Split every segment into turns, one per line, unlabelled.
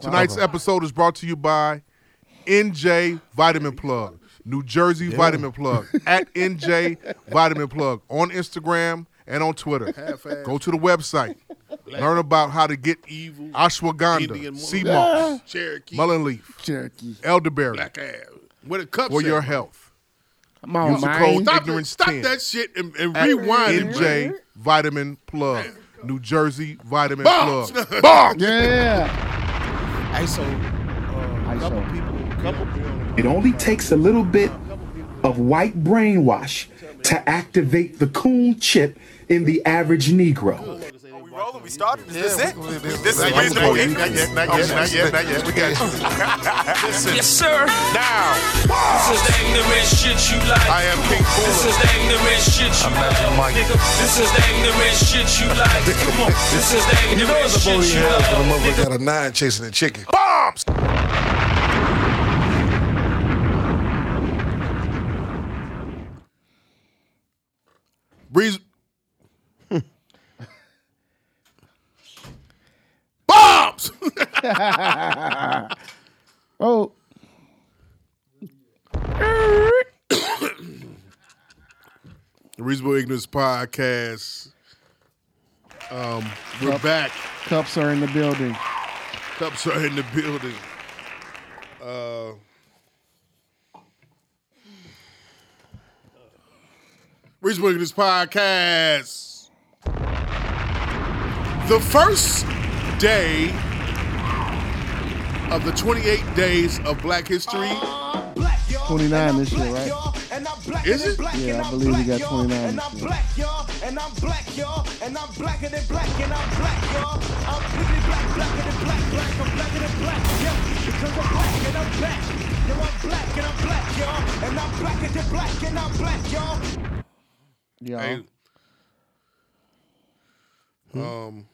Tonight's
Uh-huh.
episode is brought to you by NJ Vitamin Plug, New Jersey Vitamin Plug, at NJ Vitamin Plug on Instagram and on Twitter.
Half-ass.
Go to the website. Learn about how to get E-
Evil.
ashwagandha,
Indian
sea
woman.
moss,
Cherokee.
mullein leaf,
Cherokee.
elderberry
Black ass. With a cup
for
set.
your health.
Come on,
Use the
man.
code-
Stop, it.
Ignorance
Stop
10.
that shit and, and
At
rewind. it,
NJ Vitamin Plug, New Jersey Vitamin
bro.
Plug.
Bombs. Bombs.
Yeah.
Hey, so uh, a couple
ISO.
people, couple people,
It only takes a little bit of white brainwash to activate the coon chip in the average Negro.
We rolling. We started. This is it. This is reasonable
Not yet, not
ignorance.
yet, not yet, not yet, not yet. We got you.
Yes, sir.
Now,
This is the ignorant shit you like.
I am King
This
Cooler.
is the ignorant shit you like. Nigga, this is the ignorant shit you like. Come on. This is the ignorant shit you like.
motherfucker got a nine chasing a chicken.
Bombs. Breeze. Bombs.
Oh.
The Reasonable Ignorance Podcast. Um, we're back.
Cups are in the building.
Cups are in the building. Uh, Reasonable Ignorance Podcast. The first day of the 28 days of Black History.
29 this year, right?
Is it?
Yeah, I believe we got 29 this year. Yeah.
Hey. Um,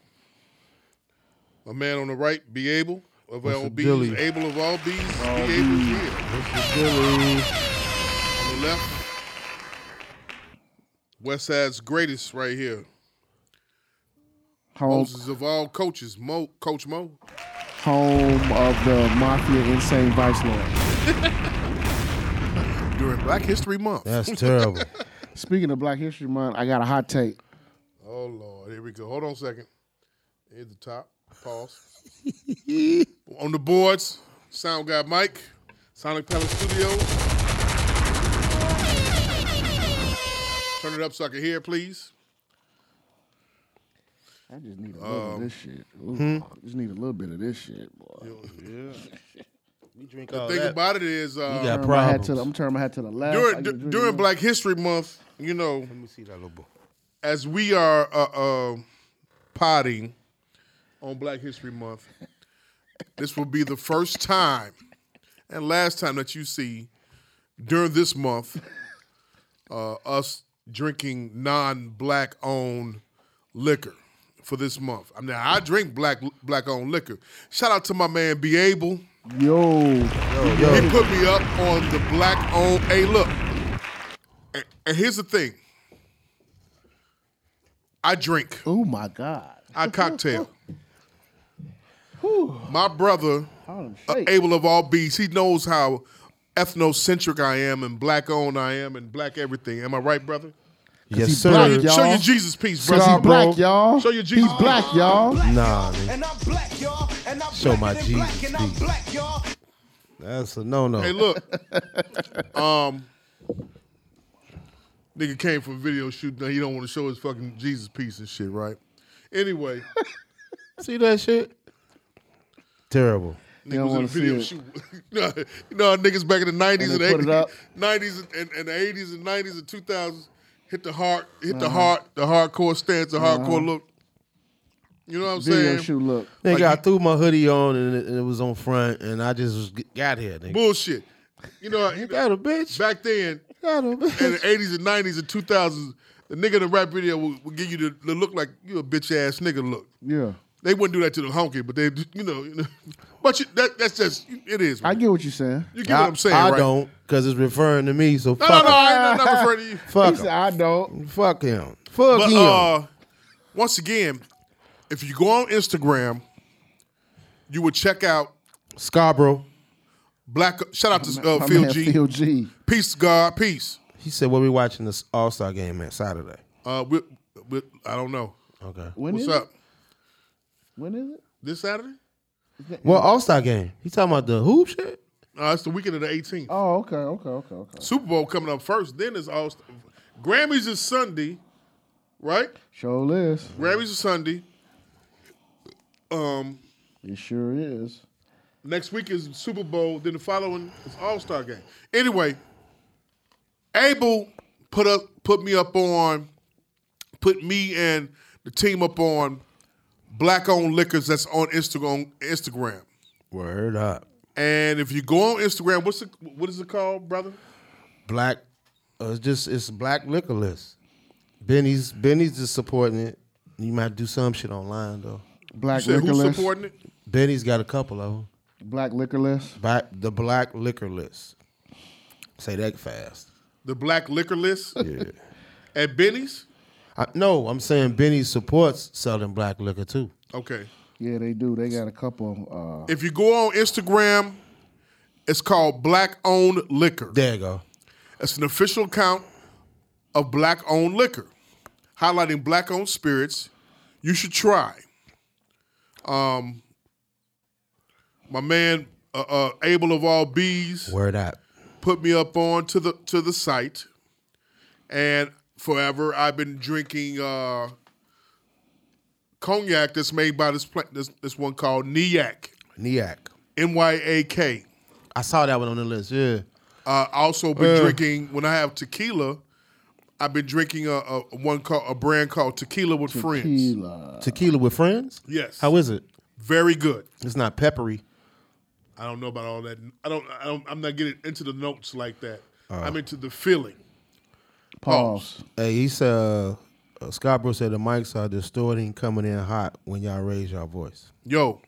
a man on the right, be able of all bees, able of all bees, be able here. On the left, West Side's greatest right here.
Home,
Moses of all coaches, Mo, Coach Mo.
home of the Mafia Insane Vice Lord.
During Black History Month.
That's terrible.
Speaking of Black History Month, I got a hot take.
Oh Lord, here we go. Hold on a second. Here's the top. Pause. on the boards, sound guy Mike, Sonic Palace Studios. Turn it up so I can hear, please.
I just need a little of this shit. Ooh, I just need a little bit of this shit, boy.
you drink
The
all
thing
that.
about it is, uh,
got
Turn my hat to the,
problems.
I'm turning my hat to the left. I
during
get a
d-
drink
during
now.
Black History Month, you know,
Let me see that little boy.
as we are uh, uh, potting on Black History Month, this will be the first time and last time that you see during this month uh, us drinking non-black owned liquor for this month. I mean, I drink black black owned liquor. Shout out to my man Be Able.
Yo.
He put me up on the black owned. Hey, look. And, and here's the thing. I drink.
Oh my God.
I cocktail. My brother,
I'm
uh,
shaking.
able of all beasts, he knows how ethnocentric I am and black owned I am and black everything. Am I right, brother?
Yes,
he black,
sir.
y'all.
Show your Jesus piece,
Cause
brother.
he black, y'all.
Show your Jesus.
He's black, y'all.
Nah, man. Show my Jesus piece. That's a no-no.
Hey, look. um, nigga came from video shoot. Now he don't want to show his fucking Jesus piece and shit, right? Anyway,
see that shit? Terrible.
don't
nigga was in a
wanna see
video
it.
shoot. you know you know how niggas back in the nineties and
And they put
eighties,
it up.
nineties and, and the eighties and nineties and two thousands hit the hard, hit the
Uh-huh.
hard, the hardcore stance, the hardcore look. You know what I'm
Video
saying?
shoot. Look,
Nigga, I
Like-
threw my hoodie on and it, and it was on front, and I just was, got here. Nigga.
Bullshit. You know, you
Got a bitch.
back then,
Got a
in
bitch.
the eighties and nineties and two thousands, the nigga in the rap video would, would give you the, the look like you a bitch ass nigga look.
yeah.
They wouldn't do that to the honky, but they, you know, you know but you, that, that's just it is.
I
man.
get what you're saying.
you get what I'm saying,
I
right?
don't, because it's referring to me, so
No,
fuck
no, no,
him.
I ain't not referring to you.
He
Fuck
said,
him.
I don't.
Fuck him. Fuck
But
him.
uh, once again, if you go on Instagram, you would check out
Scarborough.
Black. Shout out to
My
uh, Phil
man
G.
Phil G.
Peace, God. Peace.
He said, "What we watching this All Star game at Saturday?"
Uh, we, we, I don't know.
Okay.
When
What's
is
up?
It? When is it?
This Saturday?
Well, All Star game. He talking about the hoop shit.
Uh, it's the weekend of the 18th.
Oh, okay, okay, okay, okay.
Super Bowl coming up first. Then it's all. Grammys is Sunday, right?
Sure is.
Grammys is Sunday. Um,
It sure is.
Next week is Super Bowl. Then the following is All Star Game. Anyway, Abel put up put me up on, put me and the team up on Black Owned Liquors. That's on Instagram. Instagram.
Word up.
And if you go on Instagram, what's it, what is it called, brother?
Black. Uh, it's just it's black liquor list. Benny's Benny's just supporting it. You might do some shit online though.
Black
Said
liquor
who's
list.
supporting it?
Benny's got a couple of them.
Black liquor list.
Black, the black liquor list. Say that fast.
The Black Liquor List. Yeah. At Benny's.
I, no, I'm saying Benny supports selling black liquor too.
Okay.
Yeah, they do. They got a couple. Uh,
If you go on Instagram, it's called Black Owned Liquor.
There you go.
It's an official account of black owned liquor, highlighting black owned spirits you should try. Um, my man uh, uh, Abel of all bees
Word up.
put me up on to the to the site, and forever I've been drinking uh, cognac that's made by this plant this, this one called Nyack
Niak.
N Y A K.
I saw that one on the list. Yeah.
Uh, I also been
Yeah.
drinking when I have tequila. I've been drinking a, a one called a brand called Tequila with Friends.
tequila.
Tequila with friends.
Yes,
How is it?
very good.
It's not peppery.
I don't know about all that. I don't. I don't I'm not getting into the notes like that. I'm into the feeling.
Pause.
Hey, he said uh, uh, Scarborough said the mics are distorting, coming in hot when y'all raise your voice.
Yo,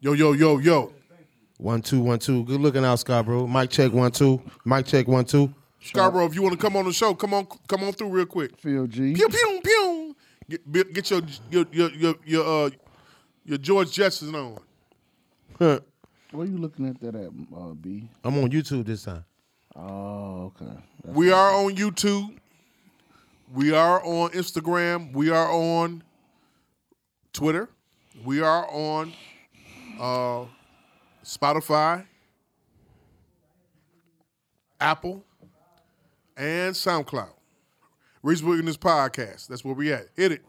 yo, yo, yo, yo.
One two one two. Good looking out, Scarborough. Mic check one two. Mic check one two.
Scarborough, if you want to come on the show, come on, come on through real quick.
Phil G.
Pew pew pew. Get, be- get your your your your your, uh, your George Jetson on.
Huh.
Where you looking at that at, uh, B?
I'm on YouTube this time.
Oh, okay. That's
We are on YouTube. We are on Instagram. We are on Twitter. We are on uh, Spotify, Apple, and SoundCloud. Reese Wiggins podcast. That's where we at. Hit it.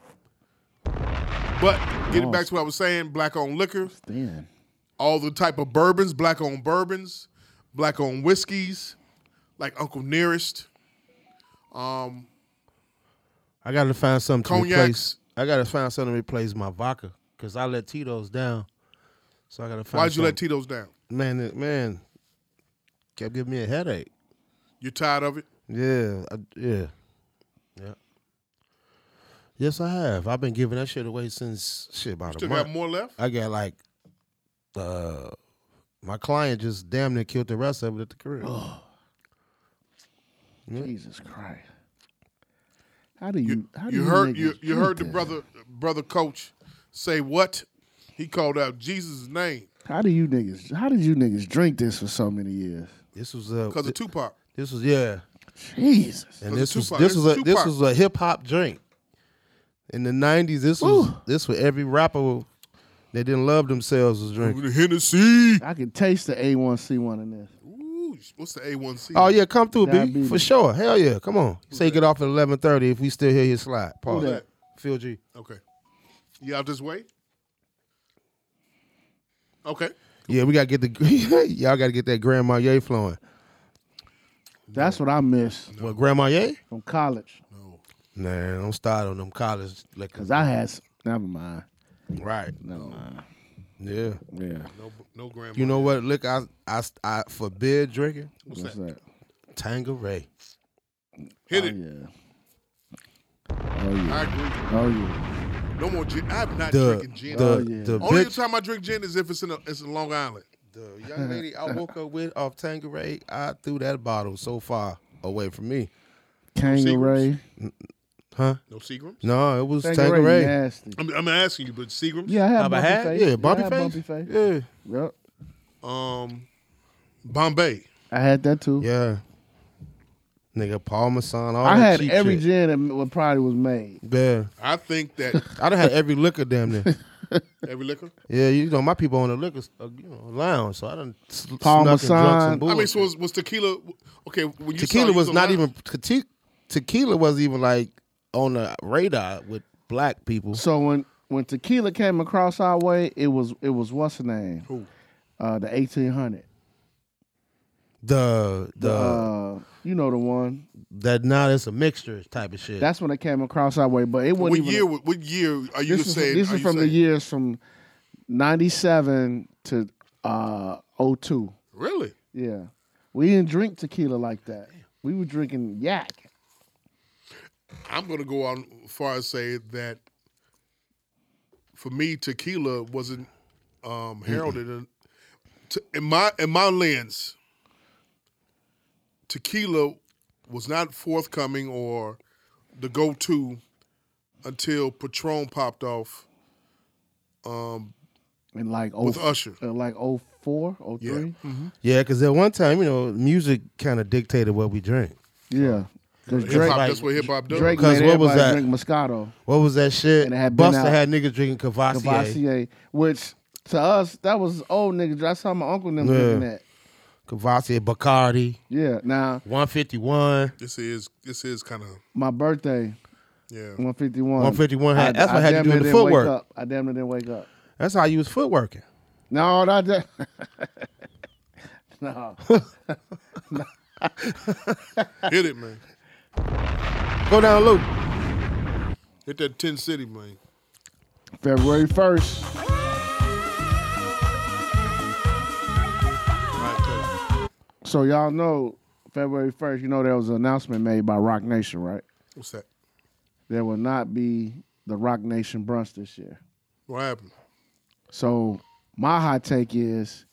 But getting back to what I was saying, black on liquor
thin.
all the type of bourbons, black owned bourbons, black owned whiskeys, like Uncle Nearest. Um,
I gotta find something to
Cognacs.
replace. I gotta find something to replace my vodka because I let Tito's down. So I gotta find.
why'd you let
something.
Tito's down?
Man, it- man, kept giving me a headache.
You tired of it?
Yeah, I, yeah, yeah. Yes, I have. I've been giving that shit away since shit about a
Still
month.
got more left?
I got like, uh, my client just damn near killed the rest of it at the crib.
Oh.
Jesus Christ. How do you? how do
You
you
heard
niggas
you, you
drink
heard the
that?
brother brother coach say what? He called out Jesus' name
How do you niggas? How did you niggas drink this for so many years?
This was a
because of Tupac.
this was yeah,
Jesus.
and
'Cause
this
of
was
Tupac.
this
This
was
is
a this
Tupac.
was a hip hop drink. In the nineties, this was this was every rapper that didn't love themselves was drinking.
The Hennessy.
I can taste the A1C1 in this.
Ooh, what's the A1C?
Oh yeah, come through, B
Diabetes.
for sure. Hell yeah, come on. Say get off at eleven thirty if we still hear his slide. Pause.
that?
Phil G.
Okay. You out this way? Okay.
Yeah, we gotta get the y'all gotta get that Grandma Ye flowing.
That's what I miss
What Grandma Ye?
from college.
Nah, don't start on them college liquors.
Cause I had. s- Never mind.
Right.
Never mind.
Yeah.
Yeah.
No, no grandma.
You know what? Look, I I I forbid drinking
what's
What's
that?
that?
Tangeray.
Hit
Oh
it.
yeah. Oh yeah.
I agree.
Oh yeah.
No more gin. I'm not
The
drinking
the
gin.
Oh, yeah.
the
Only
bitch,
time I drink gin is if it's in a, it's in Long Island.
the young lady I woke up with off Tangeray, I threw that bottle so far away from me.
Kangaroo.
Huh?
No Seagrams.
No, it was
Tangeray.
Tangeray.
Nasty.
I'm, I'm asking you, but Seagrams.
Yeah, I had
Have I
bumpy
had?
face.
Yeah, bumpy
I had
face.
bumpy face.
Yeah.
Yep.
um, Bombay.
I had that too.
Yeah. Nigga, Paul Masson, all
I
that
had
cheap
every
shit.
gin that was probably was made.
Yeah.
I think that
I done had every liquor damn near.
every liquor.
yeah, you know, my people on the liquor uh, you know, lounge, so I done s- snuck
Paul
and drunk
Masson.
some
I
bull.
mean, so was, was tequila? Okay, when you saw
tequila
you
was not
alive-
even te- tequila was even like on the radar with black people.
So when when tequila came across our way, it was it was what's the name? Who? Uh, the eighteen hundred.
The the
Uh, you know the one.
that now it's a mixture type of shit.
That's when it came across our way, but it
What
wasn't even.
year? What year are you
this is,
saying?
this
are
is
you
from the
saying-
years from ninety seven to uh 02.
Really?
Yeah, we didn't drink tequila like that. We were drinking yak.
I'm gonna go on far as say that for me, tequila wasn't um, heralded in, to, in my in my lens. Tequila was not forthcoming or the go-to until Patron popped off
And like oh,
with Hmm. Usher.
uh, like oh four, oh three.
yeah, because at one time, you know, music kind of dictated what we drink.
Yeah, because
Hip
Drake,
hop, that's what hip hop does.
Drake
'Cause
made
what was
everybody
that?
drink Moscato,
What was that shit?
And it had been
Buster
out.
had niggas drinking Cavassier. Cavassier,
Cavassier, which to us that was old nigga. I saw my uncle and them
Yeah.
drinking that.
Bacardi,
Yeah. Now
151.
This is this is kind of
my birthday,
yeah.
one fifty one.
151 had- that's what had to do with the footwork.
Up. I damn near didn't wake up.
That's how you was footworking.
No, not that. no.
Hit it, man.
Go down low.
Hit that Ten City, man.
February first. So y'all know February first. You know there was an announcement made by Rock Nation, right?
What's that?
There will not be the Rock Nation brunch this year.
What happened?
So my hot take is,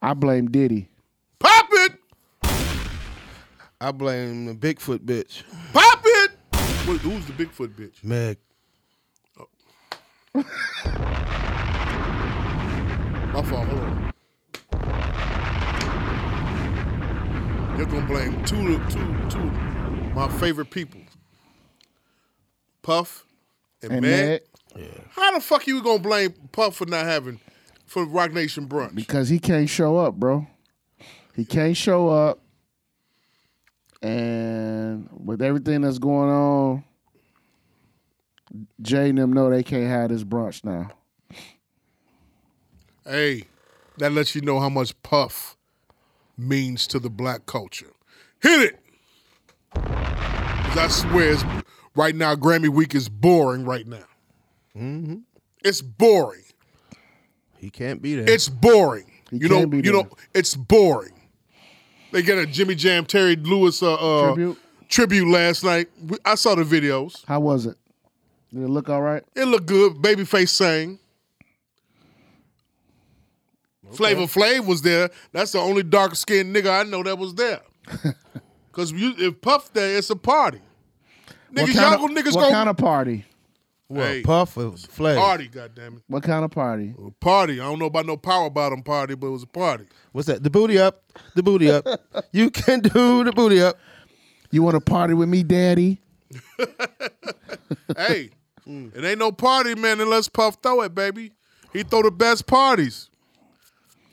I blame Diddy.
Pop it!
I blame the Bigfoot bitch.
Pop it! Wait, who's the Bigfoot bitch?
Meg.
My fault. Hold on. You're gonna blame two, two, two of my favorite people, Puff and,
And
Meg.
Meg.
How the fuck you gonna blame Puff for not having for Rock Nation brunch?
Because he can't show up, bro. He can't show up. And with everything that's going on, Jay and them know they can't have this brunch now.
hey, that lets you know how much Puff means to the black culture. Hit it! 'Cause I swear, it's, right now, Grammy week is boring right now. Mm-hmm. It's boring.
He can't be there.
It's boring.
He
you know,
can't be
you know,
there.
it's boring. They got a Jimmy Jam Terry Lewis uh, uh,
Tribute?
tribute last night. We- I saw the videos.
How was it? Did it look all right?
It looked good. Babyface sang. Flavor Flav was there. That's the only dark skinned nigga I know that was there. Cause you, if Puff there, it's a party.
What
Niggas,
kind
y'all
of-
gonna niggas
what
go
kind of party?
well,
Hey,
Puff or Flag.
party. Goddamn
What kind of party?
it, party. I don't know about no power bottom party, but it was a party.
What's that? The booty up. The booty up. you can do the booty up.
You want to party with me, Daddy?
hey, it ain't no party, man, unless Puff throw it, baby. He throw the best parties.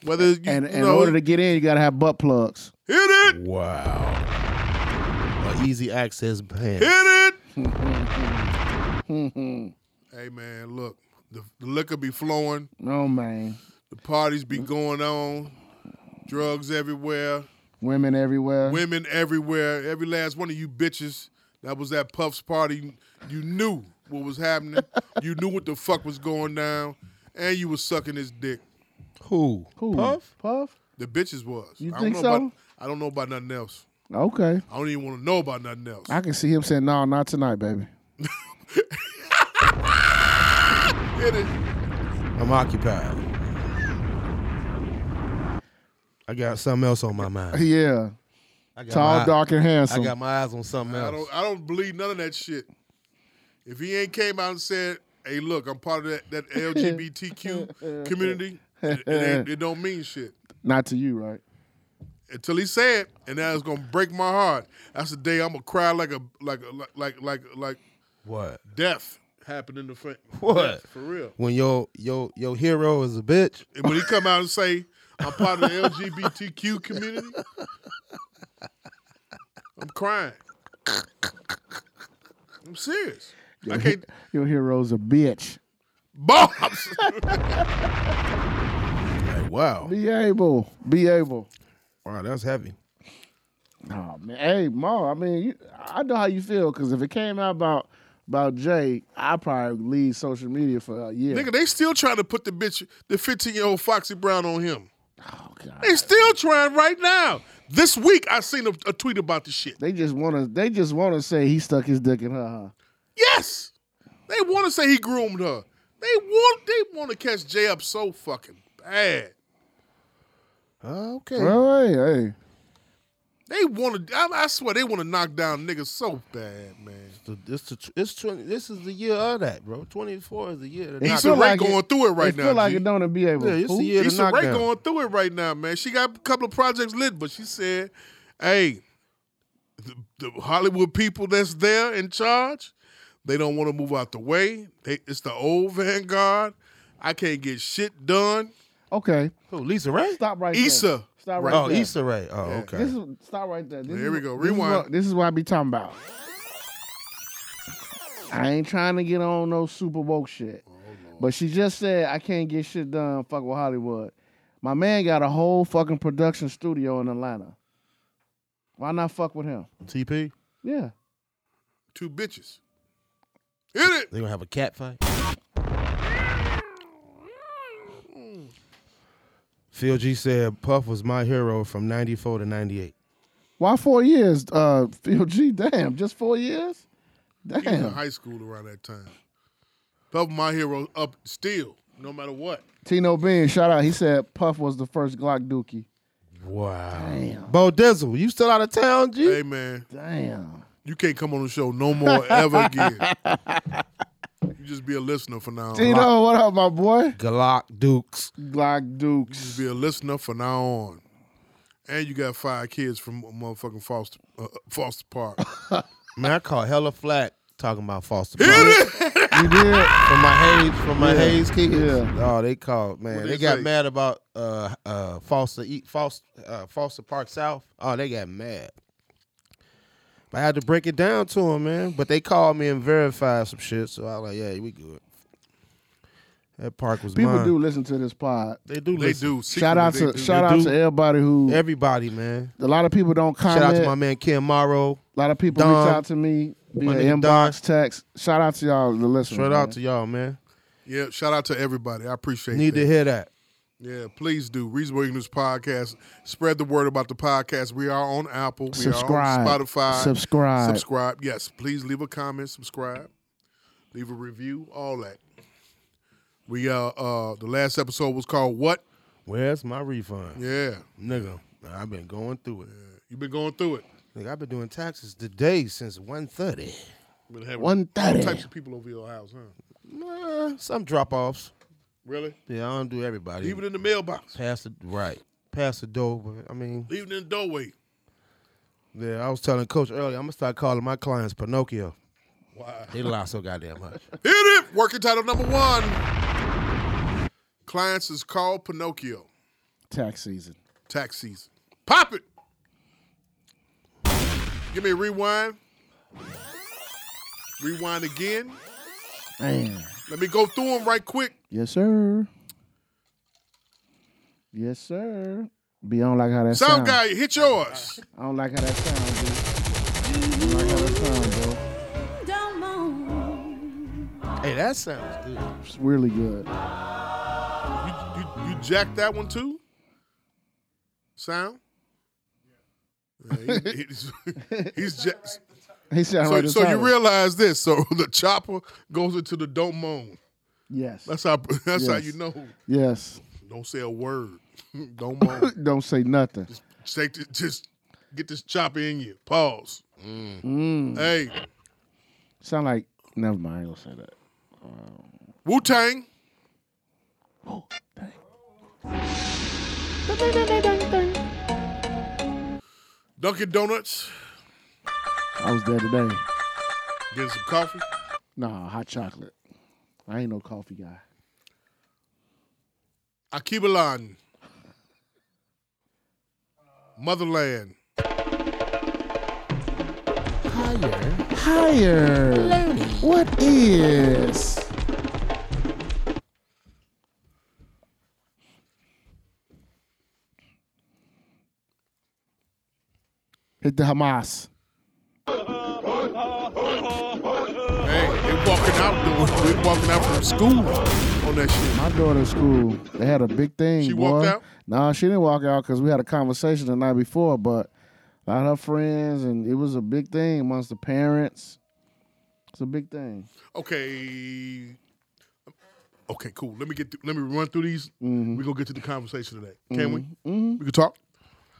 Whether you,
And
you
in
know,
order to get in, you gotta have butt plugs.
hit it, hit
Or easy access band.
it. hey, man, look, the, the liquor be flowing,
No man,
the parties be going on, drugs everywhere,
women everywhere.
women everywhere. Every last one of you bitches that was at Puff's party, you knew what was happening. you knew what the fuck was going down, and you was sucking his dick.
Who?
Who?
Puff?
Puff.
The bitches was.
You
I
think
don't know
so?
About, I don't know about nothing else.
Okay,
I don't even want to know about nothing else.
I can see him saying, "No, not tonight, baby."
Hit it.
I'm occupied. I got something else on my mind.
Yeah,
I got
tall,
my,
dark, and
I
handsome.
got my eyes on something
I
else.
don't. I don't believe none of that shit. If he ain't came out and said, "Hey, look, I'm part of that, that LGBTQ community," it, it ain't- it don't mean shit.
Not to you, right?
until he said, and that is gonna break my heart. That's the day I'm gonna cry like a like a, like like like
What?
death happened in the front.
What?
for real?
When your your your hero is a bitch.
And when he come out and say, "I'm part of the LGBTQ community," I'm crying. I'm serious. I can't.
Your hero's a bitch.
Bobs.
Like, wow.
Be able. Be able.
Wow, that's heavy.
Oh man, hey Ma, I mean, you, I know how you feel because if it came out about about Jay, I probably leave social media for a year.
Nigga, they still trying to put the bitch, the 15 year old Foxy Brown on him.
Oh, God.
They still trying right now. This week I seen a, a tweet about this shit.
They just want to. They just want to say he stuck his dick in her. Huh?
Yes, they want to say he groomed her. They want they want to catch Jay up so fucking bad.
Okay.
Oh, hey, hey.
They want to. I, I swear they want to knock down niggas so bad, man.
So this the tr- it's 20, this is the year of that, bro. Twenty four is the year. Of the
It
knock-
Issa
feel
Rae
like
going
it-
through it right
it
now.
Feel like
G.
it don't to be able.
yeah, it's the
Who?
year of the
Issa Rae
knockdown.
going through it right now, man. She got a couple of projects lit, but she said, "Hey, the, the Hollywood people that's there in charge, they don't want to move out the way. They, it's the old vanguard. I can't get shit done."
Okay,
Who, Lisa Ray?
stop right there.
Issa,
Stop right
Oh,
there.
Issa Rae. Oh, okay.
This is, stop right there. This
Here we
is wh-
go.
This is,
Rewind.
what, this is what I be talking about. I ain't trying to get on no super woke shit.
Oh,
but she just said I can't get shit done. Fuck with Hollywood. My man got a whole fucking production studio in Atlanta. Why not fuck with him?
TP.
Yeah.
two bitches. Hit it.
They gonna have a cat fight. Phil G said Puff was my hero from ninety four to ninety eight.
Why four years? Uh, Phil G. Damn, just four years.
He was in
Damn.
high school around that time. Puff my hero up still, no matter what.
Tino Bean, shout out. He said Puff was the first Glock Dookie.
Wow.
Damn.
Bo Dizzle, you still out of town, G?
Hey man,
Damn.
you can't come on the show no more ever again. you just be a listener for now. on.
Tino, what up, my boy?
Glock Dukes.
Glock Dukes.
Just be a listener for now on. And you got five kids from motherfucking Foster uh, Foster Park.
Man, I caught hella flack talking about Foster. Brothers.
You did?
From my Hayes, from my Hayes kids.
Yeah.
Oh, they called man.
What'd
They
they
got
say?
mad about uh uh Foster E- Foster uh, Foster Park South. Oh, they got mad. But I had to break it down to them, man. But they called me and verified some shit. So I was like, yeah, we good. That park was
People
mine.
do listen to this pod.
They do.
they
listen.
do.
shout out
Secretly,
to
they do.
shout out
do.
to everybody who.
Everybody, man.
a lot of people don't comment.
Shout out to my man Ken Morrow.
a lot of people
Don.
reach out to me via
My nigga
inbox, text. Shout out to y'all, the listeners.
Shout
man.
out to y'all, man.
Yeah, shout out to everybody. I appreciate
Need
that.
to hear that.
Yeah, please do. Reasonable News Podcast. Spread the word about the podcast. We are on Apple. We
Subscribe.
are on Spotify.
Subscribe.
Subscribe. Yes. Please leave a comment. Subscribe. Leave a review. All that. We uh uh the last episode was called What?
Where's my refund,
Yeah.
nigga? I've been going through it.
You've been going through it.
Nigga, I've been doing taxes today since 1.30.
Been having
One
all
thirty.
types of people over your house, huh?
Uh, some drop offs.
Really?
Yeah, I don't do everybody.
Leave it Mm. in the mailbox.
Pass the right. Pass the door. But I mean,
Leave it in the doorway.
yeah, I was telling Coach earlier, I'm gonna start calling my clients Pinocchio.
Wow.
They lie so goddamn much.
Hit it! Working title number one. Clients is called Pinocchio.
Tax season.
tax season. Pop it. Give me a rewind. Rewind again.
Damn.
Let me go through them right quick.
Yes, sir. Yes, sir. Be on like how that
Sound
sounds.
guy, hit yours.
I don't like how that sounds. Dude. I don't like how that sounds, bro.
hey, that sounds good.
It's really good.
You, you, you jacked that one too? Sound? Yeah, he- he's he's ja-
He said,
so, so you realize this. So the chopper goes into the don't moan.
Yes.
That's how that's how
Yes.
you know.
Yes.
Don't say a word. Don't moan.
Don't say nothing.
Take th- just get this chopper in you. Pause. Mm. Hey,
Sound like never mind. I ain't gonna say that.
Wu Tang. Dunkin' Donuts,
I was there today.
getting some coffee.
Nah, hot chocolate. I ain't no coffee guy.
Akibalan, Motherland,
Higher. What is? Hit the Hamas.
Hey, they walking out doing, they walking out from school on that shit.
My daughter's school, they had a big thing.
She
boy.
walked out?
Nah, she didn't walk out because we had a conversation the night before, but a lot of her friends, and it was a big thing amongst the parents. It's a big thing.
Okay, okay, cool. Let me get th- let me run through these. We gonna get to the conversation today, can we? We can talk.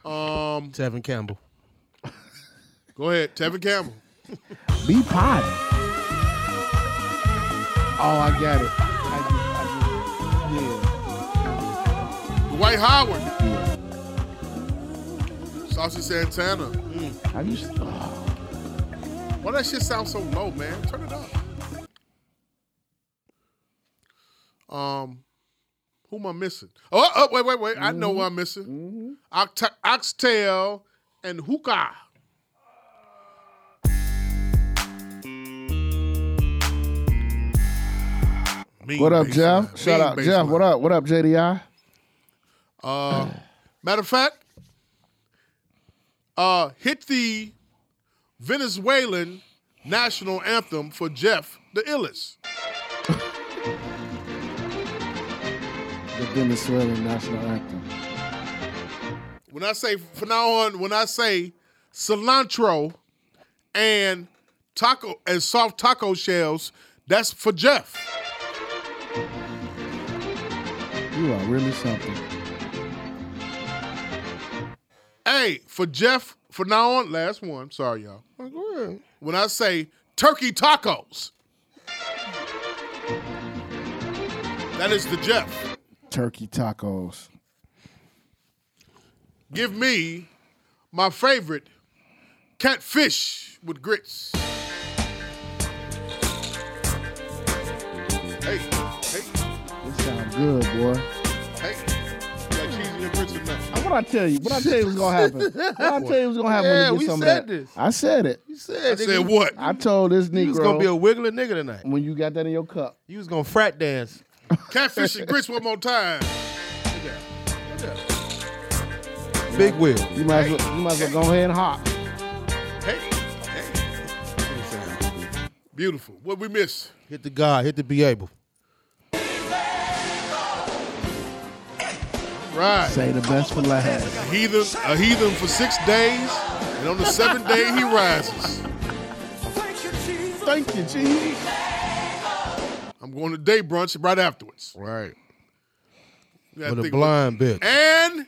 Um,
Tevin Campbell.
go ahead, Tevin Campbell.
Be potty. Oh, I got it. I get, I
Dwight Howard. Saucy Santana.
get, yeah. Have you? Oh.
Why that shit sound so low, man? Turn it up. Um, who am I missing? Oh, oh wait, wait, wait. I know what I'm missing.
Mm-hmm.
Oct- Oxtail and Hookah. Mean
What up,
baseline.
Jeff? Shout
Mean
out, Jeff. What
baseline.
up? What up, JDI?
Uh, matter of fact, uh, hit the Venezuelan national anthem for Jeff the Illest.
The Venezuelan national anthem.
When I say from now on, when I say cilantro and taco and soft taco shells, that's for Jeff.
You are really something.
Hey, for Jeff, from now on, last one. Sorry, y'all. When I say turkey tacos, that is the Jeff.
Turkey tacos.
give me my favorite catfish with grits. Hey, hey,
This sounds good, boy.
hey. You Got cheese in your grits or not?
Uh, What I tell you? What I tell you was gonna happen? What I tell you was gonna happen?
Yeah,
when you get
we
some of
said
that?
this.
I said it.
You
I
said,
said
nigga,
what?
I told this
You was gonna be a
Negro
wiggler nigga tonight.
when you got that in your cup.
You was gonna frat dance.
Catfish and grits one more time.
Big Will.
You might as well, you might as well go ahead and hop.
Hey, hey. Beautiful. What we miss?
Hit the God. Hit the be able.
Right.
Say the best for last.
Heathen, a heathen for six days, and on the seventh day he rises.
Thank you, Jesus.
I'm going to day brunch right afterwards.
Right.
You gotta
With a
think-
blind bitch.
And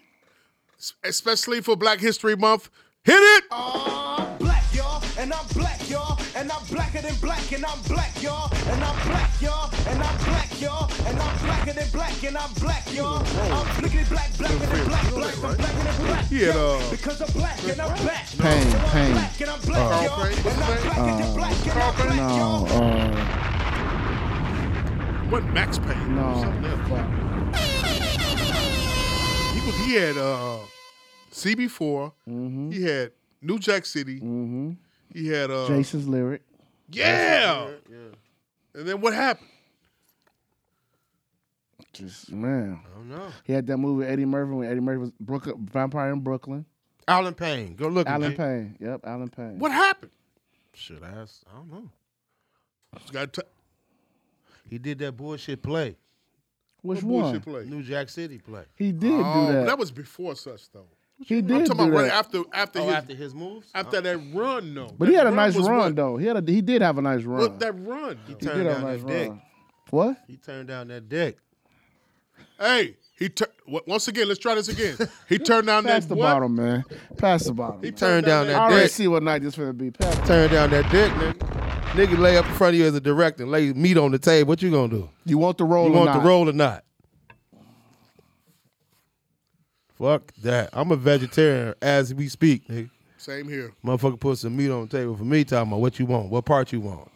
especially for Black History Month, hit it.
I'm black, y'all, and I'm black, y'all, and I'm blacker than black, and I'm black, y'all, and I'm black, y'all, and I'm black, y'all, and I'm blacker than black, and I'm black, y'all. I'm blickety black, blacker than black, black, I'm blacker than black.
He had,
y'all,
uh,
because I'm black, and I'm black.
Pain,
and I'm
pain.
black, and I'm black, y'all,
Carl Payne, what's
and I'm
his name?
blacker than black, and I'm black, y'all.
No, uh,
What Max Payne?
no.
He was. He had uh, CB4.
Mm-hmm.
He had New Jack City. He had uh,
Jason's lyric.
Yeah. And then what happened?
Just man.
I don't know.
He had that movie with Eddie Murphy when Eddie Murphy was Brooklyn, Vampire in Brooklyn.
Alan Payne. Go look.
Alan
at it.
Payne. Yep, Alan Payne.
What happened?
Shit ass. I don't know.
This guy t-
He did that bullshit play.
Which one?
bullshit play.
New Jack City play.
He did
Oh,
do
but
that.
that was before such though.
he did
I'm
do
talking about
that.
right after after
Oh,
his,
after his moves.
after that run though.
but
That
he had a
run
nice
was
run
what-
though. He had a, he did have a nice run.
Look that run. though.
he
he did
turned
have
down
a nice
that dick.
run. What?
He turned down that dick.
Hey, he tur- w- once again. Let's try this again. He turned down
Pass
that
the
what?
bottom, man. Pass the bottom.
He
man.
Turned down
I
that
already
dick.
see what night this finna be. Pass the-
Turn down that dick, nigga. Nigga lay up in front of you as a director, lay meat on the table. What you gonna do?
You want the roll
You
or
want
not?
the role or not? Fuck that. I'm a vegetarian as we speak. nigga.
Same here.
Motherfucker put some meat on the table for me talking about what you want, what part you want.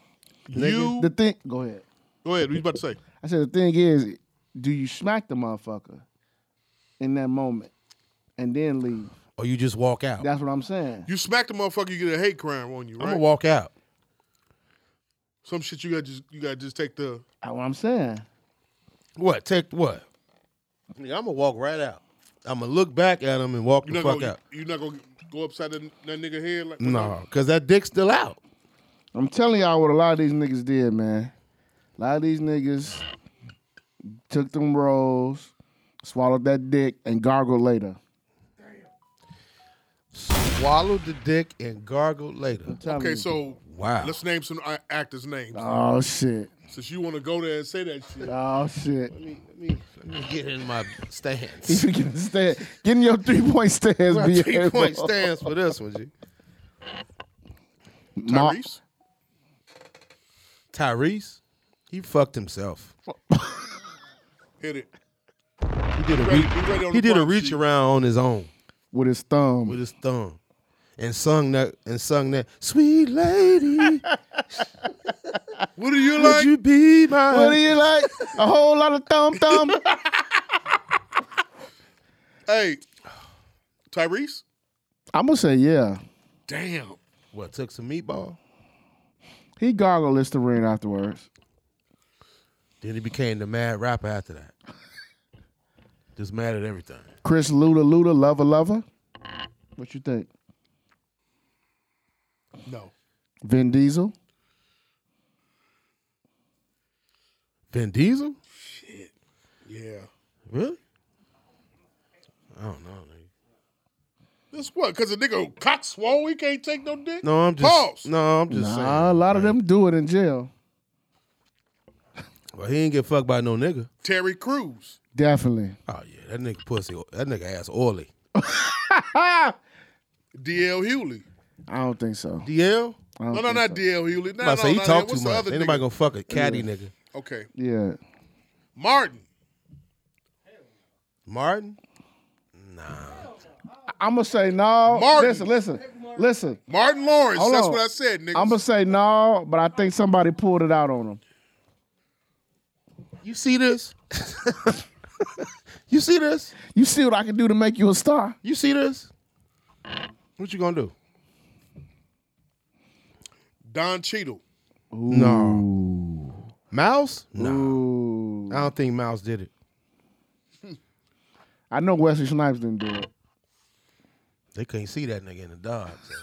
You
The thing, go ahead.
go ahead. What you about to say?
I said the thing is, do you smack the motherfucker in that moment and then leave?
Or you just walk out.
That's what I'm saying.
You smack the motherfucker, you get a hate crime on you,
I'm
right?
gonna walk out.
Some shit you got just you got to just take the.
That's what I'm saying.
What? Take what? Nigga, I'm gonna walk right out. I'm gonna look back at him and walk
You're
the
not
fuck
gonna
out.
you're not gonna go upside that, that nigga head like
No, cause that dick's still out.
I'm telling y'all what a lot of these niggas did, man. A lot of these niggas took them rolls, swallowed that dick, and gargled later.
Swallowed the dick and gargled later.
Tell
Okay,
me.
so
Wow.
let's name some uh, actors' names
Oh shit.
since you want to go there and say that shit.
Oh shit.
Get in my stance.
You can stand. Get in your three point stance.
My
be
three point
able-
stance for this one, G.
Ma-
Tyrese,
Tyrese, he fucked himself.
hit it.
He did a
Ready-
reach,
be ready on
he
the
did a
front,
reach
G.
around on his own
with his thumb.
with his thumb, and sung that and sung that sweet lady.
What do you
Would
like?
you be my?
what do you like? A whole lot of thumb thumb.
hey, Tyrese.
I'm gonna say yeah.
Damn.
What took some meatball?
He gargled Listerine afterwards.
Then he became the mad rapper after that. Just mad at everything.
Chris Luda Luda Lover Lover. What you think?
No.
Vin Diesel.
Vin Diesel?
Yeah.
Really? I don't know. Nigga.
That's what? Cause a nigga cock swole, he can't take no dick.
No, I'm just.
Pause.
No, I'm just
Nah,
saying.
a lot of them do it in jail.
Well, he ain't get fucked by no nigga.
Terry Crews.
Definitely.
Oh yeah, that nigga pussy. That nigga ass oily.
D.L. Hewley.
I don't think so.
DL.
I don't
No, no,
think
not
so.
D.L. Hewley. No,
I
no,
say he
no,
talk
no. What's
too
the
much.
other
Ain't nobody
nigga?
gonna fuck a caddy nigga.
Okay.
Yeah.
Martin.
Martin.
I'm gonna say no.
Martin.
Listen, listen, listen.
Martin Lawrence.
Hold
That's
on.
what I said, nigga.
I'm gonna say no, but I think somebody pulled it out on him.
You see this? you see this?
You see what I can do to make you a star?
You see this? What you gonna do?
Don Cheadle.
No. Mouse? No.
Ooh.
I don't think Mouse did it.
I know Wesley Snipes didn't do it.
They can't see that nigga in the dark. so.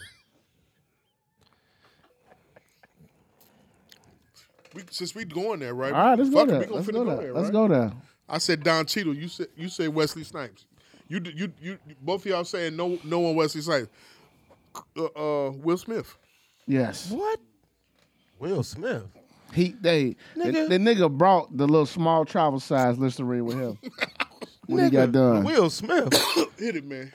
We, since we going there, right?
All right, let's go
Fuck it,
there.
we gonna
Let's
finna
go there.
there,
Let's
right?
go there.
I said Don Cheadle. You said you said Wesley Snipes. You d- you you you- both of y'all saying no no one Wesley Snipes. Uh, uh, Will Smith.
Yes.
What? Will Smith.
He they
Nigga.
The, the nigga brought the little small travel size Listerine with him when he got done.
Will Smith.
Hit it, man.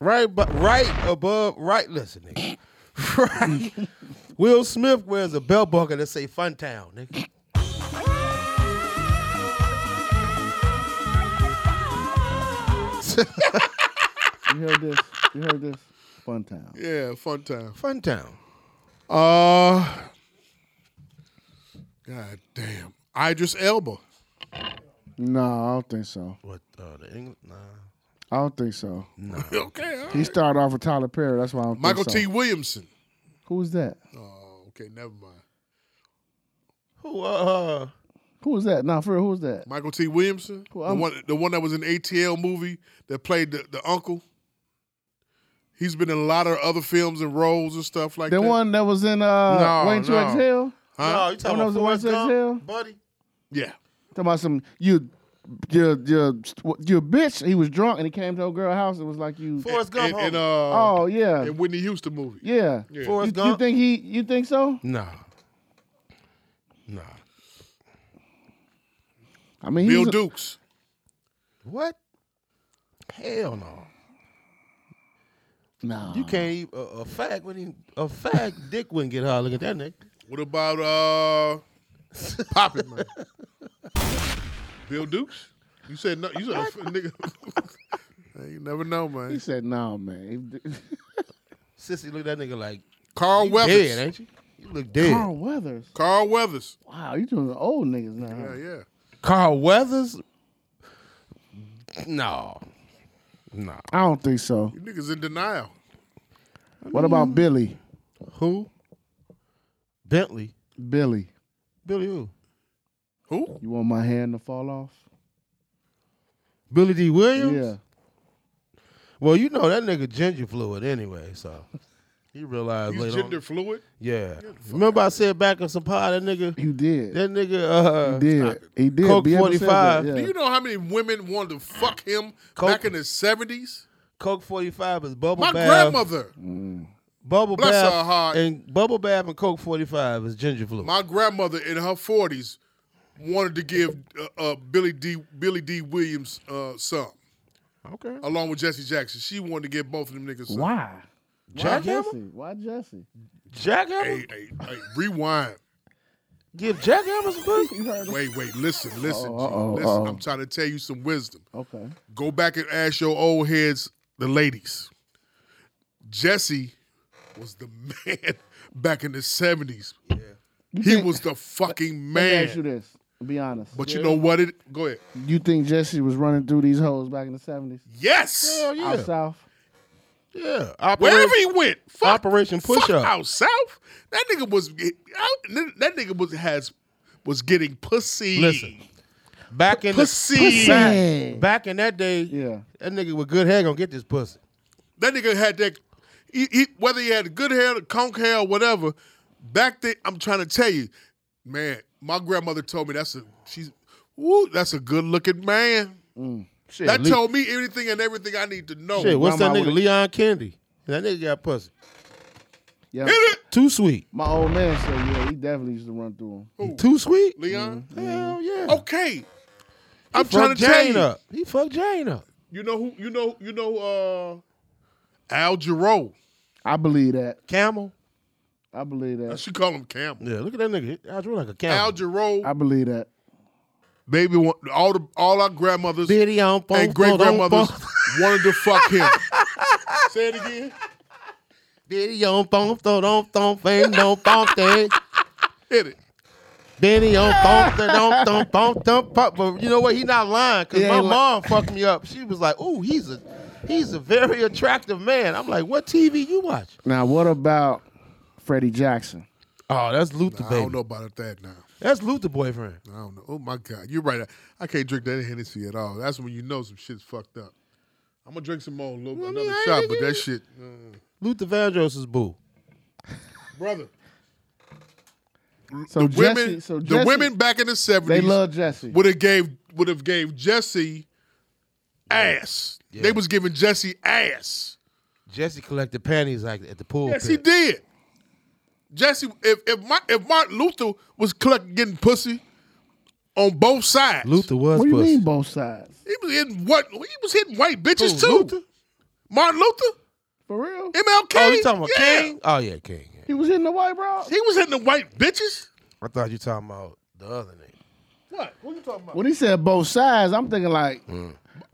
right but right above right listen nigga. right. Will Smith wears a belt buckle that say Fun Town, nigga.
You heard this? You heard this? Fun time.
Yeah, fun time.
Fun Town.
Uh, God damn. Idris Elba.
No, I don't think so.
What uh the English nah.
I don't think so.
Okay. all right.
He started off with Tyler Perry. That's why I don't
Michael
think so.
T. Williamson.
Who's that?
Oh, okay. Never mind.
Who uh
Who was that? Nah, for real, who was that?
Michael T. Williamson,
Well,
the
I'm-
one the one that was in ATL movie that played the, the uncle. He's been in a lot of other films and roles and stuff like
The
that.
one that was in uh
No,
Waiting to
no.
Exhale?
Huh?
No, you talking
When I
about
was in
Forrest
West
Gump,
Hill?
buddy?
Yeah.
Talking about some you your your your bitch. He was drunk and he came to a girl house and was like you
Forrest Gump.
And, and,
homie.
uh,
Oh yeah.
and Whitney Houston movie.
yeah. You,
Forrest
you
Gump.
think he you think so?
Nah. Nah.
I mean he
Bill
was a-
Dukes.
What? Hell no.
Nah.
You can't even, a, a fag when he, a fag dick wouldn't get hard. Look at that nigga.
What about uh Pop It Man? Bill Dukes? You said no you said a f- nigga. Hey, you never know,
He
man.
said, "No, man."
Sissy looked at that nigga like,
Carl
you
Weathers.
dead, ain't you? You look dead.
Carl Weathers.
Carl Weathers.
Wow, you doing the old niggas now. huh?
Yeah, yeah.
Carl Weathers? No. No.
I don't think so.
You niggas in denial.
What
Mm.
about Billy?
Who? Bentley.
Billy,
Billy who?
Who?
you want my hand to fall off?
Billy D. Williams?
Yeah.
Well, you know that nigga ginger fluid anyway, so he realized
He's
later.
gender
on.
fluid.
Yeah. Remember I said back on some pod that nigga
You did.
that nigga uh
he did. He did.
Coke
BM said that,
45.
yeah.
Do you know how many women wanted to fuck him
Coke. Oh,
back in the seventies?
Coke forty five is bubble
My
bath.
grandmother.
Bubble
Bless
bath
her heart.
and bubble bath and Coke forty five is ginger fluid.
My grandmother in her forties wanted to give uh, uh, Billy D. Billy D. Williams uh, some,
okay.
along with Jesse Jackson. She wanted to give both of them niggas some.
Why? Why
Jackhammer?
Jesse? Why Jesse?
Jackhammer?
Hey, hey, hey, rewind.
Give Jackhammer some pussy.
You heard him?
Wait, wait, listen, listen, G,
Uh-oh,
listen.
uh-oh.
I'm trying to tell you some wisdom.
Okay.
Go back and ask your old heads, the ladies. Jesse was the man back in the 70s. He was the fucking
Let me ask you
man.
this. Be honest.
But you know what? It go ahead.
You think Jesse was running through these hoes back in the seventies?
Yes,
Hell
Out
yeah.
south.
Yeah. Operation,
wherever he went, fuck,
Operation Push
fuck
Up.
out south. That nigga was out, that nigga was has was getting pussy.
Listen. Back in the-
Pussy.
back, back in that day,
Yeah.
that nigga with good hair gonna get this pussy.
That nigga had that. He, he, whether he had good hair, conk hair, or whatever, back then I'm trying to tell you, man. My grandmother told me that's a she's, woo, that's a good looking man.
Shit,
that
Le-
told me everything and everything I need to know.
shit, what's that
Grandma
nigga?
would've-
Leon Kennedy. That nigga got pussy.
Yeah.
Too sweet.
My old man said, yeah, he definitely used to run through them.
Too sweet?
Leon.
Hell yeah.
Okay, I'm
Fuck
trying to tell
Jane
you.
up. He fucked Jane up.
You know who? You know you know uh, Al Jarreau.
I believe that.
Camel.
I believe
I
that.
should call him Campbell.
Yeah, look at that nigga. I drew like a camel.
Al Jarreau,
I believe that.
baby, one- all the all our grandmothers
Diddy on phone,
and great grandmothers
phone,
wanted to fuck him. Say it again.
Diddy on phone, phone, phone, phone, fame, don't phone, thing.
Hit it.
Diddy on phone, phone, phone, phone, phone, phone. But you know what? He not lying because
Yeah,
my
he li-
mom fucked me up. She was like, "Ooh, he's a, he's a very attractive man." I'm like, "What TV you watch?"
Now, what about Freddie Jackson?
Oh, that's Luther
I don't
baby.
know about that now.
That's Luther boyfriend.
I don't know. Oh my God, you're right. I, I can't drink that Hennessy at all. That's when you know some shit's fucked up. I'm gonna drink some more, a little, another
I
shot,
ain't
but
gonna-
that shit, uh,
Luther Vandross's boo.
brother. the
So Jesse,
women,
so
the
Jesse-
women back in the
they
seventies
love Jesse.
would have gave would have gave Jesse ass. They was giving Jesse ass.
Jesse collected panties like at the pool.
Yes,
pit.
he did. Jesse, if if, my, if Martin Luther was collect, getting pussy on both sides,
Luther was
What do you
pussy.
mean both sides?
He was hitting what? He was hitting white bitches
Who,
too.
Luther?
Martin Luther,
For real?
MLK.
Oh, you talking about
Yeah.
King? Oh yeah, King. yeah.
He was hitting the white bra?
He was hitting the white bitches.
I thought you talking about the other nigga.
What? What you talking about?
When he said both sides, I'm thinking like,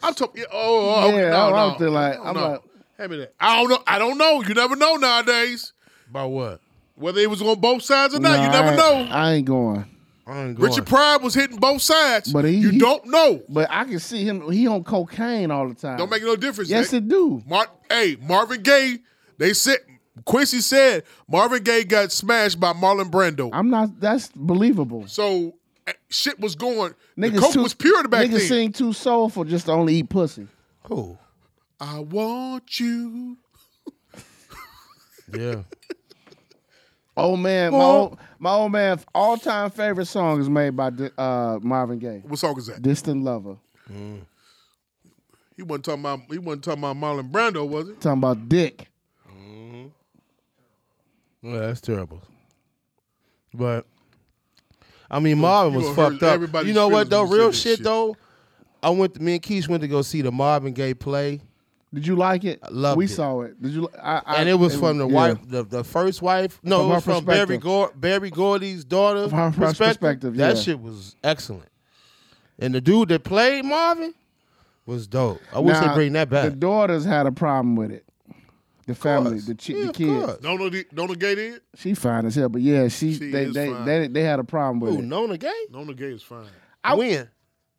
I'm talking. Yeah, oh, oh, okay.
Yeah,
no,
I'm
no,
out there like-
no,
I'm
no.
like-
hand me that. I don't know. I don't know. You never know nowadays
About what?
whether it was on both sides or not.
"Nah,
you never
I,
know.
I ain't going.
I ain't going.
Richard Pryor was hitting both sides.
But he-
you
he-
don't know.
But I can see him. He on cocaine all the time.
Don't make no difference. eh?
Yes,
Nick.
it do.
Mar- hey, Marvin Gaye. They said Quincy said Marvin Gaye got smashed by Marlon Brando.
I'm not. That's believable.
So eh, shit was going. the
Niggas
coke
too-
was pure back
niggas
then.
sing too soulful just to only eat pussy.
Who?
I want you.
Yeah.
Oh man, my old, my old man all time favorite song is made by Di- uh, Marvin Gaye.
What song is that?
Distant Lover.
He wasn't talking about. He wasn't talking about Marlon Brando, was it?
Talking about dick.
Yeah, that's terrible. But I mean, Marvin
you
was
gonna hurt
fucked up.
everybody's
You know what though?
feelings when you
Real
say that
shit,
shit.
though. I went. Me and Keith went to go see the Marvin Gaye play,
Did you like it? I
loved
we
it.
saw it. Did you? I, I,
and it was from the
yeah.
wife, the, the first wife. No,
From
it
her
was from Barry
perspective.
Gor- Barry Gordy's daughter.
From her perspective, yeah.
That shit was excellent. And the dude that played Marvin, was dope. I wish they
Now,
bring that
The
back.
daughters had a problem with it. The family, the, chi-
Yeah,
the
of
kids.
course.
Don't know the, don't negate it.
She fine as hell, but yeah, she,
She
they,
is
they,
fine.
they they had a problem with
Ooh,
it.
Nona Gay?
No negate is fine.
when?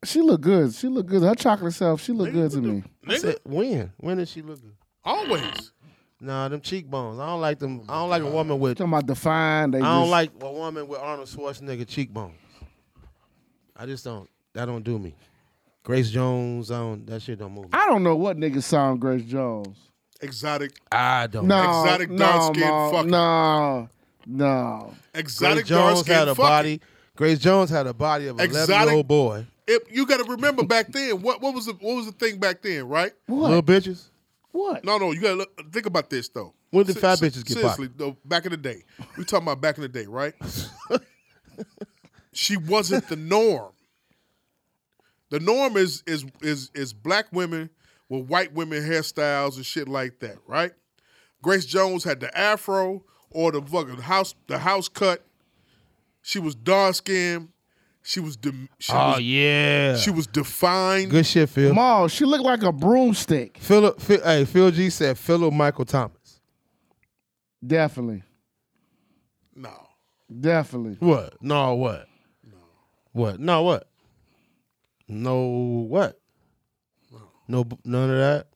She look good. She look good. Her chocolate self, she look good to me.
I said, when? When is she looking?
Always.
Nah, them cheekbones. I don't like them. I don't like a woman with. I
Talking about defined. They
don't
just-
like a woman with Arnold Schwarzenegger cheekbones. I just don't. That don't do me. Grace Jones. I don't. That shit don't move me.
I don't know what niggas sound Grace Jones.
Exotic.
I don't.
No,
Exotic
no,
dark-skinned
Ma,
fucker.
No, no.
Exotic
Grace
dark
Jones
skin.
had a body. Grace Jones had a body of an
Exotic-
eleven year old boy.
It, you got to remember back then. What what was the what was the thing back then? Right?
What?
Little bitches.
what?
No, no. You got to think about this though.
When did
Se-
fat
se-
bitches get popped?
seriously though? Back in the day, we talking about back in the day, right? she wasn't the norm. The norm is is is is black women with white women hairstyles and shit like that, right? Grace Jones had the afro or the fucking house the house cut. She was dark skinned. She was de- she was
Oh, yeah.
She was defined.
Good shit, Phil.
Ma, she look like a broomstick.
Philip. Phil, hey, Phil G said Philip Michael Thomas.
Definitely,
No.
definitely.
What? No. What? What? No. What? No. What? No. b- None of that.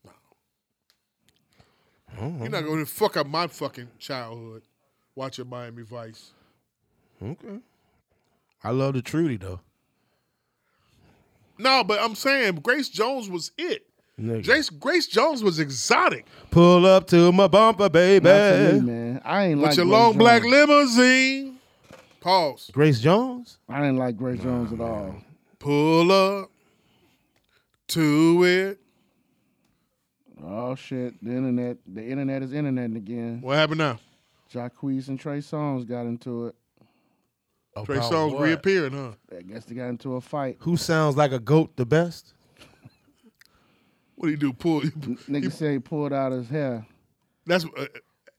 You're not going to fuck up my fucking childhood watching Miami Vice.
Okay. I love the Trudy though.
No, but I'm saying Grace Jones was it.
Nigga.
Grace, Grace Jones was exotic.
Pull up to my bumper, baby.
Not for me, man. I ain't like
With your
Grace
long
Jones.
black limousine. Pause.
Grace Jones.
I didn't like Grace Jones at all.
Pull up to it.
Oh shit! The internet, the internet is internet again.
What happened now?
Jacquees and Trey Songz got into it.
Trey
About
Songz
what?
reappearing, huh?
I guess they got into a fight.
Who sounds like a goat the best?
What do you do? Pull.
Nigga say he pulled out his hair.
That's uh,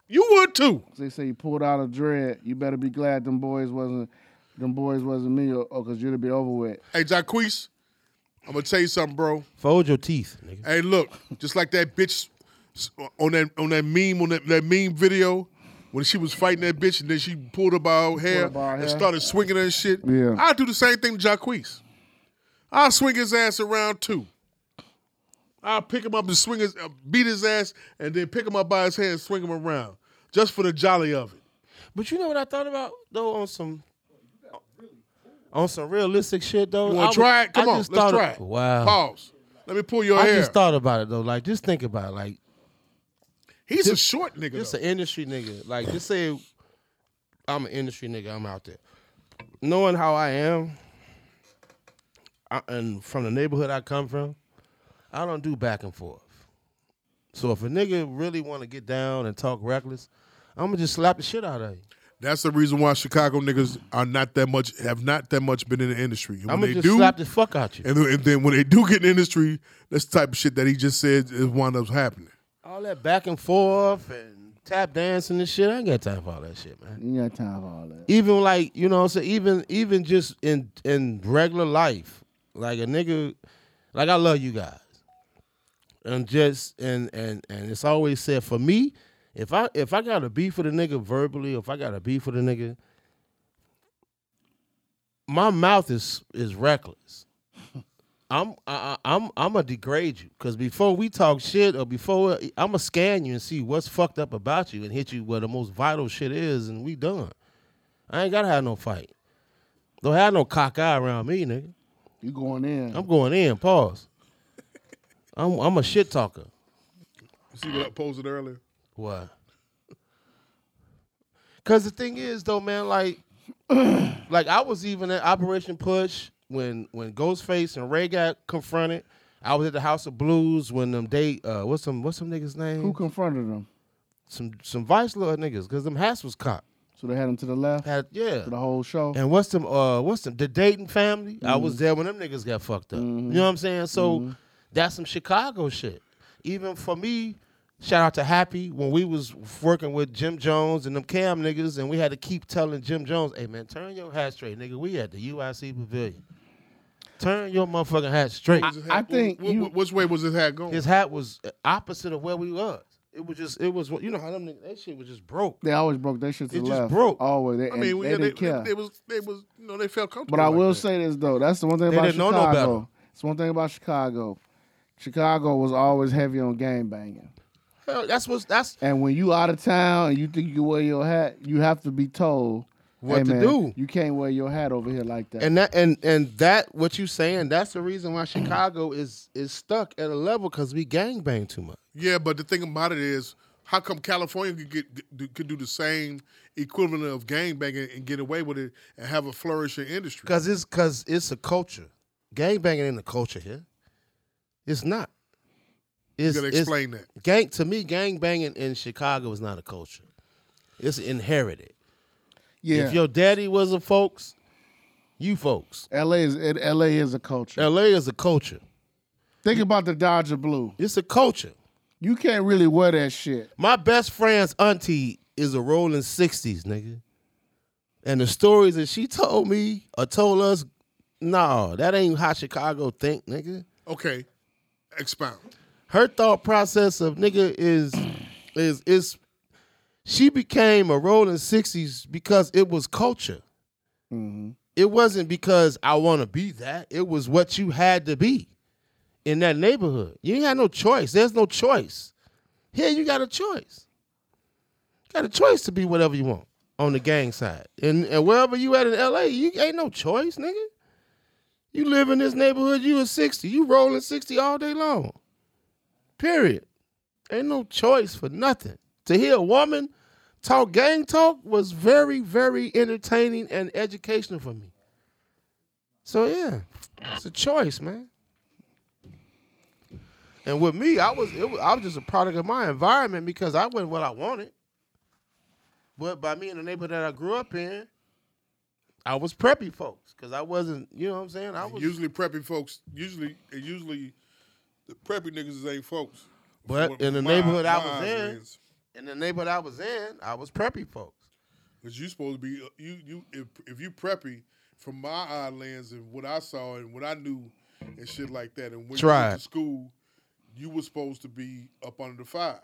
you would too.
They say he pulled out a dread. You better be glad them boys wasn't, them boys wasn't me, or, or cause you'd be over with.
Hey, Jacquees, I'm gonna tell you something, bro.
Fold your teeth, nigga.
Hey, look, just like that bitch on that on that meme on that, that meme video when she was fighting that bitch and then she pulled her by her hair
by her
and
hair.
started swinging her and shit.
Yeah.
I do the same thing to Jacquees. I'll swing his ass around too. I'll pick him up and swing his, uh, beat his ass, and then pick him up by his hair and swing him around, just for the jolly of it.
But you know what I thought about though on some on some realistic shit though.
You want
I
to try
was-
it? Come
I
on,
just
let's
thought-
try it.
Wow.
Pause. Let me pull your
I
hair.
just thought about it though. Like just think about it. Like
He's a short nigga.
Just
though.
an industry nigga. Like, just say I'm an industry nigga. I'm out there. Knowing how I am, I, and from the neighborhood I come from, I don't do back and forth. So if a nigga really want to get down and talk reckless, I'm gonna just slap the shit out of you.
That's the reason why Chicago niggas are not that much have not that much been in the industry. And
I'm
when
gonna
they
just
do,
slap the fuck out you.
and, then- and then when they do get in the industry, that's the type of shit that he just said is wound up happening.
All that back and forth and tap dancing and shit. I ain't got time for all that shit, man.
You ain't got time for all that.
even like you know, so even even just in in regular life, like a nigga, like I love you guys, and just and and and it's always said for me, if I if I got a beef with a nigga verbally, if I got a beef with a nigga, my mouth is is reckless. I'm I, I- I'm I'm gonna degrade you because before we talk shit or before I'm gonna scan you and see what's fucked up about you and hit you where the most vital shit is and we done. I ain't gotta have no fight. Don't have no cock eye around me, nigga.
You going in?
I'm going in. Pause. I'm I'm a shit talker.
See what I posted earlier?
What? Cause the thing is though, man, like like I was even at Operation Push when when Ghostface and Ray got confronted. I was at the House of Blues when them they uh what's some what's some niggas name?
Who confronted them?
some some Vice Lord niggas, cause them hats was caught.
So they had him to the left
Had, yeah.
for the whole show.
And what's them? Uh, what's them? The Dayton family. I was there when them niggas got fucked up. You know what I'm saying? So that's some Chicago shit. Even for me, shout out to Happy when we was working with Jim Jones and them Cam niggas, and we had to keep telling Jim Jones, "Hey man, turn your hat straight, nigga. We at the UIC Pavilion. Turn your motherfucking hat straight.
I think
Wh- wh-
you-
which way was his hat going?
His hat was opposite of where we was. It was just, it was, you know how them niggas, that shit was just broke.
They always broke their shit to
It
the
just
left.
broke.
Always. They,
I mean,
and
we-
they
yeah,
didn't care.
they was they was you know they felt comfortable.
But I
like
will
that.
say this though, that's the one thing
They
about
didn't know no
Chicago.
better.
it's one thing about Chicago. Chicago was always heavy on game banging,
Hell, that's what's, that's,
and when you out of town and you think you can wear your hat, you have to be told
What
"Hey,
to
man,
do."
You can't wear your hat over here like that.
and that, and, and that, what you saying, that's the reason why Chicago is, is stuck at a level because we gangbang too much.
Yeah, but the thing about it is, how come California could get do- could do the same equivalent of gang banging and get away with it and have a flourishing industry?
Cause it's cause it's a culture. Gang banging in the culture here. It's not. It's,
You gotta explain that.
it's, Gang to me, gang banging in Chicago is not a culture. It's inherited.
yeah,
If your daddy was a folks, you folks.
L.A. is it, L.A. is a culture.
LA is a culture.
Think about the Dodger blue.
It's a culture.
You can't really wear that shit.
My best friend's auntie is a rolling 60s, nigga. And the stories that she told me or told us, nah, that ain't how Chicago think, nigga.
Okay, expound.
her thought process of nigga is is is she became a rolling sixties because it was culture. It wasn't because I want to be that. It was what you had to be in that neighborhood. You ain't had no choice. There's no choice. Here you got a choice. got a choice to be whatever you want on the gang side. And and wherever you at in LA, you ain't no choice, nigga. You live in this neighborhood, you a 60. You rolling 60 all day long. Period. Ain't no choice for nothing. To hear a woman talk gang talk was very, very entertaining and educational for me. So yeah, it's a choice, man. And with me, I was, it was I was just a product of my environment because I wasn't what I wanted. But by me in the neighborhood that I grew up in, I was preppy folks because I wasn't, you know what I'm saying? I was
Usually preppy folks, usually and usually the preppy niggas ain't folks.
But
What-
in the
my-
neighborhood I
my
was
eyes
in-
is,
in the neighborhood I was in, I was preppy folks.
Cause you supposed to be uh, you you if if you preppy from my eye lens and what I saw and what I knew and shit like that and when you
Tribe.
went to school, you was supposed to be up under the five.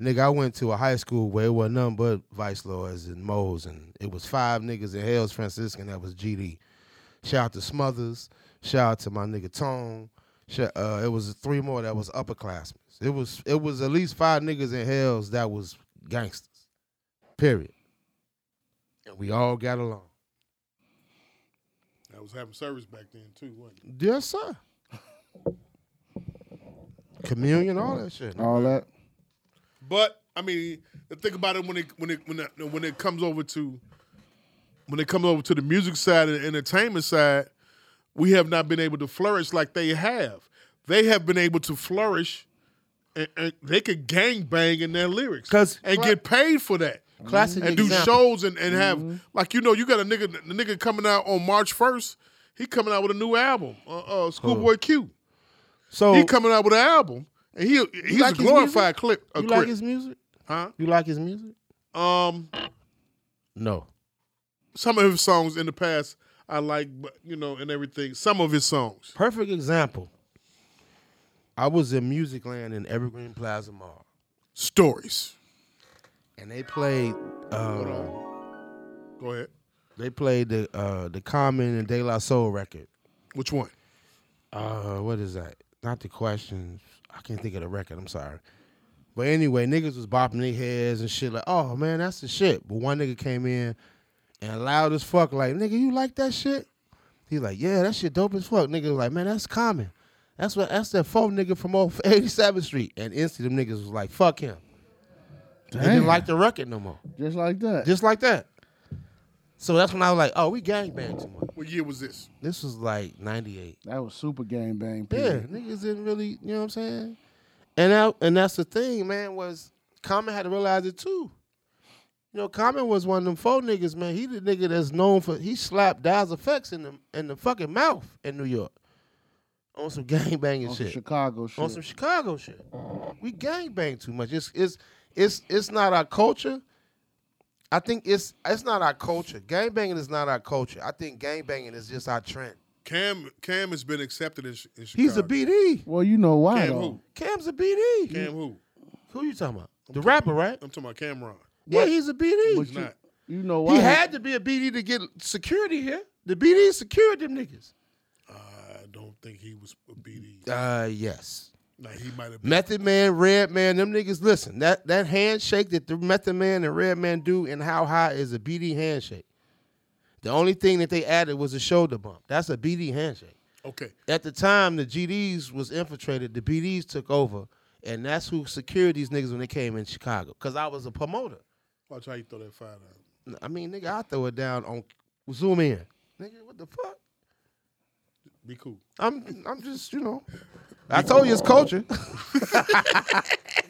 Nigga, I went to a high school where it wasn't nothing but vice lords and moles, and it was five niggas in Hells Franciscan that was GD. Shout out to Smothers. Shout out to my nigga Tone. Shout, uh, it was three more that was upperclassmen. It was it was at least five niggas in Hells that was gangsters. Period. And we all got along.
I was having service back then too. Wasn't it?
Yes, sir. Communion, all that shit.
All that.
But I mean, the thing about it when it when it when it, when it comes over to when it comes over to the music side and entertainment side, we have not been able to flourish like they have. They have been able to flourish, and, and they could gang bang in their lyrics
'Cause-
and get paid for that.
Classic
and do
example. Mm-hmm.
shows and, and have like you know you got a nigga the nigga coming out on March first. He coming out with a new album, uh, uh, Schoolboy Q.
So
He coming out with an album, and he he's
Oh. like
a
his
glorified clip. A
you like
crip.
his music?
Huh?
You like his music?
Um,
No.
some of his songs in the past I like, but you know, and everything. Some of his songs.
Perfect example. I was in Music Land in Evergreen Plaza Mall,
Stories.
and they played.
Hold
Uh,
on. Go ahead.
they played the uh, the Common and De La Soul record.
Which one?
Uh, what is that? Not the questions. I can't think of the record. I'm sorry. But anyway, niggas was bopping their heads and shit like, oh man, that's the shit. But one nigga came in and loud as fuck, like, nigga, you like that shit? He like, yeah, that shit dope as fuck. Nigga was like, man, that's common. That's what that's that phone nigga from off 87th Street. And instantly them niggas was like, fuck him. They
Damn.
didn't like the record no more.
Just like that.
Just like that. So that's when I was like, oh, we gangbang too much.
What year was this?
This was like 98.
that was super game bang.
Yeah,
period.
niggas didn't really, you know what I'm saying? And that, and that's the thing, man, was Common had to realize it too. You know, Common was one of them four niggas, man. He the nigga that's known for he slapped Daz effects in the in the fucking mouth in New York. On some gang banging
On some
shit.
Chicago shit.
On some Chicago shit. We gang bang too much. It's it's it's it's not our culture. I think it's it's not our culture. Gang banging is not our culture. I think gang banging is just our trend.
Cam Cam has been accepted in, Chi- in Chicago.
He's a BD.
Well, you know why
Cam
though.
who?
Cam's a BD.
Cam who?
Who you talking about? The rapper, right?
I'm talking about Cameron.
Yeah, he's a BD.
He's not.
You know why?
He had to be a BD to get security here. The BD secured them niggas.
I don't think he was a BD.
Uh, yes.
Now he might have been.
Method Man, Red Man, them niggas. Listen, that that handshake that the Method Man and Red Man do and how high is a BD handshake. The only thing that they added was a shoulder bump. That's a BD handshake.
Okay.
At the time, the GDs was infiltrated. The BDs took over, and that's who secured these niggas when they came in Chicago. Cause I was a promoter.
Watch how you throw that fire out.
I mean, nigga, I throw it down on zoom in. Nigga, what the fuck?
Be cool.
I'm I'm just you know. I told you it's culture.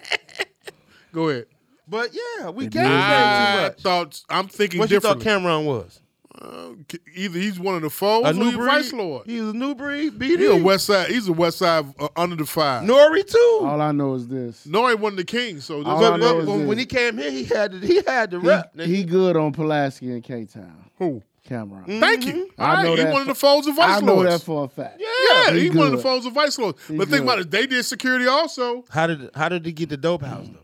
Go ahead.
But yeah, we gave them too much.
Thoughts. I'm thinking
What you thought
differently.
Cameron was?
Uh, c- either he's one of the foes
A
or
new
he's
breed.
Vice Lord.
He's a new breed.
He's
BD.
a West Side. He's a West Side uh, under the five. No,
Nori too.
All I know is this.
Nori wasn't the king, so
All
that's-
but
I know
but
is
when,
this.
when he came here, he had to, he had to rep.
He, he good on Pulaski and K Town.
who?
Cameron.
Thank you.
Mm-hmm. I
All
know
right, he
that
one of
for-
the foes of Vice
I know
Mm, Lords.
that for a fact.
yeah,
he
he, one of the
good.
foes of Vice Lords. But
good.
think about it. They did security also.
how did how did he get the dope house though?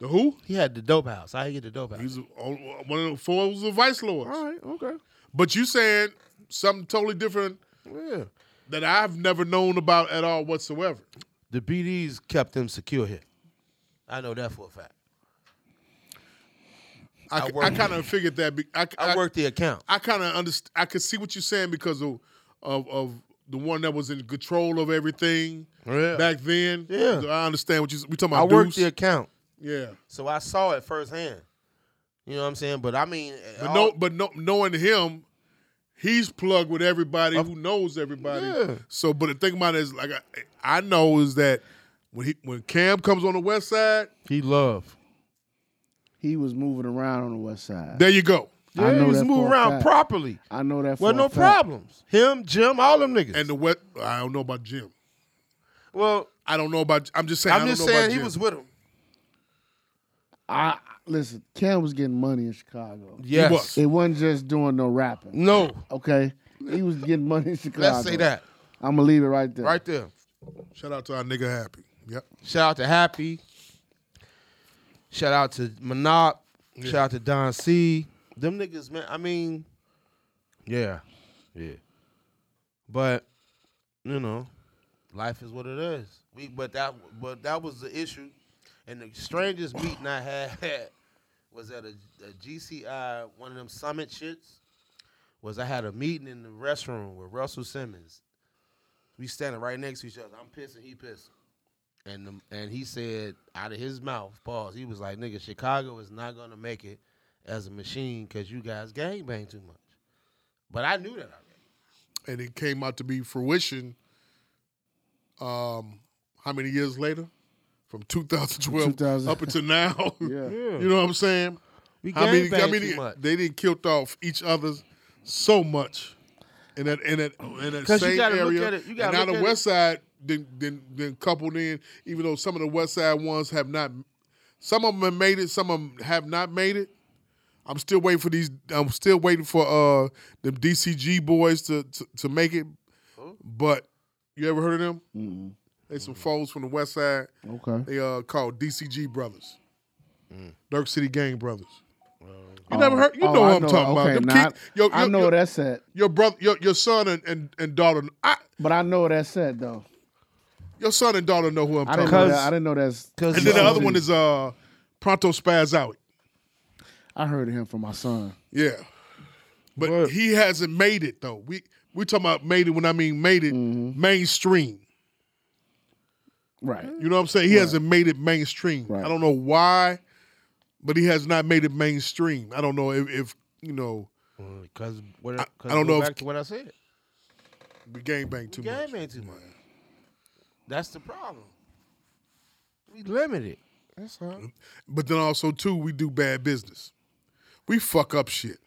The who?
He had the dope house. How he get the dope house?
He's a- all- one of the foes of Vice Lords.
All right, okay.
But you saying something totally different
Yeah.
that I've never known about at all whatsoever.
The BDs kept them secure here. I know that for a fact.
I,
work-
kind of figured that. Be, I,
I, worked the account.
I kind of understand. I could see what you're saying because of, of of the one that was in control of everything
Yeah.
back then.
Yeah.
So I understand what you. We talking
I
about?
worked the
Deuce.
account,
Yeah,
so I saw it firsthand. You know what I'm saying? But I mean,
but
all-
no, but no, knowing him, he's plugged with everybody who knows everybody.
Yeah.
So, but the thing about it is, like I, I know is that when he when Cam comes on the West Side,
he loved.
He was moving around on the west side.
there you go.
Yeah,
I know
he was
that for
moving
a
around
fact.
properly.
I know that for
Well,
a
no
fact.
problems. Him, Jim, all them niggas.
And the West, I don't know about Jim.
well,
I don't know about. I'm just saying. I
I'm
don't
just
know about
saying he
Jim.
was with him.
I listen, Cam was getting money in Chicago.
Yes.
was.
It wasn't just doing no rapping.
No.
Okay? He was getting money in Chicago.
Mm. Let's say that
I'm gonna leave it right there.
right there.
Shout out to our nigga Happy. Yep.
Shout out to Happy. Shout out to Monop. Shout out to Don C. Them niggas, man. I mean, yeah, yeah. But you know, life is what it is. We, but that, but that was the issue. And the strangest meeting I had was at a, a GCI, one of them summit shits. Was I had a meeting in the restroom with Russell Simmons. We standing right next to each other. I'm pissing, he pissing. And the, and he said out of his mouth, pause. He was like, "Nigga, Chicago is not gonna make it as a machine because you guys gangbang too much." But I knew that already.
and it came out to be fruition. Um, how many years later? From 2012
2000.
up until now.
Yeah.
You know what I'm saying?
We
How many? How
gangbang
many?
too much
They didn't killed off each other so much, in that in that in that
'Cause you
same
gotta
area.
look at it- you gotta
and now
look
the
at
West Side then then then coupled in. Even though some of the West Side ones have not, some of them have made it, some of them have not made it. I'm still waiting for these. I'm still waiting for uh the DCG boys to to, to make it. But you ever heard of them? mm They some foes from the West Side.
Okay.
They uh called DCG Brothers, Dirk City Gang Brothers. You never heard? You
Oh,
know
I
what I'm talking
okay,
about? Them
now I-
kid- your,
I
your-
know
your-
that's it.
Your brother, your, your son and, and, and daughter. I,
But I know that's it though.
your son and daughter know who I'm
I
talking
didn't know
about.
Because-
that, I didn't know that's
because
And then the other one is uh Pronto Spaz Out.
I heard of him from my son.
Yeah, but he hasn't made it though. We we talking about made it when I mean made it mainstream.
Right.
You know what I'm saying? He hasn't made it mainstream.
Right.
I don't know why, but he has not made it mainstream. I don't know if, if you know
because I,
I don't know if-
back to what I said.
we gangbang too much.
Gangbang too much. That's the problem. We limited. That's all.
But then also too, we do bad business. We fuck up shit.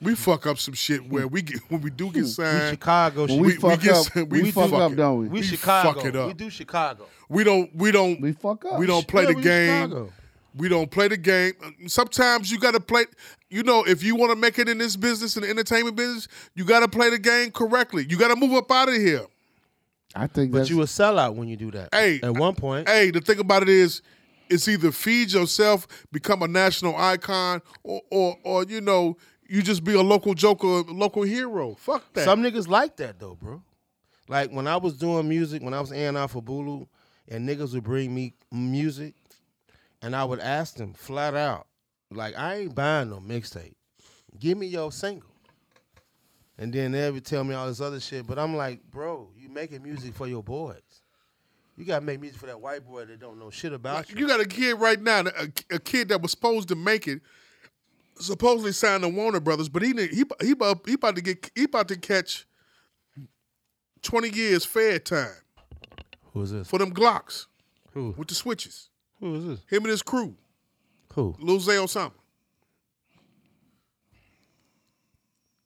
We fuck up some shit where we get when we do get
We
signed.
Chicago.
When
shit.
we,
we
fuck
get
up,
some-
we,
we
fuck
fuck
up,
it.
don't we?
we
we
Chicago.
fuck it up.
We do Chicago.
We don't. We don't.
We fuck up.
We don't play
Yeah,
the
we
game.
Chicago.
We don't play the game. Sometimes you got to play. You know, if you want to make it in this business, in the entertainment business, you got to play the game correctly. You got to move up out of here.
I think
But
that's
you a sellout when you do that.
Hey,
at one point,
Hey, the thing about it is, it's either feed yourself, become a national icon, or or, or you know, you just be a local joker, local hero. Fuck that.
some niggas like that though, bro. Like when I was doing music, when I was A&R for Bulu, and niggas would bring me music, and I would ask them flat out, like, I ain't buying no mixtape. Give me your single. And then they would tell me all this other shit, but I'm like, bro, you making music for your boys. You gotta make music for that white boy that don't know shit about you.
You got a kid right now, a, a kid that was supposed to make it, supposedly signed to Warner Brothers, but he didn't- he he about, he about to get he about to catch twenty years fair time
Who is this?
for them Glocks
Who?
with the switches.
Who is this?
Him and his crew,
Who?
Lil Zay Osama.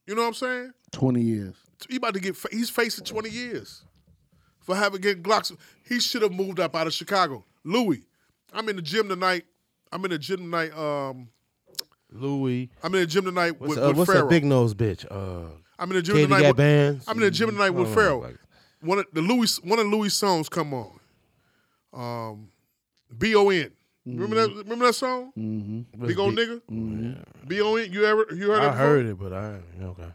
You know what I'm saying?
twenty years.
He about to get fa- he's facing twenty years for having getting Glocks. He should have moved up out of Chicago. Louis, I'm in the gym tonight. I'm in the gym tonight. Um.
Louis.
I'm in the gym tonight
What's,
with,
uh,
with
what's that
Pharaoh.
big nose bitch? Uh,
I'm in the gym
Candy
tonight.
Got
With,
Bands. Mm-hmm.
I'm in the gym tonight
I
with
don't know,
Pharaoh.
like-
One of the Louis one of Louis songs come on. Um, B O N. Remember that? Remember that song?
Mm-hmm. what's
Big old
big- Mm-hmm.
nigga. B O N. You ever you heard it?
I
before?
heard it, but I okay.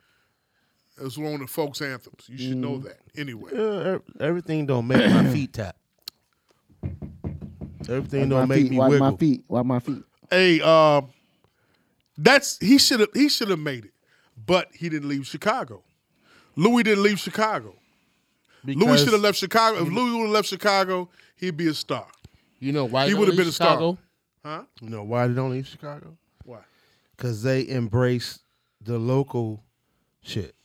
It was one of the folks anthems. You should
Mm-hmm.
know that. Anyway,
Yeah, ev- Uh, er, everything don't make my feet tap. Everything
my
don't make
feet,
me
wipe
wiggle.
my feet. Wipe my feet.
hey, um, that's he should have he should have made it, but he didn't leave Chicago. Louis didn't leave Chicago. Louis
Because,
should have left Chicago. If Louis would have left Chicago, he'd be a star.
You know why
He
don't
would've
leave
been a star.
Chicago?
You know why they don't leave Chicago?
Why?
Because they embrace the local shit.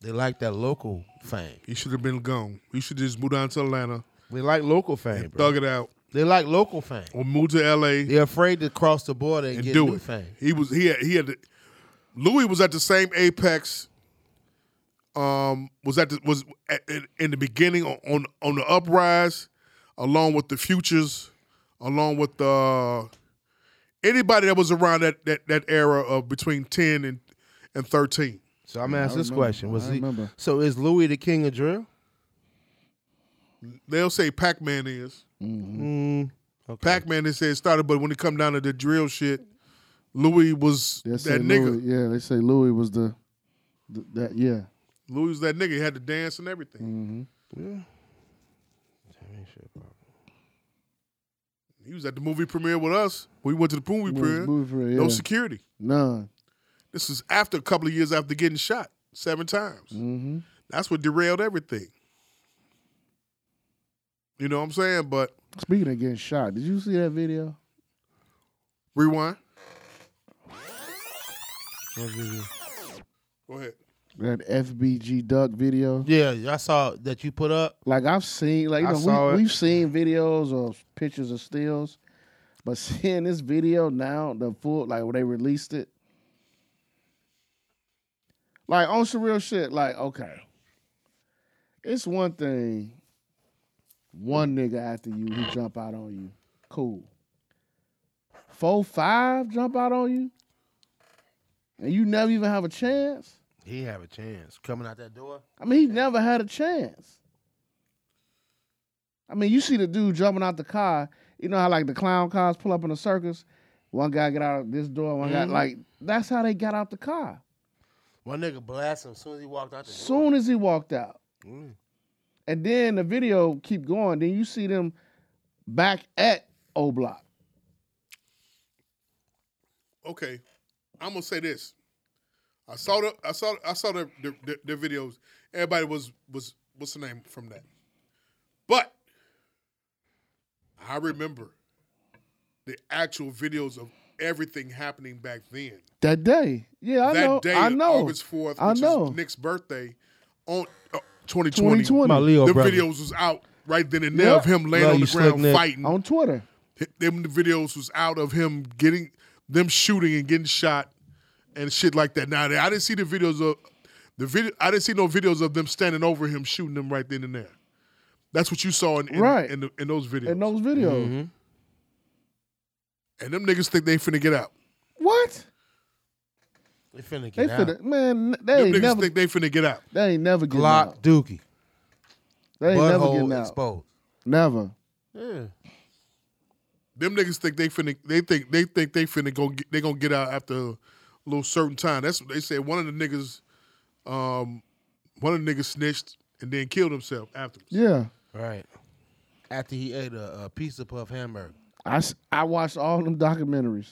They like that local fame.
He should have been gone. He should just move down to Atlanta,
They like local fame, bro.
thug it out,
They like local fame.
or move to LA
They're afraid to cross the border and,
and
get
do
new
it.
fame.
He was he had, he had Louis was at the same apex. Um, was at the, was at, in- in the beginning on, on on the uprise, along with the futures, along with uh, anybody that was around that that that era of between ten and and thirteen.
So I'm asking this
remember.
question: Was he?
I remember.
So is Louis the king of drill?
They'll say Pac Man is.
Mm-hmm.
Mm, okay.
Pac Man, they said started, but when it come down to the drill shit, Louis was
They say
that nigga.
Louis, yeah, they say Louis was the, the that yeah. Mm-hmm.
Louis was that nigga. He had to dance and everything. He was at the movie premiere with us. We went to the movie premiere.
Movie for, yeah.
No security.
None.
This is after a couple of years after getting shot seven times.
Mm-hmm.
That's what derailed everything. You know what I'm saying? But
Speaking of getting shot, did you see that video?
rewind. Go ahead.
That FBG duck video.
Yeah, I saw that you put up.
Like I've seen, like
I
you know,
saw
we,
it.
we've seen videos or pictures of stills, but seeing this video now, the full like when they released it, like on some real shit. Like okay, it's one thing, one nigga after you who jump out on you, cool. Four five jump out on you, and you never even have a chance.
He have a chance coming out that door.
I mean, he never had a chance. I mean, you see the dude jumping out the car. You know how like the clown cars pull up in a circus. One guy get out of this door. One
Mm-hmm.
guy like that's how they got out the car.
One nigga blast him as soon as he walked out the door.
Soon as he walked out,
Mm.
and then the video keep going. Then you see them back at O Block.
Okay. I'm gonna say this. I saw the I saw I saw the the, the, the videos. Everybody was was what's the name from that. But I remember the actual videos of everything happening back then.
That day, yeah, I
that
know,
day,
I know,
August fourth, which
I know.
is Nick's birthday, on uh, 2020,
2020
My Leo
the
brother.
videos was out right then and there
Yep.
of him laying
Love
on
you,
the
slick
ground
Nick.
fighting.
on Twitter.
them videos was out of him getting them shooting and getting shot and shit like that. Now I didn't see the videos of the video. I didn't see no videos of them standing over him shooting them right then and there. That's what you saw in in,
Right.
Mm-hmm. in, the, in those videos.
in those videos.
And them niggas think they finna get out.
What?
They finna get
They
out.
finna man. They
Them
ain't
niggas
never.
think they finna get out.
They ain't never getting
Glock
out.
Dookie.
They ain't never getting
Butthole
out.
exposed.
Never.
Yeah.
Them niggas think they finna they think they think they finna go get, they gonna get out after a little certain time. That's what they said. One of the niggas, um, one of the niggas snitched and then killed himself afterwards.
Yeah.
Right. After he ate a, a pizza puff hamburger.
I, s- I watched all them documentaries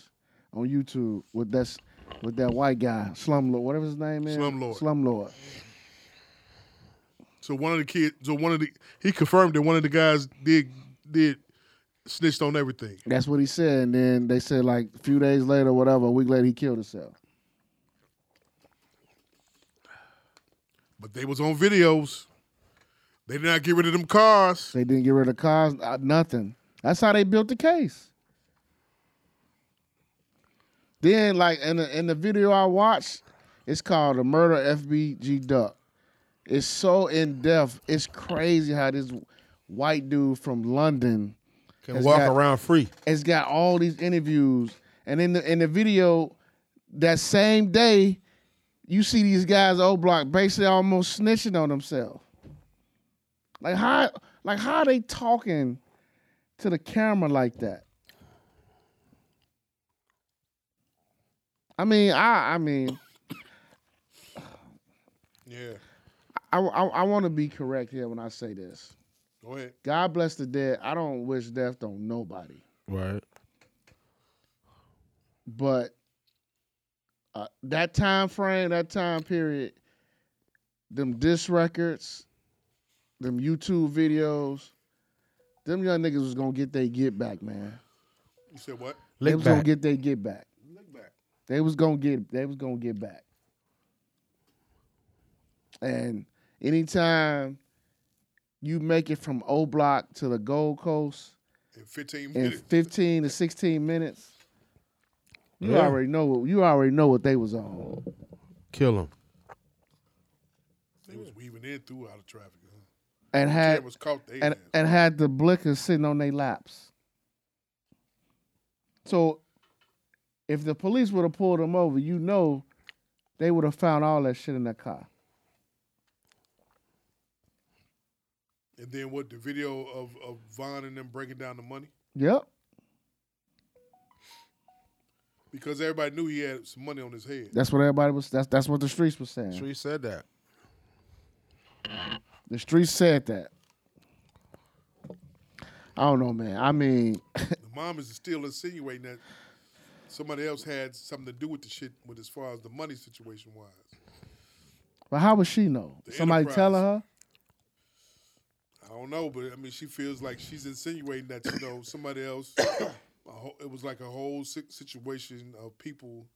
on YouTube with that s- with that white guy Slumlord, whatever his name is.
Slumlord.
Slumlord.
So one of the kids, so one of the he confirmed that one of the guys did did snitched on everything.
That's what he said. And then they said like a few days later, whatever, a week later, he killed himself.
But they was on videos. They did not get rid of them cars.
They didn't get rid of cars, uh, nothing. That's how they built the case. Then, like in the, in the video I watched, it's called "The Murder FBG Duck." It's so in depth. It's crazy how this white dude from London
Can
has
walk
got-
around free.
has got all these interviews, and in the in the video, that same day, you see these guys O Block basically almost snitching on themselves. Like how like how they talking to the camera like that? I mean, I I mean,
Yeah.
I I, I want to be correct here when I say this.
Go ahead.
God bless the dead. I don't wish death on nobody.
Right.
but uh, that time frame, that time period, them disc records, them YouTube videos, them young niggas was gonna get their get back, man.
You said what?
they
Lick
was
back.
gonna get their get back. They was gonna get. They was gonna get back. And anytime you make it from O Block to the Gold Coast,
In 15
in
minutes.
15 to 16 minutes. You already know what you already know what they was on.
Kill him.
They was weaving in through out of traffic. Huh?
And had
Cameras caught they
and,
ass.
and had the blickers sitting on their laps. So if the police would have pulled them over, you know they would have found all that shit in that car.
And then what? The video of, of Vaughn and them breaking down the money
Yep.
because everybody knew he had some money on his head.
That's what everybody was that's that's what the streets was saying.
Sure, you said that.
The streets said that. I don't know, man. I mean,
The mom is still insinuating that somebody else had something to do with the shit, with as far as the money situation wise.
but how would she know? Somebody
enterprise.
telling her?
I don't know, but I mean, she feels like she's insinuating that you know somebody else. a whole- it was like a whole si- situation of people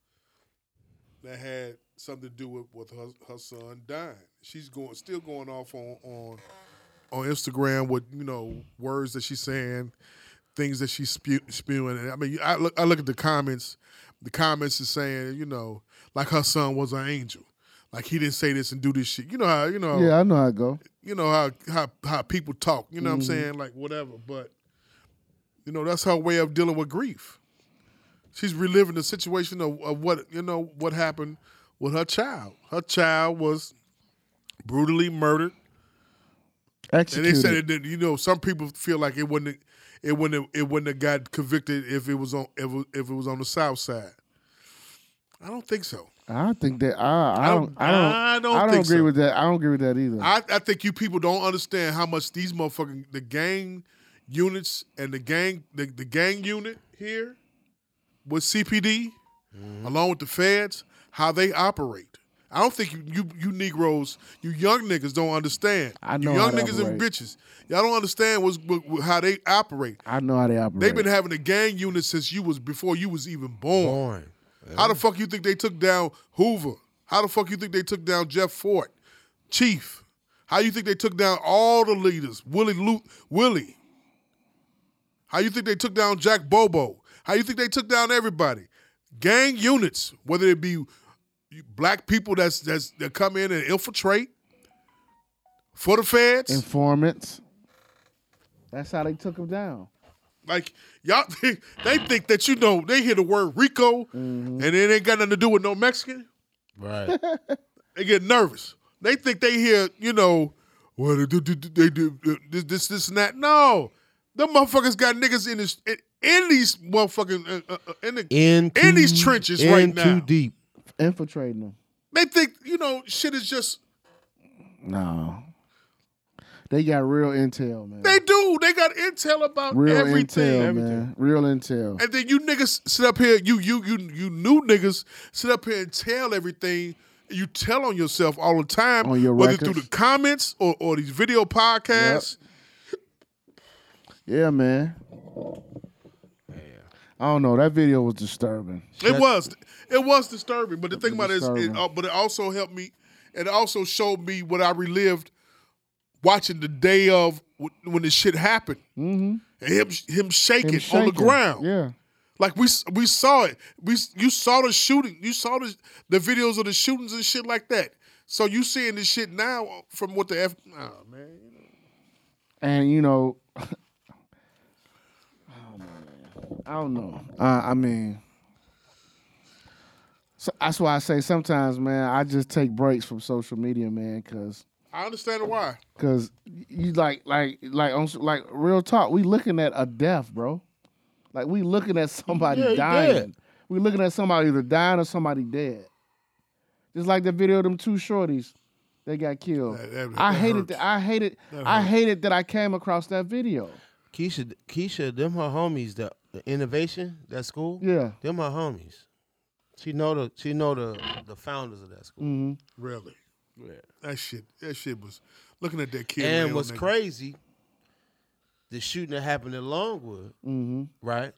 that had something to do with, with her, her son dying. She's going, still going off on on on Instagram with you know words that she's saying, things that she's spew, spewing. And I mean, I look, I look at the comments. The comments is saying, you know, like her son was an angel, like he didn't say this and do this shit. You know how you know
Yeah, I know how it go.
you know how how how people talk. You know what I'm saying? Like whatever, but you know that's her way of dealing with grief. She's reliving the situation of, of what you know what happened with her child. Her child was brutally murdered, and
Executed.
they said it. didn't- You know, some people feel like it wouldn't it wouldn't it wouldn't have got convicted if it was on if it, if it was on the south side. I don't think so.
I think that I, I don't I don't I don't,
think
agree
so.
with that. I don't agree with that either.
I, I think you people don't understand how much these motherfucking the gang units and the gang the, the gang unit here with CPD
Mm-hmm.
along with the feds how they operate. I don't think you you, you Negroes you young niggas don't understand.
I know
you young
how they
niggas and
operate.
bitches y'all don't understand what's, what, what- how they operate.
I know how they operate.
They've been having a gang unit since you was before you was even born.
Boy.
How the fuck you think they took down Hoover? How the fuck you think they took down Jeff Fort, Chief? How you think they took down all the leaders? Willie Lu- Willie. How you think they took down Jack Bobo? How you think they took down everybody? Gang units, whether it be black people that's that's that come in and infiltrate for the feds.
Informants. That's how they took them down.
Like y'all, think, they think that you know they hear the word Rico, and it ain't got nothing to do with no Mexican.
Right.
They get nervous. They think they hear you know what they do, do, do- they do uh, this this this and that. No, them motherfuckers got niggas in this in, in these motherfucking uh, uh, uh, in the
In
In these
too-
trenches
in
right now.
Too deep.
Infiltrating them.
They think you know shit is just.
No. They got real intel, man.
They do. They got intel about
real
everything.
intel, man. Real intel.
And then you niggas sit up here. You you you you new niggas sit up here and tell everything. You tell on yourself all the time,
On your
whether
records.
through the comments or, or these video podcasts.
Yeah, man. I don't know. That video was disturbing.
It was it was disturbing, but the thing about it is, it,
disturbing.
uh, but it also helped me. It also showed me what I relived watching the day of wh- when this shit happened. Mm-hmm. And him him shaking,
Him
on the
shaking.
ground.
Yeah.
Like we s- we saw it. We s- you saw the shooting. You saw the the videos of the shootings and shit like that. So you seeing this shit now uh, from what the F? Nah, man.
And you know, I don't know, man. I don't know. Uh, I mean, so that's why I say sometimes, man, I just take breaks from social media, man, because
I understand why.
Cause you like like like on s- like real talk, we looking at a death, bro. Like we looking at somebody
he
dying.
dead.
We looking at somebody either dying or somebody dead. Just like the video of them two shorties that got killed.
that-
I
that
hated
hurts.
that. I hated. I hated that I came across that video.
Keisha, Keisha, them her homies. The, the innovation that school.
Yeah.
Them her homies. She know the she know the the founders of that school.
Mm-hmm.
Really. That shit. That shit was looking at that kid.
And
real
what's
nigga.
crazy, the shooting that happened in Longwood, right?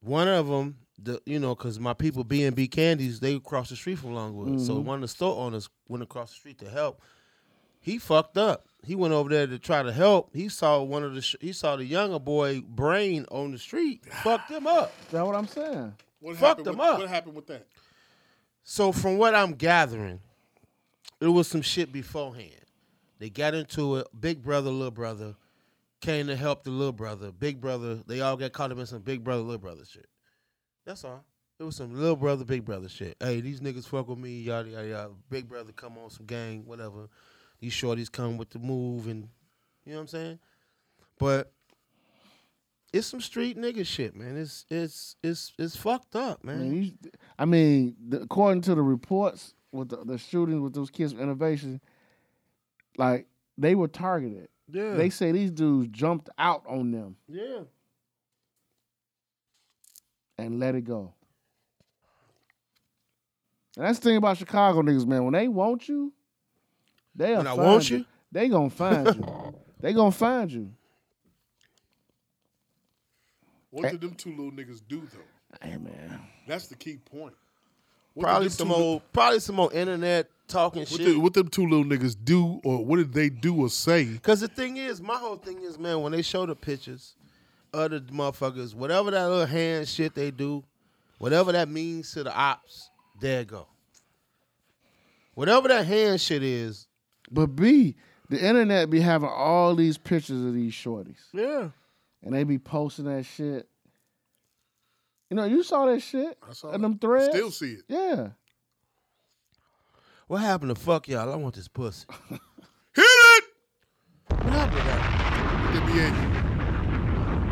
One of them, the you know, because my people B and B Candies, they across the street from Longwood, so one of the store owners went across the street to help. He fucked up. He went over there to try to help. He saw one of the sh- he saw the younger boy brain on the street. fucked him up.
That's what I'm saying.
What
Fucked
happened
them
with-
up.
What happened with that?
So from what I'm gathering, it was some shit beforehand. They got into it. Big brother, little brother came to help the little brother. Big brother, they all got caught up in some big brother, little brother shit. That's all. It was some little brother, big brother shit. Hey, these niggas fuck with me, yada yada yada. Big brother come on some gang, whatever. These shorties come with the move and you know what I'm saying? But it's some street nigga shit, man. It's it's it's it's fucked up, man.
Man, you, I mean, the, according to the reports with the, the shootings with those kids from innovation, like they were targeted.
Yeah.
They say these dudes jumped out on them
yeah.
and let it go. And that's the thing about Chicago niggas, man. When they want you, they
When I want you?
They gonna find you. they gonna find you.
What did them two little niggas do though?
Hey man,
That's the key point. What did
Probably
them
some
two-
old, probably some old internet talking
What,
shit.
did, what them two little niggas do, or what did they do or say?
Cause the thing is, my whole thing is, man, when they show the pictures of the motherfuckers, whatever that little hand shit they do, whatever that means to the ops, there it go. Whatever that hand shit is,
but B, the internet be having all these pictures of these shorties.
yeah,
and they be posting that shit. You know, you saw that shit I
saw
in
it.
them threads.
Still see it.
Yeah,
what happened to fuck y'all? I want this pussy.
Hit it.
What happened to that?
They be at you.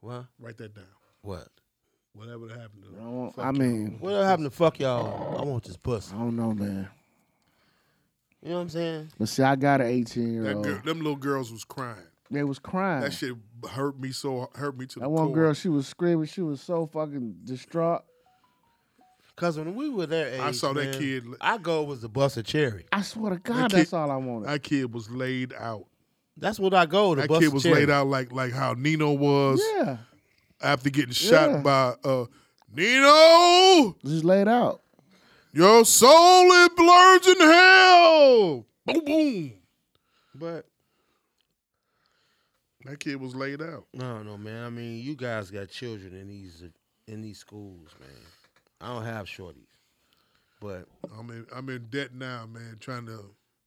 What?
Write that down.
What?
Whatever that happened to
I,
them.
don't- Oh, I mean,
What happened to fuck y'all? I want this pussy.
I don't know, man.
You know what I'm saying?
But see, I got an eighteen year
That girl,
old.
them little girls was crying.
They was crying.
That
That,
shit hurt me so hurt me to the
one
core.
girl, she was screaming. She was so fucking distraught.
Cause when we were their age,
I saw that
man,
kid-
Our goal was to bust a cherry.
I swear to God,
kid-
that's all I wanted.
That kid was laid out.
That's what our goal. To
That
bust
kid
a
was
cherry.
laid out like like how Nino was
yeah,
after getting shot
Yeah.
by uh Nino.
just laid out.
Your soul is blurred in hell. Boom boom.
But
That kid was laid out.
I don't know, man. I mean, you guys got children in these in these schools, man. I don't have shorties, but
I'm in I'm in debt now, man, trying to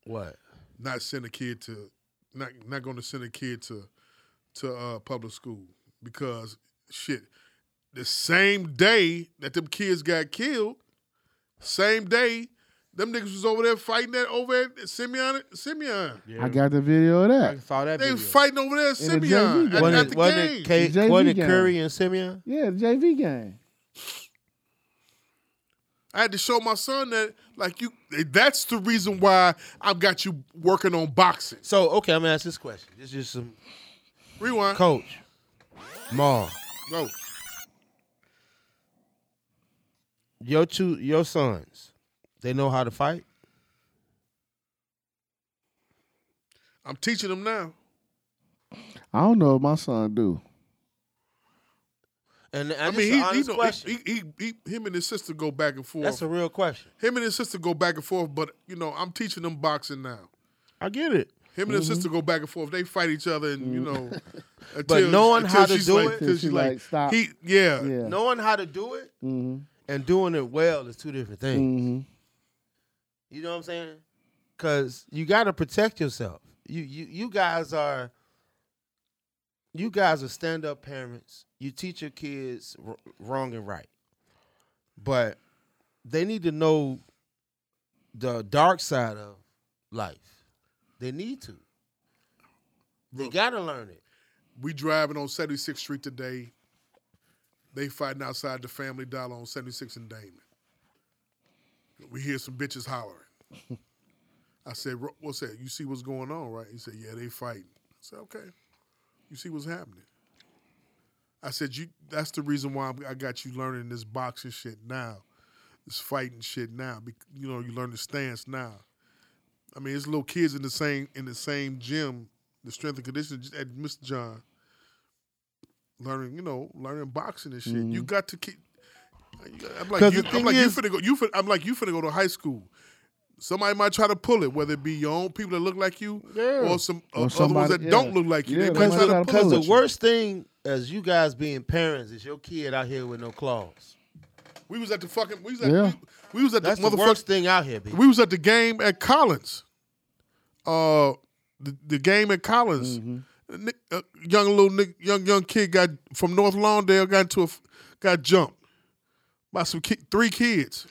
what?
not send a kid to not not going to send a kid to to uh, public school because shit. The same day that them kids got killed, same day them niggas was over there fighting that over at Simeon Simeon.
I got the video of
I
that.
saw that
They
video.
was fighting over there at
In the
Simeon
JV
at,
game.
at the
wasn't
game.
it, K-
The JV
wasn't it
game.
Curry and Simeon?
Yeah, the JV game.
I had to show my son that, like you, that's the reason why I've got you working on boxing.
So okay, I'm gonna ask this question. This is just some
Rewind.
coach, mom,
Go.
your two, your sons, they know how to fight.
I'm teaching them now.
I don't know if my son do.
And
I
I
mean, he, he,
honest
know,
question.
he, he, he, him and his sister go back and forth.
That's a real question.
him and his sister go back and forth, but you know, I'm teaching them boxing now.
I get it.
Him and his
Mm-hmm.
sister go back and forth. They fight each other, and you know, until,
Mm. knowing how to
she's
do
like,
it-
until she's
She
like,
like, stop.
He, yeah,
Yeah.
Knowing how to do it
Mm-hmm.
and doing it well is two different things.
Mm-hmm.
You know what I'm saying? Cause you gotta protect yourself. You you you guys are you guys are stand up parents. You teach your kids r- wrong and right, but they need to know the dark side of life. They need to. They gotta learn it.
we driving on 76th Street today. They fighting outside the Family Dollar on 76 and Damon. We hear some bitches hollering. I said, "Ro- "What's that? You see what's going on, right?" He said, "Yeah, they fighting." I said, "Okay, you see what's happening." I said, "You. That's the reason why I'm- I got you learning this boxing shit now, this fighting shit now. Bec- You know, you learn the stance now. I mean, it's little kids in the same in the same gym, the strength and conditioning at Mr. John, learning. You know, learning boxing and shit. You got to keep. I'm like,
'Cause
you,
the
I'm
thing
like,
is-
you finna go. You finna, I'm like, you finna go to high school. Somebody might try to pull it, whether it be your own people that look like you, or some uh, other ones
somebody-
that
yeah.
don't look like you.
Yeah,
they
they
might
might
try to
try to
pull
Because
it.
pull
the
with you.
worst thing as you guys being parents is your kid out here with no claws.
We was at the fucking. We was at.
Yeah.
We, we was at
That's
the
the,
motherfucking.
worst thing out here, B.
We was at the game at Collins. Uh, the, the game at Collins. A ni- a young little nick, young young kid got from North Lawndale got into a f- got jumped by some ki- three kids.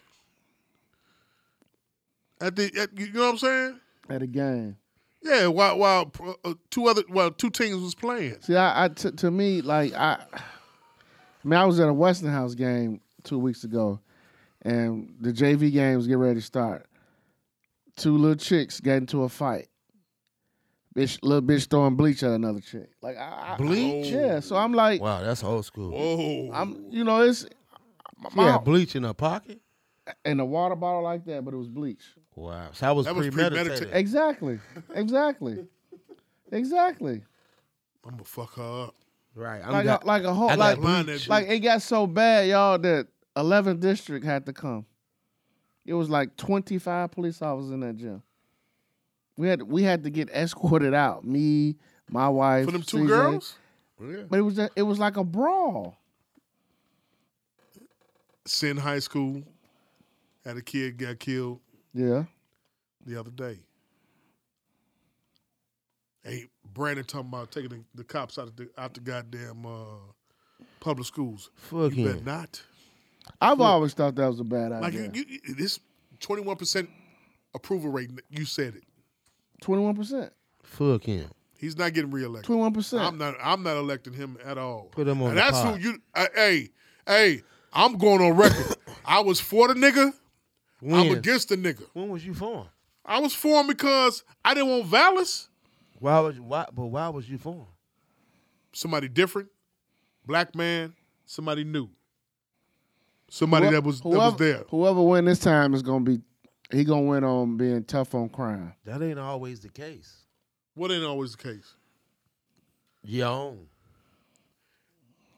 At the at, you know what I'm saying?
At a game.
Yeah, while while uh, two other while two teams was playing.
See, I, I t- to me, like I, I mean, I was at a Western House game two weeks ago, and the JV game was getting ready to start. Two little chicks got into a fight. Bitch, little bitch throwing bleach at another chick. Like I, I
Bleach?
yeah. So I'm like,
Wow, that's old school.
Oh,
I'm, you know, it's
She had bleach in her pocket.
in a water bottle like that, but it was bleach.
Wow, so that was
That was
premeditated.
premeditated.
Exactly, exactly, exactly.
I'm gonna fuck her up.
Right, I'm
Like
got-
a, like a whole
I
like
got
Blind
bleach.
that
Like it got so bad, y'all, that 11th district had to come. It was like 25 police officers in that gym. We had we had to get escorted out. Me, my wife,
For them two
CJ.
girls?
But it was a, it was like a brawl.
Sin High School had a kid got killed
Yeah,
the other day. Hey, Brandon talking about taking the, the cops out of the out the goddamn uh, public schools.
Fuck
you better
him.
not.
I've always thought that was a bad
Like
idea.
you, you, this twenty one percent approval rate. You said it.
21 percent,
Fuck him.
He's not getting reelected.
21
I'm
percent.
not. I'm not electing him at all.
Put him on
And
the
that's
pot.
who you. Uh, hey, hey. I'm going on record. I was for the nigga. I'm
When?
against the nigga.
When was you for him?
I was for him because I didn't want Vallis.
Why was you, why? But why was you for him?
Somebody different, black man, somebody new, somebody that was that was there.
Whoever win this time is gonna be he gonna win on being tough on crime.
That ain't always the case.
What ain't always the case.
Your own.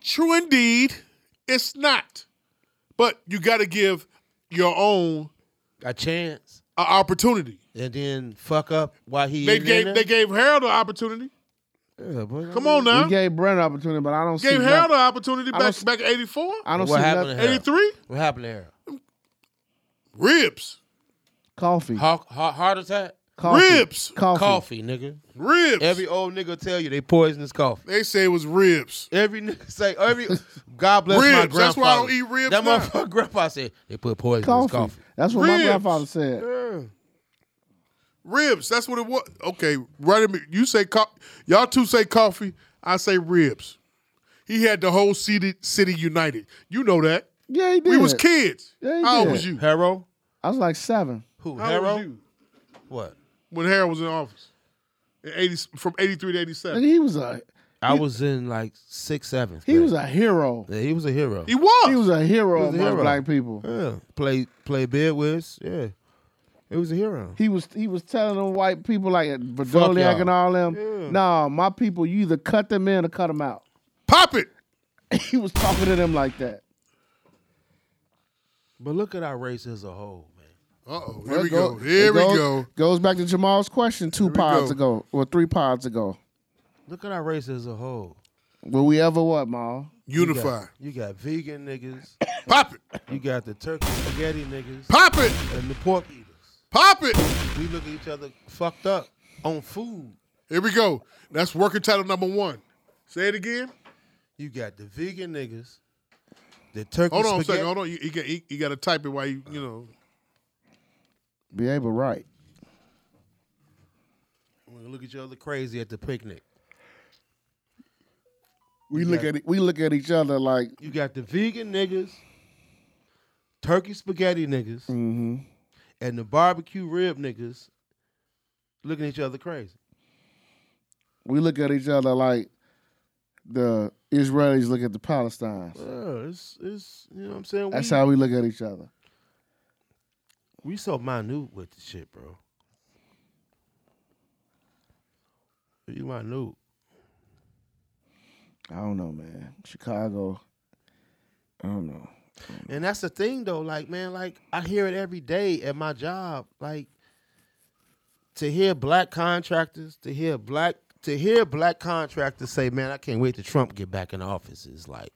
True indeed, it's not. But you got to give your own
a chance,
an opportunity.
and then fuck up while he.
They
in
gave
there?
they gave Harold an opportunity.
Yeah, but
Come on now,
We gave Brent an opportunity, but I don't see
gave
nothing-
Harold an opportunity
I
back
don't-
back in '84,
I don't
What
see
happened
nothing.
to him?
'83.
What happened to Harold?
Ribs.
Coffee,
Heart, heart, heart attack.
Coffee.
Ribs.
Coffee.
Coffee, nigga.
Ribs.
Every old nigga tell you they poisonous coffee.
they say it was ribs.
Every nigga say every God bless my
Ribs.
grandfather.
That's why I don't eat ribs
That
now.
motherfucker grandpa said they put poisonous
Coffee.
coffee.
That's what my
Ribs.
grandfather said.
Ribs. That's what it was. Okay, right. at me- You say co- y'all two say coffee. I say ribs. He had the whole city city united. You know that.
Yeah, he did.
We was kids.
Yeah, he
How old
did.
was you?
Hero?
I was like seven.
Who?
How old
Hero?
was you
What?
when Harold was in office? In 80, from eighty three to eighty
Nigga,
seven.
he was a
I was in like sixth, seventh.
he
grade.
was a hero.
Yeah, he was a hero.
He was.
He was a hero
was a
among
hero.
black people.
yeah. Play play bid with. Yeah. It was a hero.
He was he was telling them white people like
Fuck
Verdoliak
y'all.
and all them. Nah, my people, you either cut them in or cut them out.
Pop it.
he was talking to them like that.
But look at our race as a whole, man.
Uh oh. Here we
That
go.
go-
Here
that
we
goes-
go.
Goes back to Jamal's question two
we
pods
go.
ago or three pods ago.
Look at our race as a whole.
Will we ever what, Ma?
You got-
Unify.
You got vegan niggas.
Pop it.
You got the turkey spaghetti niggas.
Pop it.
And the pork eaters.
Pop it.
We look at each other fucked up on food.
Here we go. That's working title number one. Say it again.
You got the vegan niggas. The turkey
Hold on a
spaghetti.
second. Hold on. You, you, got- you, you got to type it while you, you know.
Be able right.
We look at each other crazy at the picnic.
We look at we look at each other like
You got the vegan niggas, turkey spaghetti niggas,
Mm-hmm.
and the barbecue rib niggas looking at each other crazy.
we look at each other like the Israelis look at the Palestinians.
Yeah, it's, it's you know what I'm saying?
That's
we,
how we look at each other.
we so minute with the shit, bro. You minute.
I don't know, man. Chicago. I don't know.
And that's the thing though, like man, like I hear it every day at my job. Like to hear black contractors, to hear black to hear black contractors say, "Man, I can't wait to Trump get back in office." Is like,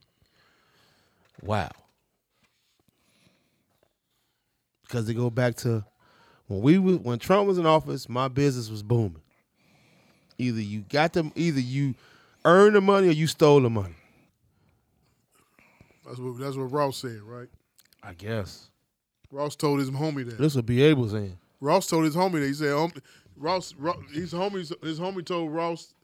wow, because they go back to when we was, when Trump was in office, my business was booming. Either you got them, either you earned the money or you stole the money.
That's what, that's what Ross said, right?
I guess
Ross told his homie that.
this would be able saying.
Ross told his homie that. He said, um, Ross, Ross, his homie, his homie told Ross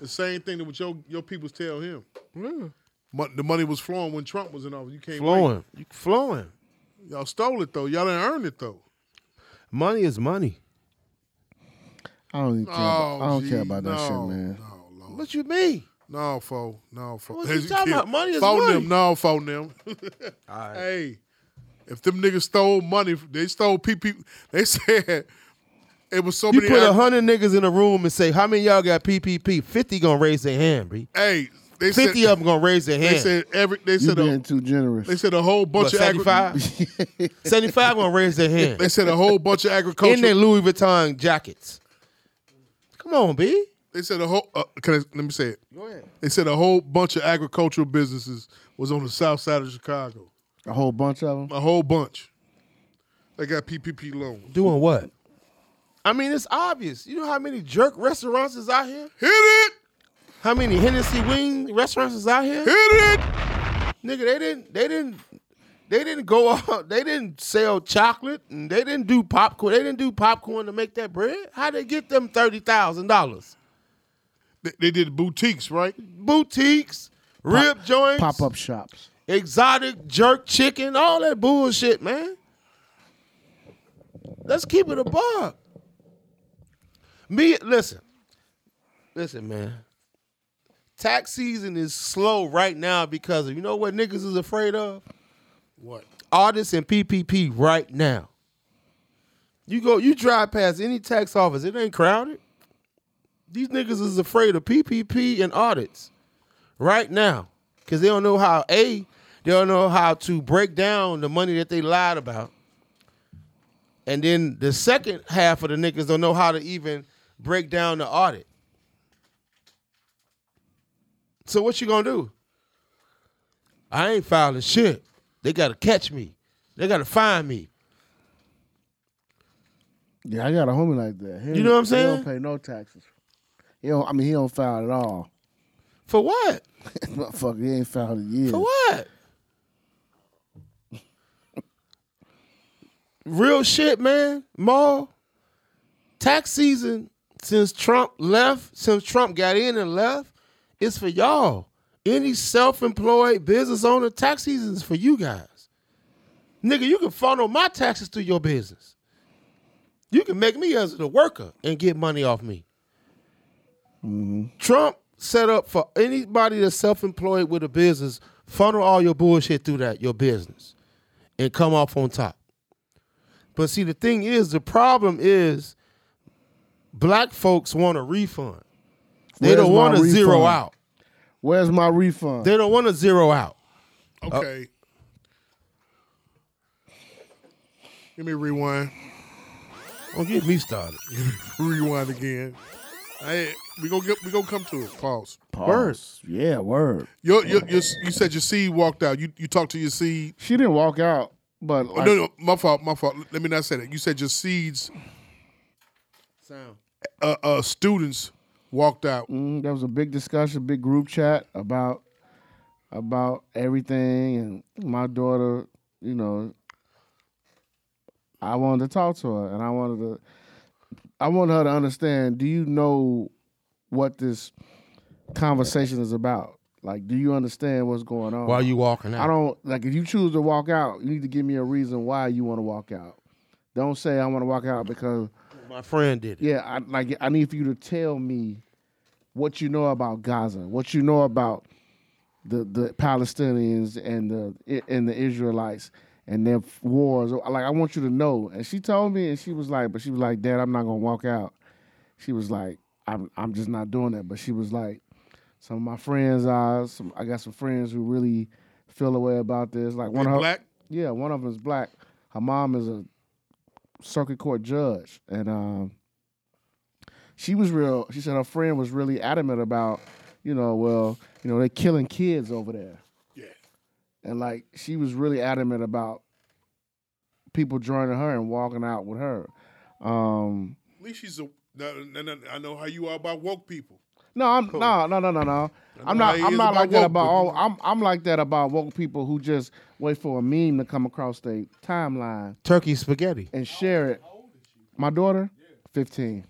the same thing that what your, your peoples tell him. Mon- The money was flowing when Trump was in office. You can't wait.
flowing. You flowing.
Y'all stole it though. Y'all didn't earn it though.
Money is money.
I don't even care.
Oh,
about, I don't
gee,
care about that shit,
no,
man.
No, Lord.
What you mean?
no, fo, no, fo.
What you talking about? Money is
Phone
money.
them, no, phone them. Hey, if them niggas stole money, they stole PP. They said it was so
You
many.
put a
ad-
hundred niggas in a room and say, "How many of y'all got PPP?" Fifty gonna raise their hand, B.
Hey, they
Fifty
said,
of them gonna raise their
They
hand.
said every. They
You
said
being
a,
too
they
generous.
said a whole bunch
What,
of agri-
75? 75 gonna raise their
They
hand
said a whole bunch of
in their
agriculture.
Louis Vuitton jackets. Come on, B.
They said a whole. Uh, can I, let me say it.
Go ahead.
They said a whole bunch of agricultural businesses was on the south side of Chicago.
A whole bunch of them.
A whole bunch. They got PPP loans.
Doing what? I mean, it's obvious. You know how many jerk restaurants is out here?
Hit it!
How many Hennessy wing restaurants is out here?
Hit it!
Nigga, they didn't they didn't they didn't go out, they didn't sell chocolate and they didn't do popcorn. They didn't do popcorn to make that bread. How'd they get them thirty thousand dollars?
They, they did boutiques, right?
Boutiques, rib joints,
Pop up shops.
exotic jerk chicken, all that bullshit, man. Let's keep it a buck. Me, listen, listen, man. Tax season is slow right now because of, you know what niggas is afraid of?
What?
artists and PPP right now. You go, you drive past any tax office, it ain't crowded. These niggas is afraid of PPP and audits right now because they don't know how a they don't know how to break down the money that they lied about, and then the second half of the niggas don't know how to even break down the audit. So what you gonna do? I ain't filing shit. They gotta catch me. They gotta find me.
Yeah, I got a homie like that. He
You know what I'm
He
saying?
don't pay no taxes. He don't, I mean, he don't file at all.
For what?
Motherfucker, he ain't filed in years.
For what? Real shit, man. Maul. Tax season since Trump left, since Trump got in and left, is for y'all. Any self-employed business owner, tax season is for you guys. Nigga, you can funnel my taxes through your business. You can make me as the worker and get money off me. Trump set up for anybody that's self-employed with a business, funnel all your bullshit through that, your business, and come off on top. But see, the thing is, the problem is black folks want a refund. They
Where's
don't
my
want to zero
refund?
out.
Where's my refund?
They don't want to zero out.
Okay.
Uh,
Let me rewind.
Don't get me started.
Rewind again. Hey, we gonna get we gonna come to it. Pause.
Pause. Yeah, word.
Your, your, your, you said your seed walked out. You you talked to your seed.
She didn't walk out, but
Oh,
like,
no, no, my fault. My fault. Let me not say that. You said your seeds
Sound.
uh, uh, students walked out.
mm, there was a big discussion, big group chat about about everything, and my daughter, you know, I wanted to talk to her, and I wanted to, I wanted her to understand. Do you know what this conversation is about? Like, do you understand what's going on?
Why you walking out?
I don't like if you choose to walk out, you need to give me a reason why you want to walk out. Don't say I want to walk out because
My friend did it.
yeah, I like I need for you to tell me what you know about Gaza, what you know about the the Palestinians and the and the Israelites and their wars. Like I want you to know. And she told me and she was like, but she was like, "Dad, I'm not going to walk out." She was like, "I'm I'm just not doing that." But she was like, some of my friends are some I got some friends who really feel a way about this. Like one of her,
black?
Yeah, one of them is black. Her mom is a circuit court judge, and um, she was real. She said her friend was really adamant about, you know, well, you know, they're killing kids over there. Yeah. And like she was really adamant about people joining her and walking out with her. Um,
At least she's a. No, no, no, I know how you are about woke people.
No, I'm no, no, no, no, no. I'm
know how
not.
he
I'm
is
not
about
like that
woke
about.
people.
All, I'm I'm like that about woke people who just wait for a meme to come across their timeline
Turkey spaghetti.
and share it. My daughter, fifteen.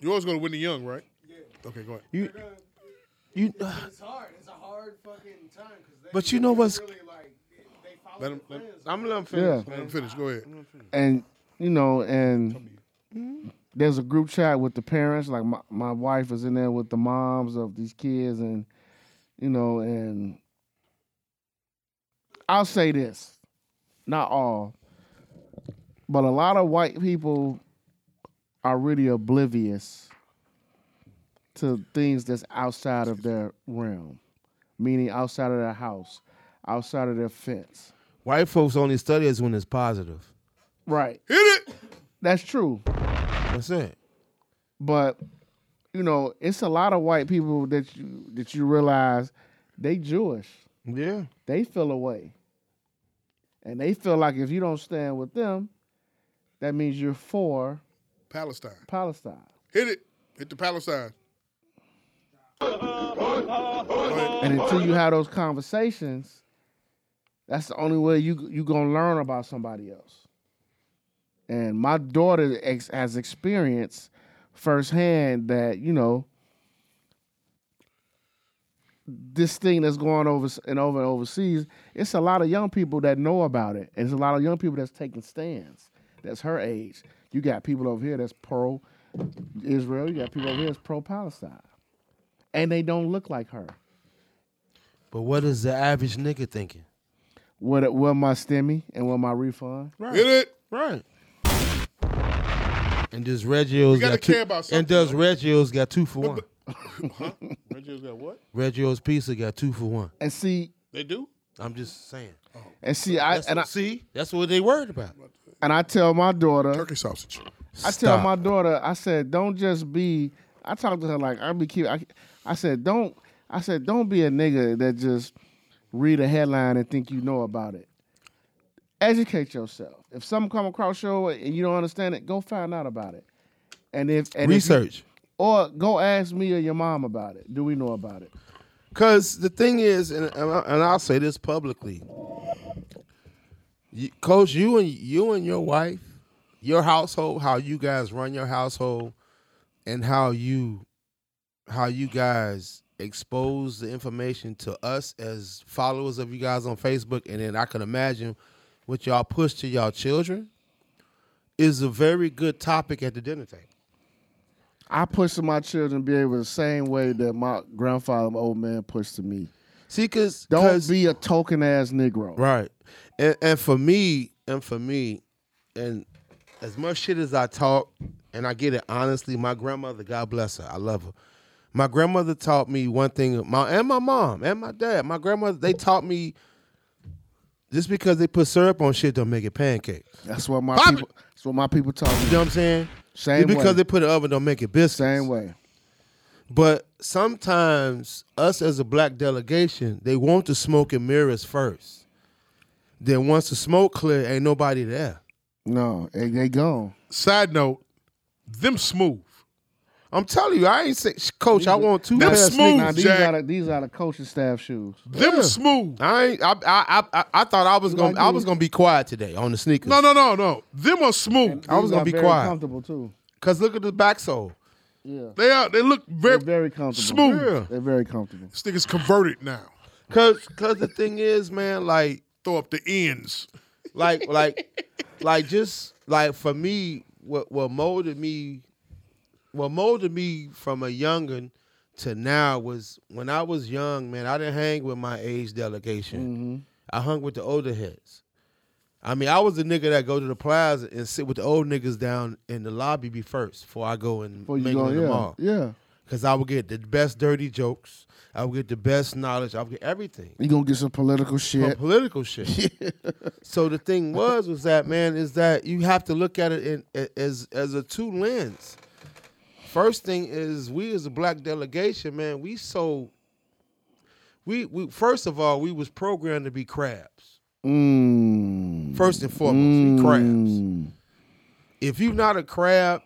Yours gonna win the young, right? Yeah. Okay, go ahead.
You, you. It's hard. It's a hard fucking time. But you know what's?
Let him, let,
I'm letting
Yeah,
let him finish. Go ahead.
and you know, and there's a group chat with the parents. Like my my wife is in there with the moms of these kids, and you know, and I'll say this, not all, but a lot of white people are really oblivious to things that's outside of their realm, meaning outside of their house, outside of their fence.
White folks only study us when it's positive.
Right.
Hit it.
That's true.
That's it.
but you know, it's a lot of white people that you that you realize they Jewish.
Yeah.
They feel away. And they feel like if you don't stand with them, that means you're for
Palestine.
Palestine.
Hit it. Hit the Palestine.
And until you have those conversations, that's the only way you you gonna learn about somebody else. And my daughter ex- has experienced firsthand that you know this thing that's going over and over and overseas. It's a lot of young people that know about it. It's a lot of young people that's taking stands. That's her age. You got people over here that's pro Israel. You got people over here that's pro Palestine, and they don't look like her.
But what is the average nigga thinking?
What what my stimmy and what my refund?
Hit it.
Right. And does Reggio's
gotta
got two,
care about
And does Reggio's got two for one?
Reggie's got what?
Reggio's pizza got two for one.
And see
They do.
I'm just saying.
and see I
That's,
and I
see, that's what they worried about.
and I tell my daughter,
Turkey sausage.
I tell my daughter, I said, don't just be. I talked to her like I be keep. I, I said, don't. I said, don't be a nigga that just read a headline and think you know about it. educate yourself. If something come across your way and you don't understand it, go find out about it. And if and if you-
Research.
or go ask me or your mom about it. Do we know about it?
Because the thing is, and, and I- and I'll say this publicly, you, Coach, you and you and your wife, your household, how you guys run your household, and how you, how you guys expose the information to us as followers of you guys on Facebook, and then I can imagine what y'all push to y'all children is a very good topic at the dinner table.
I push to my children to be able the same way that my grandfather, my old man, pushed to me.
See, because
Don't be a token ass Negro.
Right. And and for me, and for me, and as much shit as I talk, and I get it honestly, my grandmother, God bless her, I love her. My grandmother taught me one thing, my and my mom and my dad. My grandmother, they taught me just because they put syrup on shit don't make it pancake.
That's what my
Pop
people. That's what my people taught
You
me.
know what I'm saying?
Same
just because
way.
they put it in the oven don't make it biscuits.
Same way.
But sometimes us as a black delegation, they want the smoke and mirrors first. Then once the smoke clear, ain't nobody there.
No, they, they gone.
Side note, them smooth.
I'm telling you, I ain't say, Sh- Coach. I want two
That's
pairs of sneakers.
smooth.
Now these
Jack.
are the, these are the coaching staff shoes.
Them smooth.
I ain't. I, I, I, I thought I was gonna.
Like
I
you.
was gonna be quiet today on the sneakers.
No, no, no, no. Them are smooth.
I was
These
gonna
are
be
very
quiet.
Comfortable too.
Cause look at the back sole.
Yeah,
They are. They look very.
they're very comfortable.
smooth.
Yeah.
They're very comfortable.
This nigga's converted now.
Cause, cause the thing is, man, like,
Throw up the ends.
like, like, like, just like for me, what what molded me, what molded me from a youngin to now was when I was young, man. I didn't hang with my age delegation.
Mm-hmm.
I hung with the older heads. I mean, I was the nigga that go to the plaza and sit with the old niggas down in the lobby be first before I go and
Before you
make
go,
it in the
yeah,
mall.
yeah.
Cause I would get the best dirty jokes. I would get the best knowledge. I would get everything.
You gonna get some
From
political shit.
political shit. so the thing was, was that man is that you have to look at it in, a- as as a two lens. First thing is we as a black delegation, man, we so we we first of all we was programmed to be crabs.
Mm.
First and foremost, we crabs. If you're not a crab,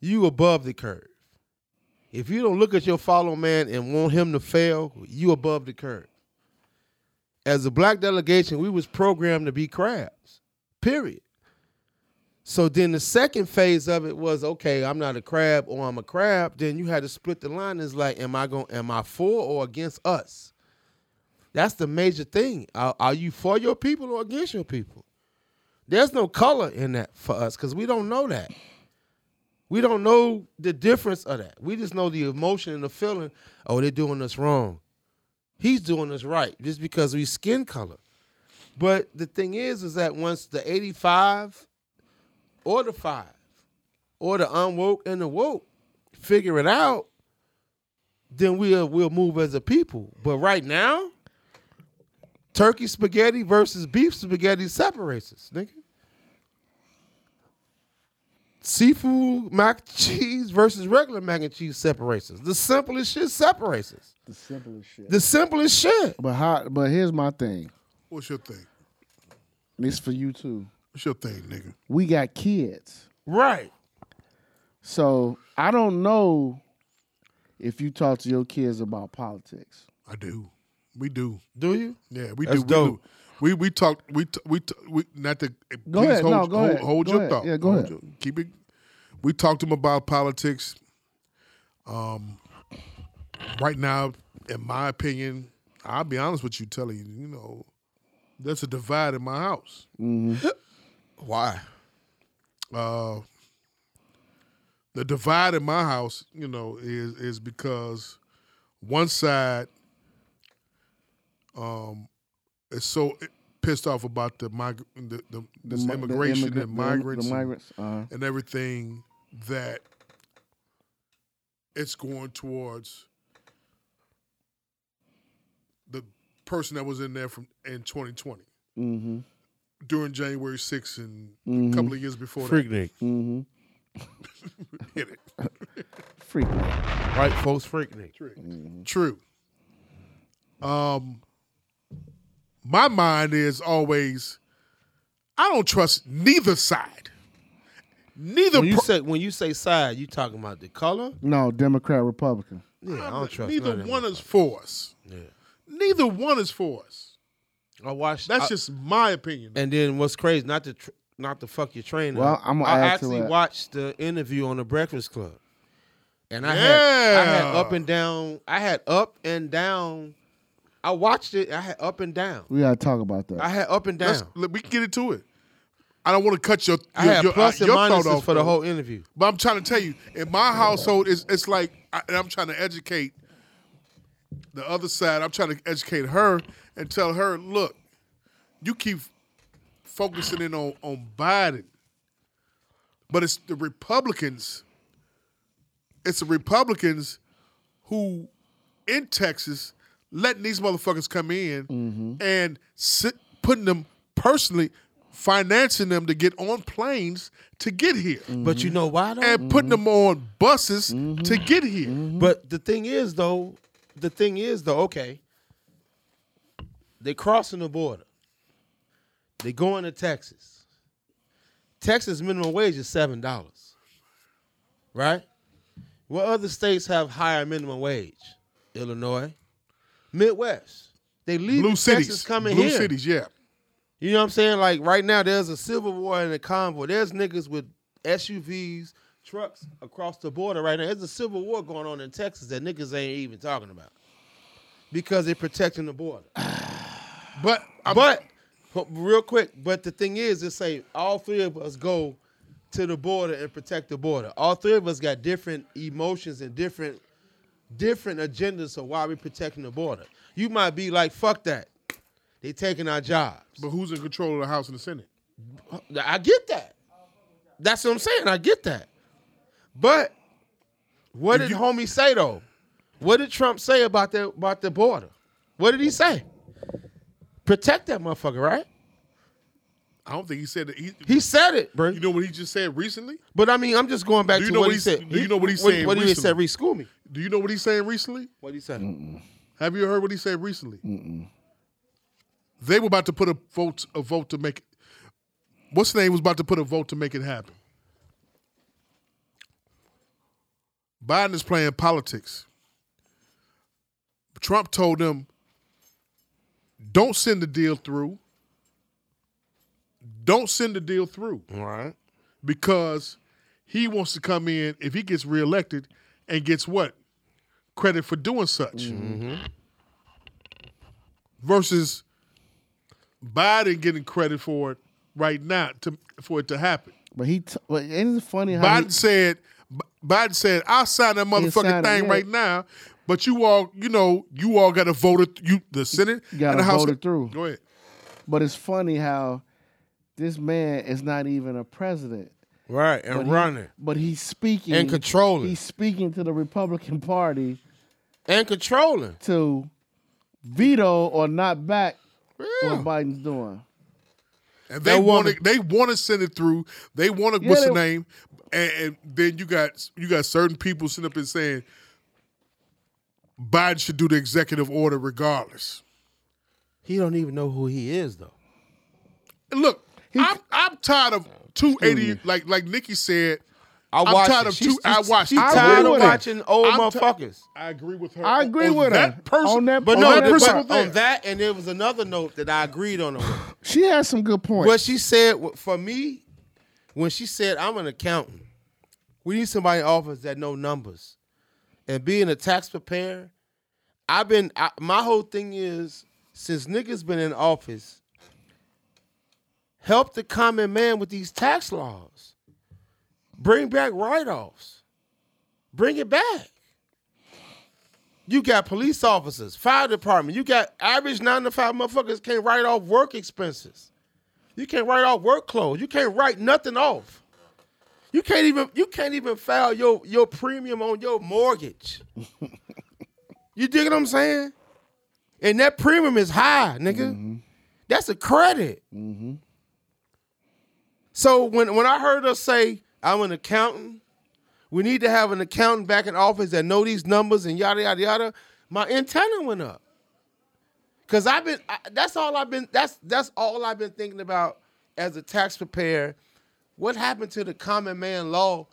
you above the curve. If you don't look at your follow man and want him to fail, you above the curve. As a black delegation, we was programmed to be crabs. Period. So then the second phase of it was okay, I'm not a crab or I'm a crab. Then you had to split the line. It's like, am I going? Am I for or against us? That's the major thing. Are, are you for your people or against your people? There's no color in that for us because we don't know that. We don't know the difference of that. We just know the emotion and the feeling. Oh, they're doing us wrong. He's doing us right just because we skin color. But the thing is, is that once the 85 or the five or the unwoke and the woke figure it out, then we'll we'll move as a people. But right now, turkey spaghetti versus beef spaghetti separates us, nigga. Seafood mac and cheese versus regular mac and cheese separates us. The simplest shit separates us.
The simplest shit.
The simplest shit.
But how? But here's my thing.
What's your thing?
This for you too.
What's your thing, nigga?
We got kids.
Right.
So I don't know if you talk to your kids about politics.
I do. We do.
Do you?
Yeah, we
That's
do.
dope.
We do. We we talk. We t- we t- we not to.
Go
please
ahead.
Hold,
No, go
hold,
ahead.
hold
Go
your
ahead.
thought.
Yeah, go
Hold
ahead.
your- keep it. We talked to him about politics. Um, right now, in my opinion, I'll be honest with you, telling you, you know, there's a divide in my house.
Why?
uh, the divide in my house, you know, is is because one side um, is so pissed off about the, mig- the, the this
mi- the
immigration
immigra-
and
the im-
migrants,
The,
and-
migrants. Uh,
and everything that it's going towards the person that was in there from in 2020
mm-hmm.
during January 6th and a couple of years before that.
Freaknik.
Mm-hmm.
Hit it.
Freak.
Right, folks, Freaknik.
True. Um, my mind is always I don't trust neither side. Neither
When you
pro-
say when you say side, you talking about the color?
No, Democrat, Republican.
Yeah, I don't trust
neither
none of them.
one is for us. Neither one is for us.
I watched.
That's
I-
just my opinion.
And then what's crazy? Not to tr- not to fuck your train.
Well,
up.
I'ma
I
add to
actually
that.
watched the interview on the Breakfast Club, and I had I had
Yeah.
up and down. I had up and down. I watched it. I had up and down.
We gotta talk about
I
that.
had up and down.
Let's, let, we can get into it. I don't want to cut your, your,
I had
your,
plus
uh,
and
your thought
minuses
off
for the
though.
whole interview.
But I'm trying to tell you, in my household, it's it's like, I, and I'm trying to educate the other side. I'm trying to educate her and tell her, look, you keep focusing in on on Biden, but it's the Republicans. It's the Republicans who in Texas letting these motherfuckers come in and sit, putting them personally financing them to get on planes to get here
But you know why? Though?
Mm-hmm. and putting
Mm-hmm.
them on buses to get here.
But the thing is, though, the thing is, though, okay, they're crossing the border. They're going to Texas. Texas minimum wage is seven dollars, right? What other states have higher minimum wage? Illinois, Midwest. They leave
Blue
Texas
cities,
coming
blue
here.
cities, yeah.
You know what I'm saying? Like right now, there's a civil war in the convoy. There's niggas with SUVs, trucks across the border right now. There's a civil war going on in Texas that niggas ain't even talking about because they're protecting the border.
But I'm,
But but real quick, but the thing is, it's say all three of us go to the border and protect the border. All three of us got different emotions and different different agendas of why we're protecting the border. You might be like, "Fuck that." They taking our jobs.
but who's in control of the House and the Senate?
I get that. That's what I'm saying. I get that. But what did homie say though? What did Trump say about the about the border? What did he say? Protect that motherfucker, right?
I don't think he said that. He,
He said it, bro.
you know what he just said recently?
but I mean, I'm just going back
Do you
to
know
what
what
he
he-
said.
do you know what he said
What, did he say?
recently?
Reschool me.
Do you know what he's saying recently?
What he said?
Have you heard what he said recently? They were about to put a vote, a vote to make. What's the name was about to put a vote to make it happen? Biden is playing politics. Trump told them, "Don't send the deal through. Don't send the deal through."
All right.
because he wants to come in if he gets reelected and gets what credit for doing such
Mm-hmm.
versus Biden getting credit for it right now to for it to happen.
But he, t- but isn't it funny how
Biden
he,
said B- Biden said I'll sign that motherfucking
signed it,
thing
yeah.
right now, but you all you know you all got to vote it you the Senate
gotta
and the House
vote it through.
Go ahead.
but it's funny how this man is not even a president,
Right and
but he-
running
but he's speaking
and controlling
He's speaking to the Republican Party
and controlling.
to veto or not back what Biden's doing.
And they
That
want to
woman-
they want to send it through. They want to what's the
they-
name? And, and then you got you got certain people sitting up and saying Biden should do the executive order regardless.
He don't even know who he is though.
And look, I'm I'm tired of 280 like like Nikki said.
I
I'm
watched
tired
it.
of
She's-
two- I
she's-
watched
She's
it. I
tired
agree
of
with her.
watchers old
I'm ti-
motherfuckers.
I agree with her.
I
on-
agree
on
with
that
her
Person,
on that.
But
on
no,
that
but
part.
there.
on that, and there was another note that I agreed on. with.
she has some good points.
what she said wa- for me, when she said, "I'm an accountant, we need somebody in office that know numbers," and being a tax preparer, I've been I, my whole thing is since niggas been in office, help the common man with these tax laws, bring back write-offs, bring it back. You got police officers, fire department. You got average nine to five motherfuckers can't write off work expenses. You can't write off work clothes. You can't write nothing off. You can't even you can't even file your your premium on your mortgage. you dig what I'm saying? And that premium is high, nigga. That's a credit. So when when I heard her say, "I'm an accountant," we need to have an accountant back in office that know these numbers and yada yada yada. My antenna went up. Cause I've been I, that's all I've been that's that's all I've been thinking about as a tax preparer, what happened to the common man law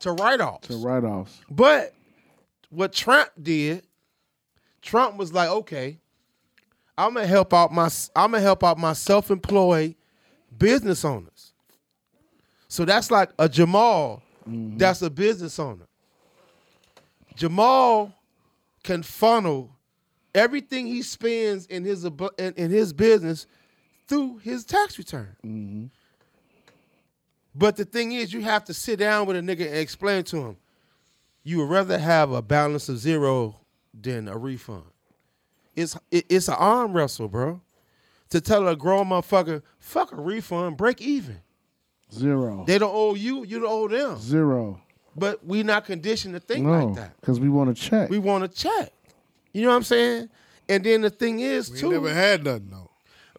to write-offs?
The write-offs.
But what Trump did, Trump was like, okay, I'm gonna help out my I'm gonna help out my self-employed business owners. So that's like a Jamal, that's a business owner. Jamal can funnel everything he spends in his ab- in, in his business through his tax return. But the thing is, you have to sit down with a nigga and explain to him, you would rather have a balance of zero than a refund. It's it, it's an arm wrestle, bro. To tell a grown motherfucker, fuck a refund, break even.
Zero.
They don't owe you, you don't owe them.
Zero.
But we not conditioned to think
No,
like that.
because we want to check.
We want to check. You know what I'm saying? And then the thing is
We ain't
too,
never had nothing though.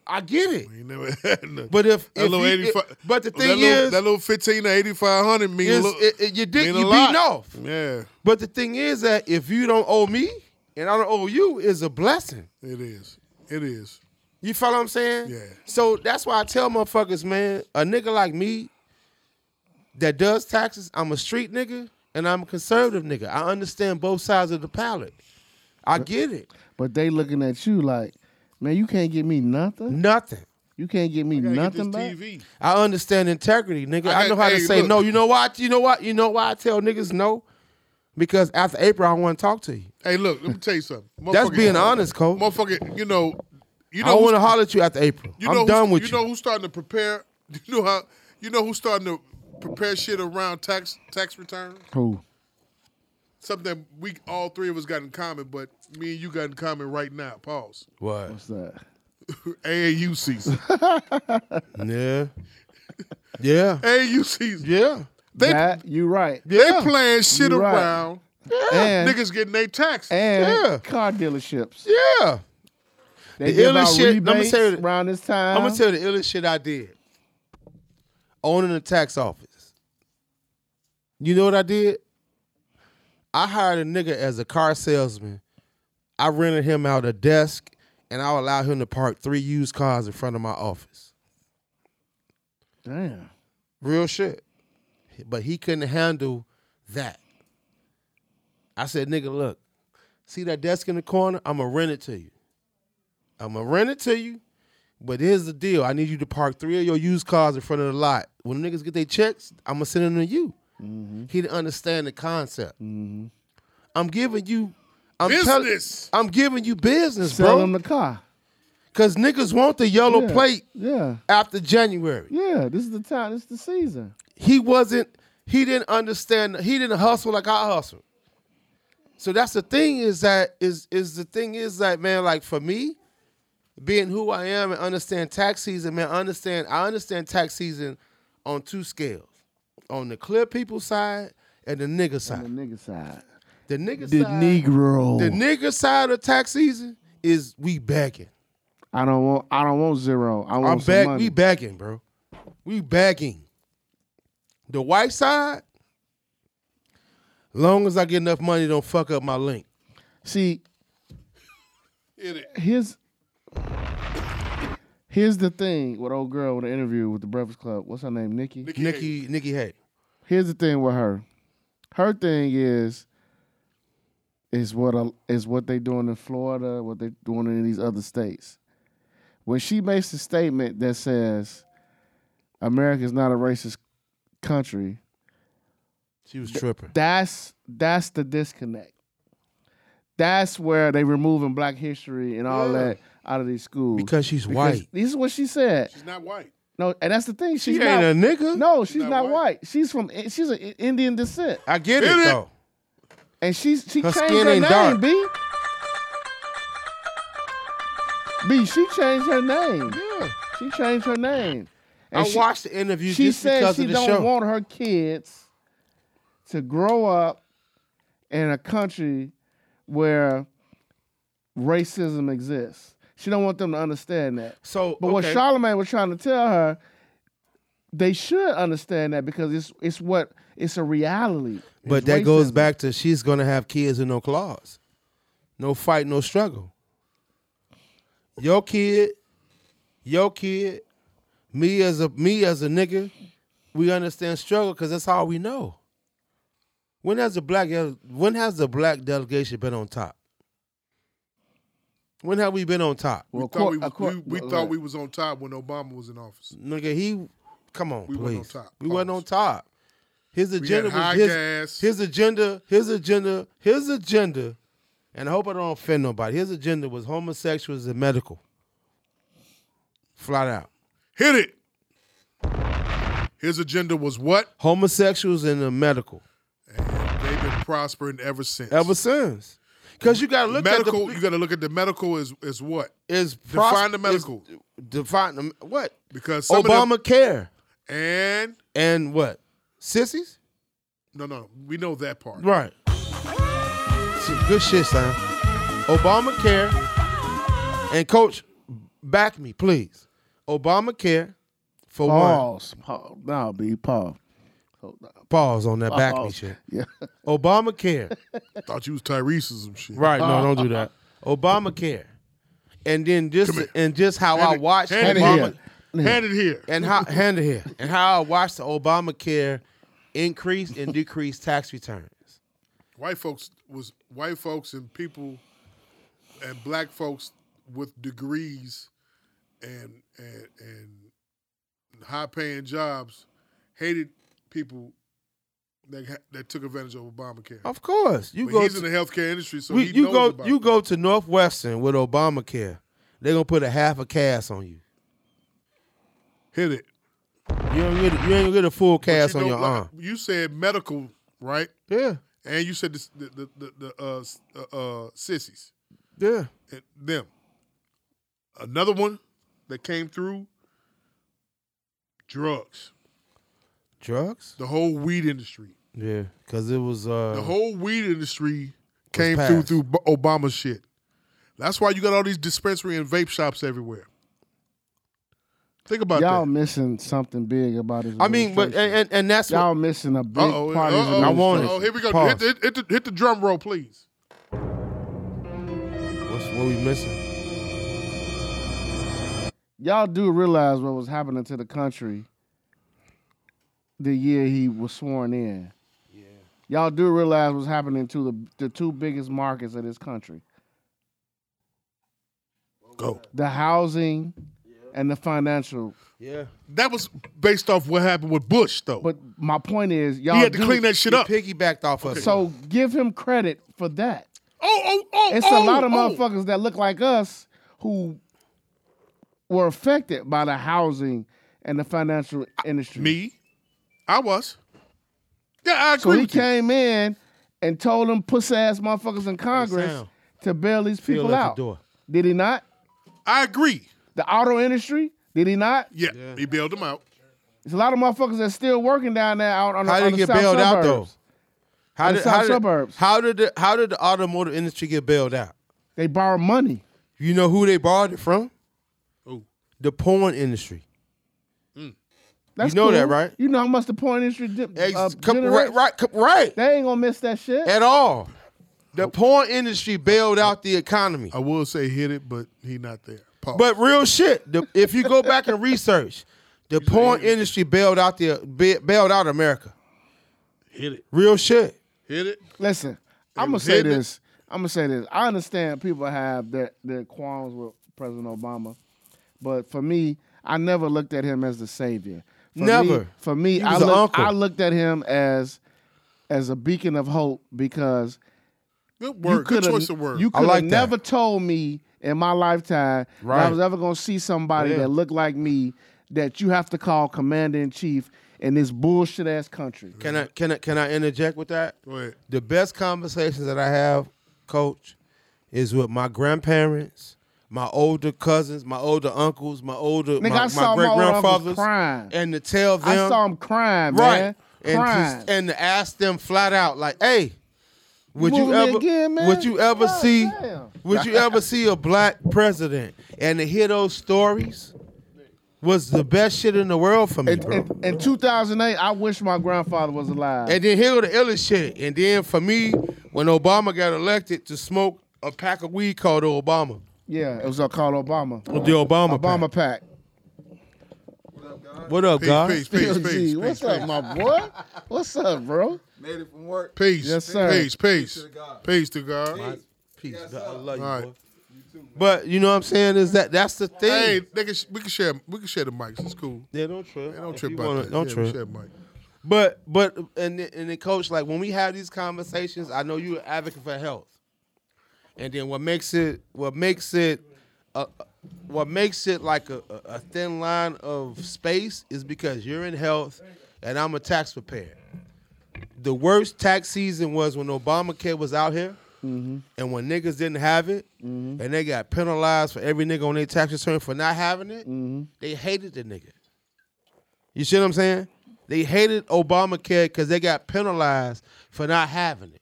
I get it.
We ain't never had nothing.
But if,
that
if
little
you-
eighty five.
it- but the
that
thing
little,
is,
that little fifteen to eighty five hundred mean,
is-
look-
it- it- you did
mean
you
a
beaten
lot.
off.
Yeah,
But the thing is that if you don't owe me and I don't owe you, is a blessing.
it is. It is.
You follow what I'm saying?
Yeah.
So that's why I tell motherfuckers, man, a nigga like me that does taxes, I'm a street nigga and I'm a conservative nigga. I understand both sides of the palette. I get it.
but they looking at you like, man, you can't give me nothing.
Nothing.
You can't give me
Gotta get
nothing
this
back.
TV.
I understand integrity, nigga.
I
I, know how
hey,
to say
look.
no. You know why? You know what? You know why I tell niggas no? Because after April, I want to talk to you.
Hey, look, let me tell you something.
That's
Motherfucker-
being honest, coach.
Motherfucker, you know, you
I
know,
want to
who's-
holler at you after April.
you
I'm
know who's-
done with
you.
you.
know who's starting to prepare. You know how? You know who's starting to prepare shit around tax tax returns.
Cool.
Something that we all three of us got in common, but me and you got in common right now. Pause.
what?
What's that?
AAU season.
Yeah. Yeah.
AAU season.
Yeah.
They
That- you right.
they playing shit
You right.
around.
And,
Niggas getting their taxes.
and
Yeah.
car dealerships.
Yeah.
They
The
give
illest
out
shit- let me
rebates
tell you-
around this time.
I'm gonna tell you the illest shit I did. Owning a tax office. You know what I did? I hired a nigga as a car salesman. I rented him out a desk, and I allowed him to park three used cars in front of my office.
Damn.
Real shit. But he couldn't handle that. I said, nigga, look, see that desk in the corner? I'm going to rent it to you. I'm going to rent it to you. But here's the deal I need you to park three of your used cars in front of the lot. When niggas get their checks, I'm going to send them to you.
Mm-hmm.
He didn't understand the concept. I'm giving you. I'm tell-
Business.
I'm giving you business,
Sell
bro.
them the car.
Because niggas want the yellow
Yeah.
plate
Yeah.
after January.
Yeah. This is the time. This is the season.
he wasn't he didn't understand he didn't hustle like I hustle. So that's the thing is that is is the thing is that man like for me being who I am and understand tax season man I understand I understand tax season on two scales on the clear people side and the nigga
The
side
nigga side.
the nigga
The
side
Negro.
the nigga side of tax season is we begging
I don't want. I don't want zero. I want
I'm
some
back
money.
we begging bro we begging the white side long as I get enough money don't fuck up my link
See,
Hit it.
here's here's the thing with old girl with the interview with the Breakfast Club. What's her name? Nikki.
Nikki Nikki Hay.
Here's the thing with her. Her thing is is what a, is what they doing in Florida, what they doing in these other states. When she makes a statement that says America is not a racist country,
She was tripping.
that's that's the disconnect. That's where they removing Black history and all that out of these schools
Because she's
Because
white.
This is what she said.
She's not white.
No, and that's the thing. She's
She ain't
not
a nigga.
No, she's
not
not,
white.
white. She's from I- she's an Indian descent,
I get it,
Hit it.
though.
and she's she
Her
changed
skin
her
ain't
name.
dark.
B. B. She changed her name. Yeah, she changed her name.
I
And she,
watched the interview
She
just because
said
of
she
the
don't
show.
want her kids to grow up in a country where racism exists. She don't want them to understand that.
so,
But what
okay.
Charlemagne was trying to tell her, they should understand that because it's it's what it's a reality.
but
It's
that goes
racism.
back to she's gonna have kids with no claws, no fight, no struggle. Your kid, your kid Me as a me as a nigga, we understand struggle because that's all we know. When has the black ele- when has the black delegation been on top? When have we been on top?
Well,
thought we,
acor-
was, we,
acor-
we
well,
thought
look.
we was on top when Obama was in office.
Nigga, he come on,
We
please.
wasn't on top.
We wasn't on
Pause.
top. His agenda
had high
was his,
gas.
his agenda, his agenda, his agenda, and I hope I don't offend nobody. His agenda was homosexuals and medical. Flat out.
Hit it. His agenda was what?
Homosexuals and the medical.
They've been prospering ever since.
Ever since. Cause you gotta look
medical, you
at the
got to look at the medical is is what
is
define the medical.
is- define the what?
because some of them,
Obamacare.
and
And what? Sissies?
no no we know that part.
Right. Some good shit, son. Obamacare and coach, back me, please. Obamacare for one.
Pause. Pause. No, be pause.
Pause on that back me
Pause.
shit.
Yeah.
Obamacare.
Thought you was Tyrese or some shit.
right, no, don't do that. Obamacare. And then just and just how I watched
Hand it
Obama
here. Hand it here.
and how hand it here. And how I watched the Obamacare increase and decrease tax returns.
white folks was white folks and people and black folks with degrees and and and high paying jobs hated people that ha- that took advantage of Obamacare.
Of course. Oh, You
but
go
he's
to-
in the healthcare industry, so
we,
he
you
knows
go
about
you
it.
go to Northwestern with Obamacare, they're gonna put a half a cast on you.
hit it.
You don't get you ain't get a full cast
You
on
know,
your
like,
arm.
You said medical, right?
Yeah,
And you said this, the the the, the uh, s- uh, uh, sissies,
yeah.
and them. Another one that came through. Drugs.
Drugs?
the whole weed industry.
Yeah, because it was uh
The whole weed industry came through
passed.
through B- Obama shit. That's why you got all these dispensary and vape shops everywhere. Think about
Y'all
that.
missing something big about his.
I mean, but and, and, and that's
y'all
what,
missing a big
Uh-oh,
part of his.
uh-oh,
I want it.
uh-oh, here we go. Hit
Pause.
the, hit, the, hit the drum roll, please.
what's what we missing.
y'all do realize what was happening to the country the year he was sworn in. Yeah. Y'all do realize what's happening to the the two biggest markets of this country.
Go.
The housing and the financial.
Yeah,
That was based off what happened with Bush, though.
But my point is y'all
he had to
do-
clean that shit up.
piggybacked off us.
So give him credit for that.
oh, oh, oh,
It's
oh,
a lot of
oh.
motherfuckers that look like us who were affected by the housing and the financial industry.
Me, I was. Yeah, I
So
agree
he
with you.
came in and told them puss ass motherfuckers in Congress
Sam,
to bail these
Bill
people
at the
out.
door.
Did he not?
I agree.
The auto industry? Did he not?
Yeah, he bailed them out.
There's a lot of motherfuckers that's still working down there out on
How
the,
did
on
it
the
get
south
bailed out though?
suburbs.
How
In the
did,
south
how, did
suburbs.
how did the how did the automotive industry get bailed out?
They borrow money.
You know who they borrowed it from?
Who?
The porn industry.
That's
You know
cool.
that, right?
You know how much the porn industry di-
Ex-
uh,
come- right,
generates?
right, come- right.
They ain't gonna miss that shit.
at all. The porn industry bailed out the economy.
I will say hit it, but he not there. Pause.
But real shit, the, if you go back and research, the porn industry bailed out the ba- bailed out America.
hit it,
Real shit.
hit it.
Listen, I'm gonna
was
say
hidden.
this. I'm gonna say this. I understand people have their their qualms with President Obama, but for me, I never looked at him as the savior. For Me,
Never.
for me,
He
I
was a
looked,
uncle.
I looked at him as as a beacon of hope because
Good
you
word. Good
could
choice of word.
you could
like that.
never told me in my lifetime that I
Right.
was ever gonna see somebody
Yeah.
that looked like me that you have to call commander in chief in this bullshit ass country.
Can I can I can I interject with that?
Go ahead.
The best conversations that I have, coach, is with my grandparents, my older cousins, my older uncles, my older
Nigga, I
my,
saw my
great
older uncles
grandfathers,
crying.
and to tell them
I saw him crying, man.
And
crying.
to, and to ask them flat out, like, hey, would you,
moving it
ever
again, man?
would you ever
God
see
damn.
would you ever see a black president? And to hear those stories was the best shit in the world for me,
In,
bro.
in, in 2008, I wish my grandfather was alive.
And then here was the illest shit. And then for me, when Obama got elected, to smoke a pack of weed called the Obama.
yeah, it was uh, called Obama.
The Obama,
Obama pack.
What up, God?
Peace, peace,
Yo,
peace,
G,
peace,
what's
peace,
up, my boy? What's up, bro?
Made it from work.
peace,
Yes, sir.
peace, peace,
God.
peace to God.
Peace. God, I love you,
All right.
boy. But you know what I'm saying is that that's the thing.
Hey, they can, we can share, we can share the mics. It's cool.
yeah, don't trip.
Hey, don't
If
trip
you
about
wanna-
that.
Don't
yeah,
trip.
We share the mic.
But but and the- and the coach, like when we have these conversations, I know you're an advocate for health. And then what makes it what makes it uh, what makes it like a, a a thin line of space is because you're in health and I'm a tax preparer. The worst tax season was when Obamacare was out here and when niggas didn't have it
Mm-hmm.
and they got penalized for every nigga on their tax return for not having it,
Mm-hmm.
they hated the nigga. You see what I'm saying? They hated Obamacare because they got penalized for not having it.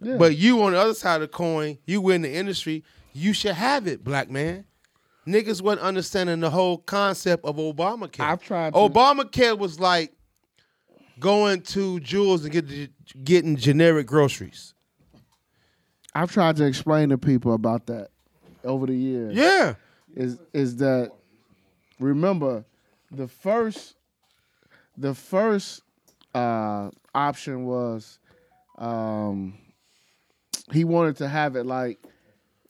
Yeah.
But you on the other side of the coin, you in the industry, you should have it, black man. Niggas wasn't understanding the whole concept of Obamacare.
I've tried to-
Obamacare was like going to Jewels and get getting generic groceries.
I've tried to explain to people about that over the years.
Yeah.
is is that remember the first the first uh, option was um, he wanted to have it like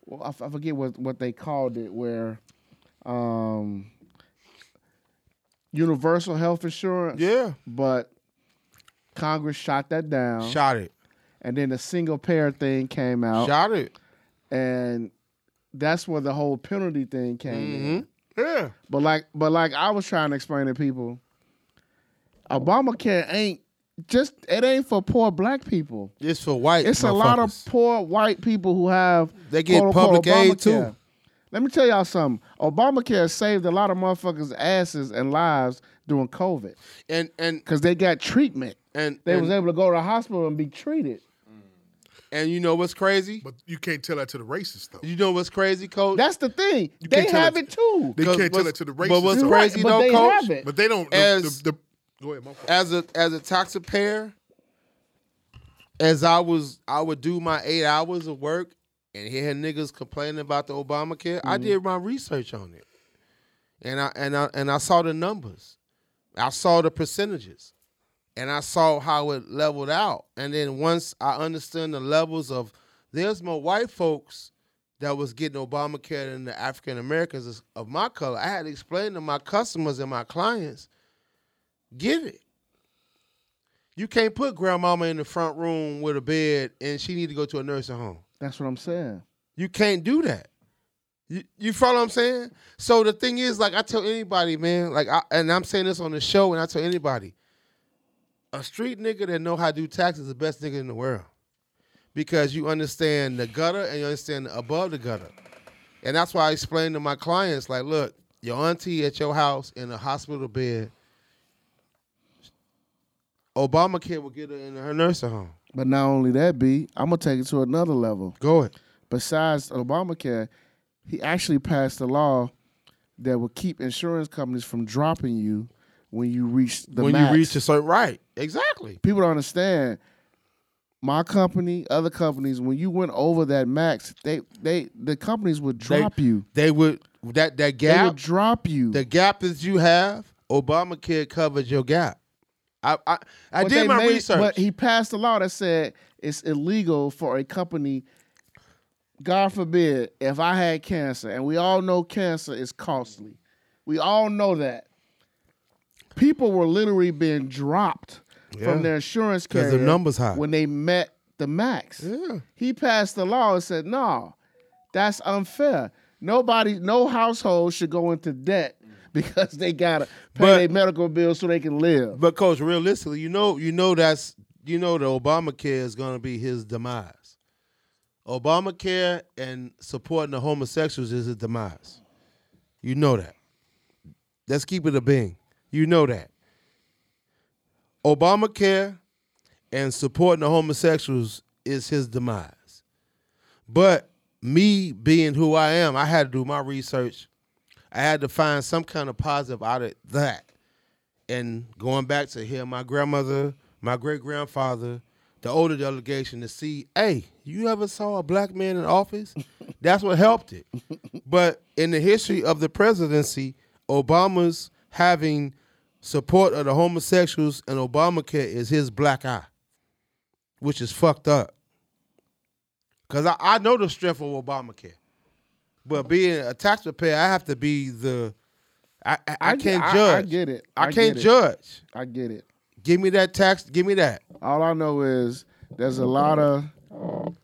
well, I, f- I forget what what they called it where um, universal health insurance
Yeah.
but Congress shot that down
Shot it.
and then the single payer thing came out
Shot it.
and that's where the whole penalty thing came
Mm-hmm.
in.
Yeah.
But like, but like I was trying to explain to people, Obamacare ain't just it ain't for poor black people.
It's for white.
It's a lot of
motherfuckers.
poor white people who have
They get
quote-unquote
public aid, too.
Obamacare. Let me tell y'all something. Obamacare saved a lot of motherfuckers' asses and lives during COVID
and and
because they got treatment.
and
They
and,
was able to go to the hospital and be treated.
and you know what's crazy?
But you can't tell that to the racists though.
You know what's crazy, coach?
That's the thing. They
can't tell
have
it-
it too.
They
Cause
can't tell
what's-
that to the racists.
but what's
though.
Right,
crazy
but
though,
they
coach?
have it.
But they don't. the-
As-
the- the- go ahead, my fault.
As a as a taxpayer, as I was, I would do my eight hours of work and hear niggas complaining about the Obamacare. I did my research on it, and I and I and I saw the numbers, I saw the percentages, and I saw how it leveled out. And then once I understood the levels of, there's more white folks that was getting Obamacare than the African Americans of my color. I had to explain to my customers and my clients, get it. You can't put grandmama in the front room with a bed and she need to go to a nursing home.
That's what I'm saying.
You can't do that. You, you follow what I'm saying? So the thing is, like I tell anybody, man, like I, and I'm saying this on the show, and I tell anybody, a street nigga that know how to do taxes is the best nigga in the world. Because you understand the gutter and you understand above the gutter. And that's why I explain to my clients, like, look, your auntie at your house in a hospital bed, Obamacare will get her in her nursing home.
But not only that, B, I'm gonna take it to another level.
Go ahead.
besides Obamacare, he actually passed a law that would keep insurance companies from dropping you when you reach the
when
max.
you reach a certain right. Exactly.
People don't understand. My company, other companies, when you went over that max, they they the companies would drop you.
They would that that
They would
gap
drop you.
the gap that you have, Obamacare covers your gap. I I, I
But
did
they
my
made-
research.
But he passed a law that said it's illegal for a company. God forbid if I had cancer, and we all know cancer is costly. We all know that. People were literally being dropped
Yeah.
from their insurance
'Cause
carrier
the numbers high.
when they met the max. He passed the law and said, "No, that's unfair. Nobody, no household should go into debt because they gotta pay
But-
their medical bills so they can live."
but coach, realistically, you know you know that's you know the Obamacare is gonna be his demise. Obamacare and supporting the homosexuals is his demise. You know that. Let's keep it a being. You know that. Obamacare and supporting the homosexuals is his demise. But me being who I am, I had to do my research. I had to find some kind of positive out of that. And going back to hear my grandmother, my great grandfather, the older delegation to see, hey, you ever saw a black man in office? That's what helped it. But in the history of the presidency, Obama's having support of the homosexuals and Obamacare is his black eye, which is fucked up. Cause I, I know the strength of Obamacare, but being a taxpayer, I have to be the I I, I
I get-
can't
I- I
judge.
get it.
I,
I
can't
get it.
judge.
I get it.
Give me that tax. Give me that.
All I know is there's a lot of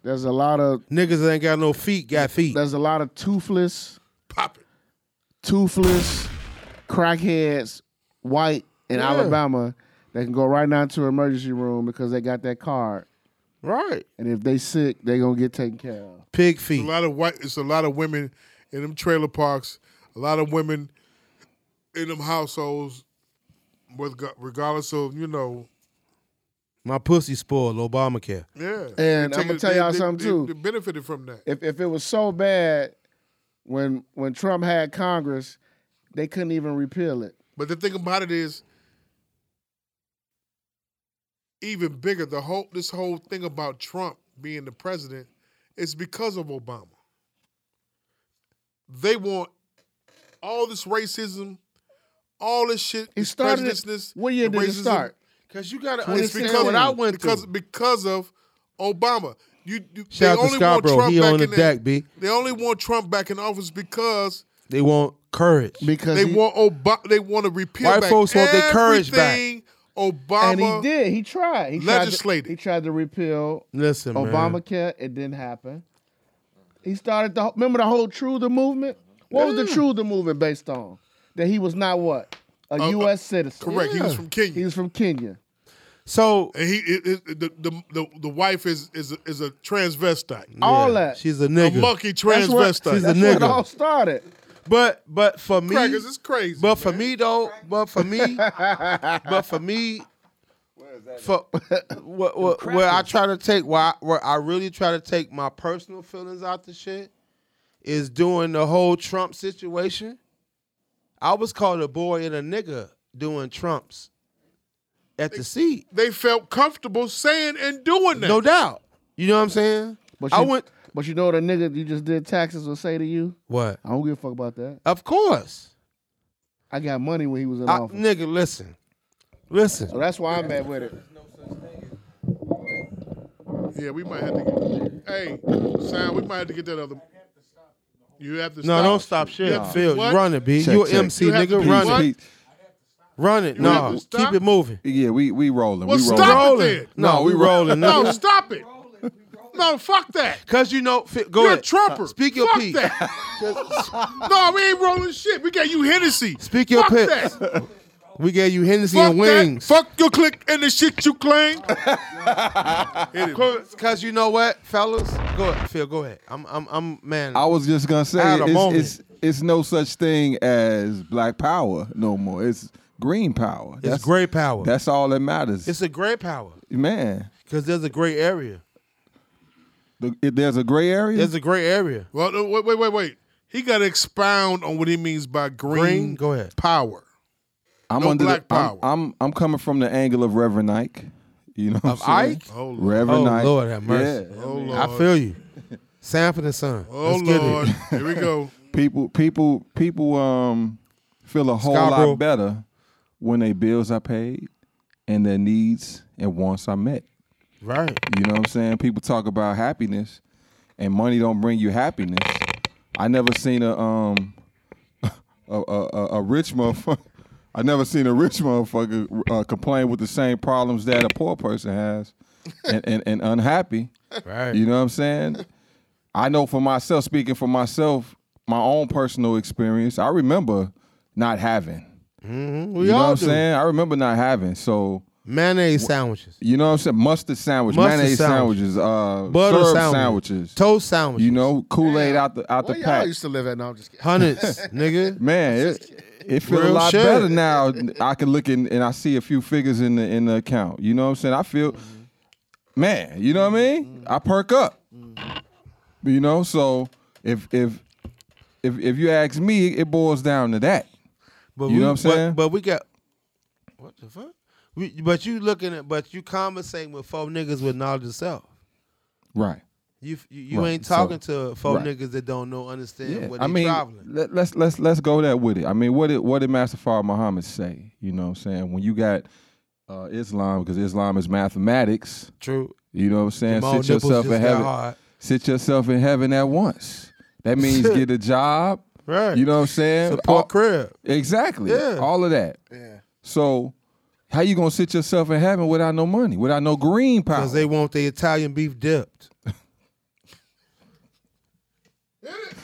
there's a lot of
Niggas that ain't got no feet. Got feet.
there's a lot of toothless, toothless, crackheads, white in
Yeah.
Alabama that can go right now to an emergency room because they got that card,
Right.
and if they sick, they gonna get taken care of.
Pig
A
feet.
lot of white. It's a lot of women in them trailer parks. A lot of women in them households, with regardless of you know.
My pussy spoiled. Obamacare.
Yeah,
And
They
I'ma
take-
tell
they-
y'all
they-
something,
they-
too.
They benefited from that.
If if it was so bad when when Trump had Congress, they couldn't even repeal it.
But the thing about it is, even bigger, the whole this whole thing about Trump being the president is because of Obama. They want all this racism, all this shit,
It
this
started.
prejudiceness.
what year
and
did it
racism.
start?
Cause you gotta
It's
understand
because
what I went
because
through.
because of Obama. You, you
Shout
they
out to
only want
Scarborough.
Trump
He
back
on the
in
deck, B.
They only want Trump back in office because
They want courage.
Because
they
he-
want Obama. They want to repeal.
White
back
folks want their courage back.
everything Obama.
and he did. He tried. He tried to-
legislated.
he tried to repeal
Listen,
Oh,
man.
Obamacare, it didn't happen. He started the remember the whole Truther movement. What was the Truther movement based on? That he was not what a U.S. citizen.
Uh, Correct. He was from Kenya,
He was from Kenya.
So
and he it, it- the, the the the wife is is a, is a transvestite,
All that.
she's a
a
nigga.
monkey
that's where,
transvestite.
She's a
that's where it
nigga.
all started.
But but for me,
Crackers, it's crazy.
but for me though, but for me, but for me, for where, where, where I try to take why where I really try to take my personal feelings out the shit is doing the whole Trump situation. I was called a boy and a nigga doing Trumps at the seat,
they felt comfortable saying and doing that.
no doubt. You know what I'm saying?
But you,
I went
But you know what a nigga you just did taxes will say to you?
what?
I don't give a fuck about that.
Of course,
I got money when he was in
I,
office.
nigga. Listen, listen.
so that's why I'm mad with it.
yeah, we might have to. Get, hey, Sam, we might have to get that other. You have to.
No,
stop.
don't stop shit.
You have to-
Phil,
what?
run it, B. you a
check.
MC,
You have to
nigga.
be
Run
what?
it. Run it.
You have
No,
to stop?
keep it moving.
Yeah, we we rolling.
Well,
we rolling.
stop
Rolling.
it then.
No, we rolling.
No,
nigga.
stop it. No, fuck that.
Cause you know, Phil, go
You're a
ahead.
trumper.
Speak your
Fuck
piece.
that. no, we ain't rolling shit. We got you Hennessy.
Speak your
Fuck
piss.
that.
We gave you Hennessy
Fuck
and
that.
wings.
Fuck your click and the shit you claim. Hit it.
Cause, 'cause you know what, fellas. Go ahead, Phil. Go ahead. I'm, I'm, I'm, man.
I was just gonna say
At a
it's,
moment.
it's it's no such thing as black power no more. It's green power.
it's great power.
That's all that matters.
It's a great power.
Man,
Cause there's a gray area.
the, if there's a gray area.
There's a gray area.
Well, no, wait, wait, wait, wait. He got to expound on what he means by green,
Green, go ahead.
power.
I'm
no
under
black
the,
power.
I'm, I'm I'm coming from the angle of Reverend Ike. You know, what
Of
I'm saying?
Ike?
Oh, Lord.
Reverend
Oh,
Ike.
Lord have mercy.
Yeah.
Oh, Lord.
I feel you. Sanford and Son.
Oh,
Let's get it.
Lord. Here we go.
people people people um feel a whole
Scarborough.
lot better when their bills are paid and their needs and wants are met.
Right.
You know what I'm saying? People talk about happiness and money don't bring you happiness. I never seen a um a a, a, a rich motherfucker I never seen a rich motherfucker uh, complain with the same problems that a poor person has and, and, and unhappy.
Right.
You know what I'm saying? I know for myself, speaking for myself, my own personal experience, I remember not having.
we
You know
all
what I'm
do.
saying? I remember not having. So,
Mayonnaise sandwiches.
you know what I'm saying? Mustard sandwich,
Mustard
mayonnaise
sandwiches.
sandwiches, uh,
Butter
syrup
sandwich.
sandwiches.
Toast sandwiches.
You know, Kool Aid out the out
Where
the
y'all
pack.
used to live at? No, I'm just kidding.
Hundreds, nigga.
Man, it, it feels a
Real
lot
shit.
better now. I can look in and I see a few figures in the in the account. You know what I'm saying? I feel,
Mm-hmm.
man. You know what I mean? I perk up.
Mm-hmm.
You know, so if if if if you ask me, it boils down to that.
But
You
we,
know what I'm saying?
But, but we got what the fuck? We, but you looking at but you conversating with four niggas with knowledge of self.
Right.
You f- you, you
Right,
ain't
so-
talking to folk
right.
niggas that don't know understand
Yeah,
what
I
they
mean,
traveling.
Let, let's let's let's go that with it. I mean, what did what did Master Far Muhammad say? You know, what I'm saying when you got uh, Islam because Islam is mathematics.
True.
You know what I'm saying?
Jamal
sit
nipples
yourself
just
in
that
heaven.
hard.
Sit yourself in heaven at once. That means get a job.
Right.
You know what I'm saying?
Support crib.
Exactly.
Yeah.
All of that.
Yeah.
So how you gonna sit yourself in heaven without no money, without no green power?
Because they want the Italian beef dipped.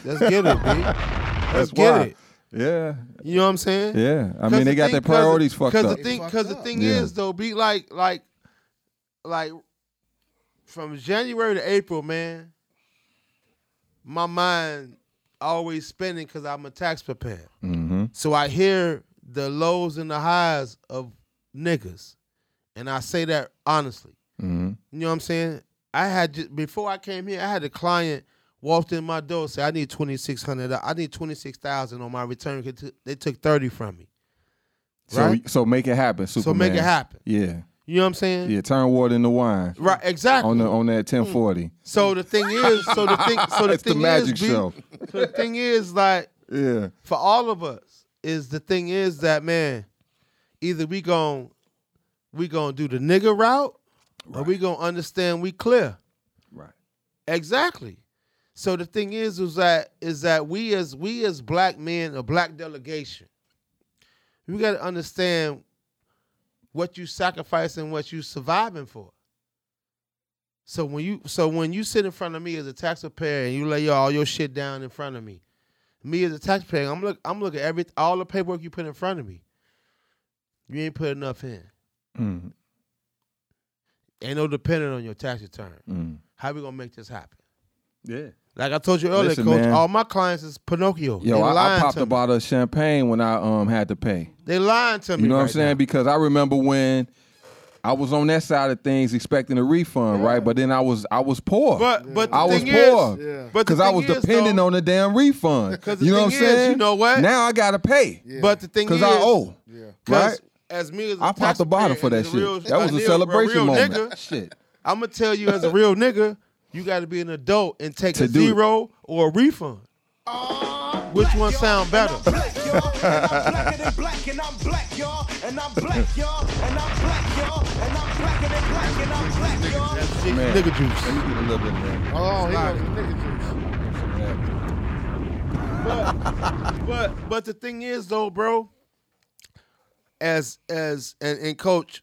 Let's get it, B. Let's
That's
get
why.
it.
Yeah.
You know what I'm saying?
Yeah. I
'Cause
mean,
the
they got
thing-
their
'cause the-
priorities fucked
cause
up.
The thing, Because the thing
Yeah.
is, though, be like, like, like, from January to April, man, my mind always spinning because I'm a tax preparer.
Mm-hmm.
So I hear the lows and the highs of niggas, and I say that honestly.
Mm-hmm.
You know what I'm saying? I had ju- before I came here, I had a client walked in my door say, "I need twenty six hundred. I need twenty six thousand on my return. 'cause t- They took thirty from me.
So
Right?
so make it happen, Superman.
make it happen.
Yeah.
You know what I'm saying?
Yeah. Turn water into wine.
Right? Mm. Exactly.
On the on that 1040.
so the thing is, so the thing, so the
It's the
thing
magic
is, B,
show.
so the thing is, like
Yeah.
for all of us, is the thing is that man, either we gon' we gonna do the nigga route, or we gonna understand we clear.
Right.
Exactly. So the thing is, is that is that we as we as black men, a black delegation, we got to understand what you sacrificing, what you surviving for. So when you so when you sit in front of me as a taxpayer and you lay your- all your shit down in front of me, me as a taxpayer, I'm look I'm looking at every all the paperwork you put in front of me. You ain't put enough in.
Mm.
Ain't no dependent on your tax return.
Mm.
How we gonna make this happen?
Yeah.
Like I told you earlier,
Listen,
coach,
man.
all my clients is Pinocchio.
Yo,
they
I, I
lying
popped
to
a
me.
bottle of champagne when I um had to pay.
They lying to me.
You know what I'm
right
saying? Because I remember when I was on that side of things expecting a refund, right? But then I was I was poor.
But- but the
I was
thing is-
poor.
Yeah. but the
Because I
thing
was
is,
depending
though-
on the damn refund.
'Cause the
You know what I'm
thing is, you
saying?
know what?
Now I gotta pay.
now. But the thing is,
Because I owe. Right?
'cause As me as a
I popped a bottle for that
taxpayer
shit.
and as a
that was
real-
a celebration
real
moment.
nigga,
Shit.
I'm gonna tell you, as a real nigga, you got to be an adult and take
To
a
do it.
zero or a refund. Which one sound better?
black and I'm black, y'all, and I'm black, y'all, and I'm black, y'all, and I'm blacker than black, and I'm black, y'all.
Man,
Nigga juice.
Let me get a little bit of
Oh,
that.
he goes nigga juice.
Oh. But but the thing is though, bro, as as and, and coach,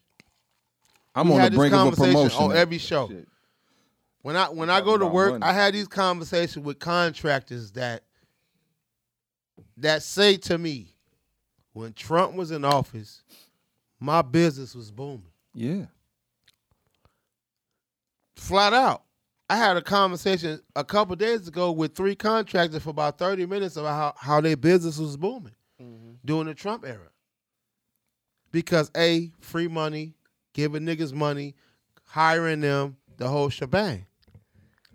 I'm
we
on
had
the
this
brink of a
conversation
promotion.
on every show.
Shit.
When I when I go to
about
work,
money.
I had these conversations with contractors that that say to me, when Trump was in office, my business was booming.
Yeah.
Flat out. I had a conversation a couple days ago with three contractors for about 30 minutes about how, how their business was booming
Mm-hmm.
during the Trump era. Because A, free money, giving niggas money, hiring them, the whole shebang.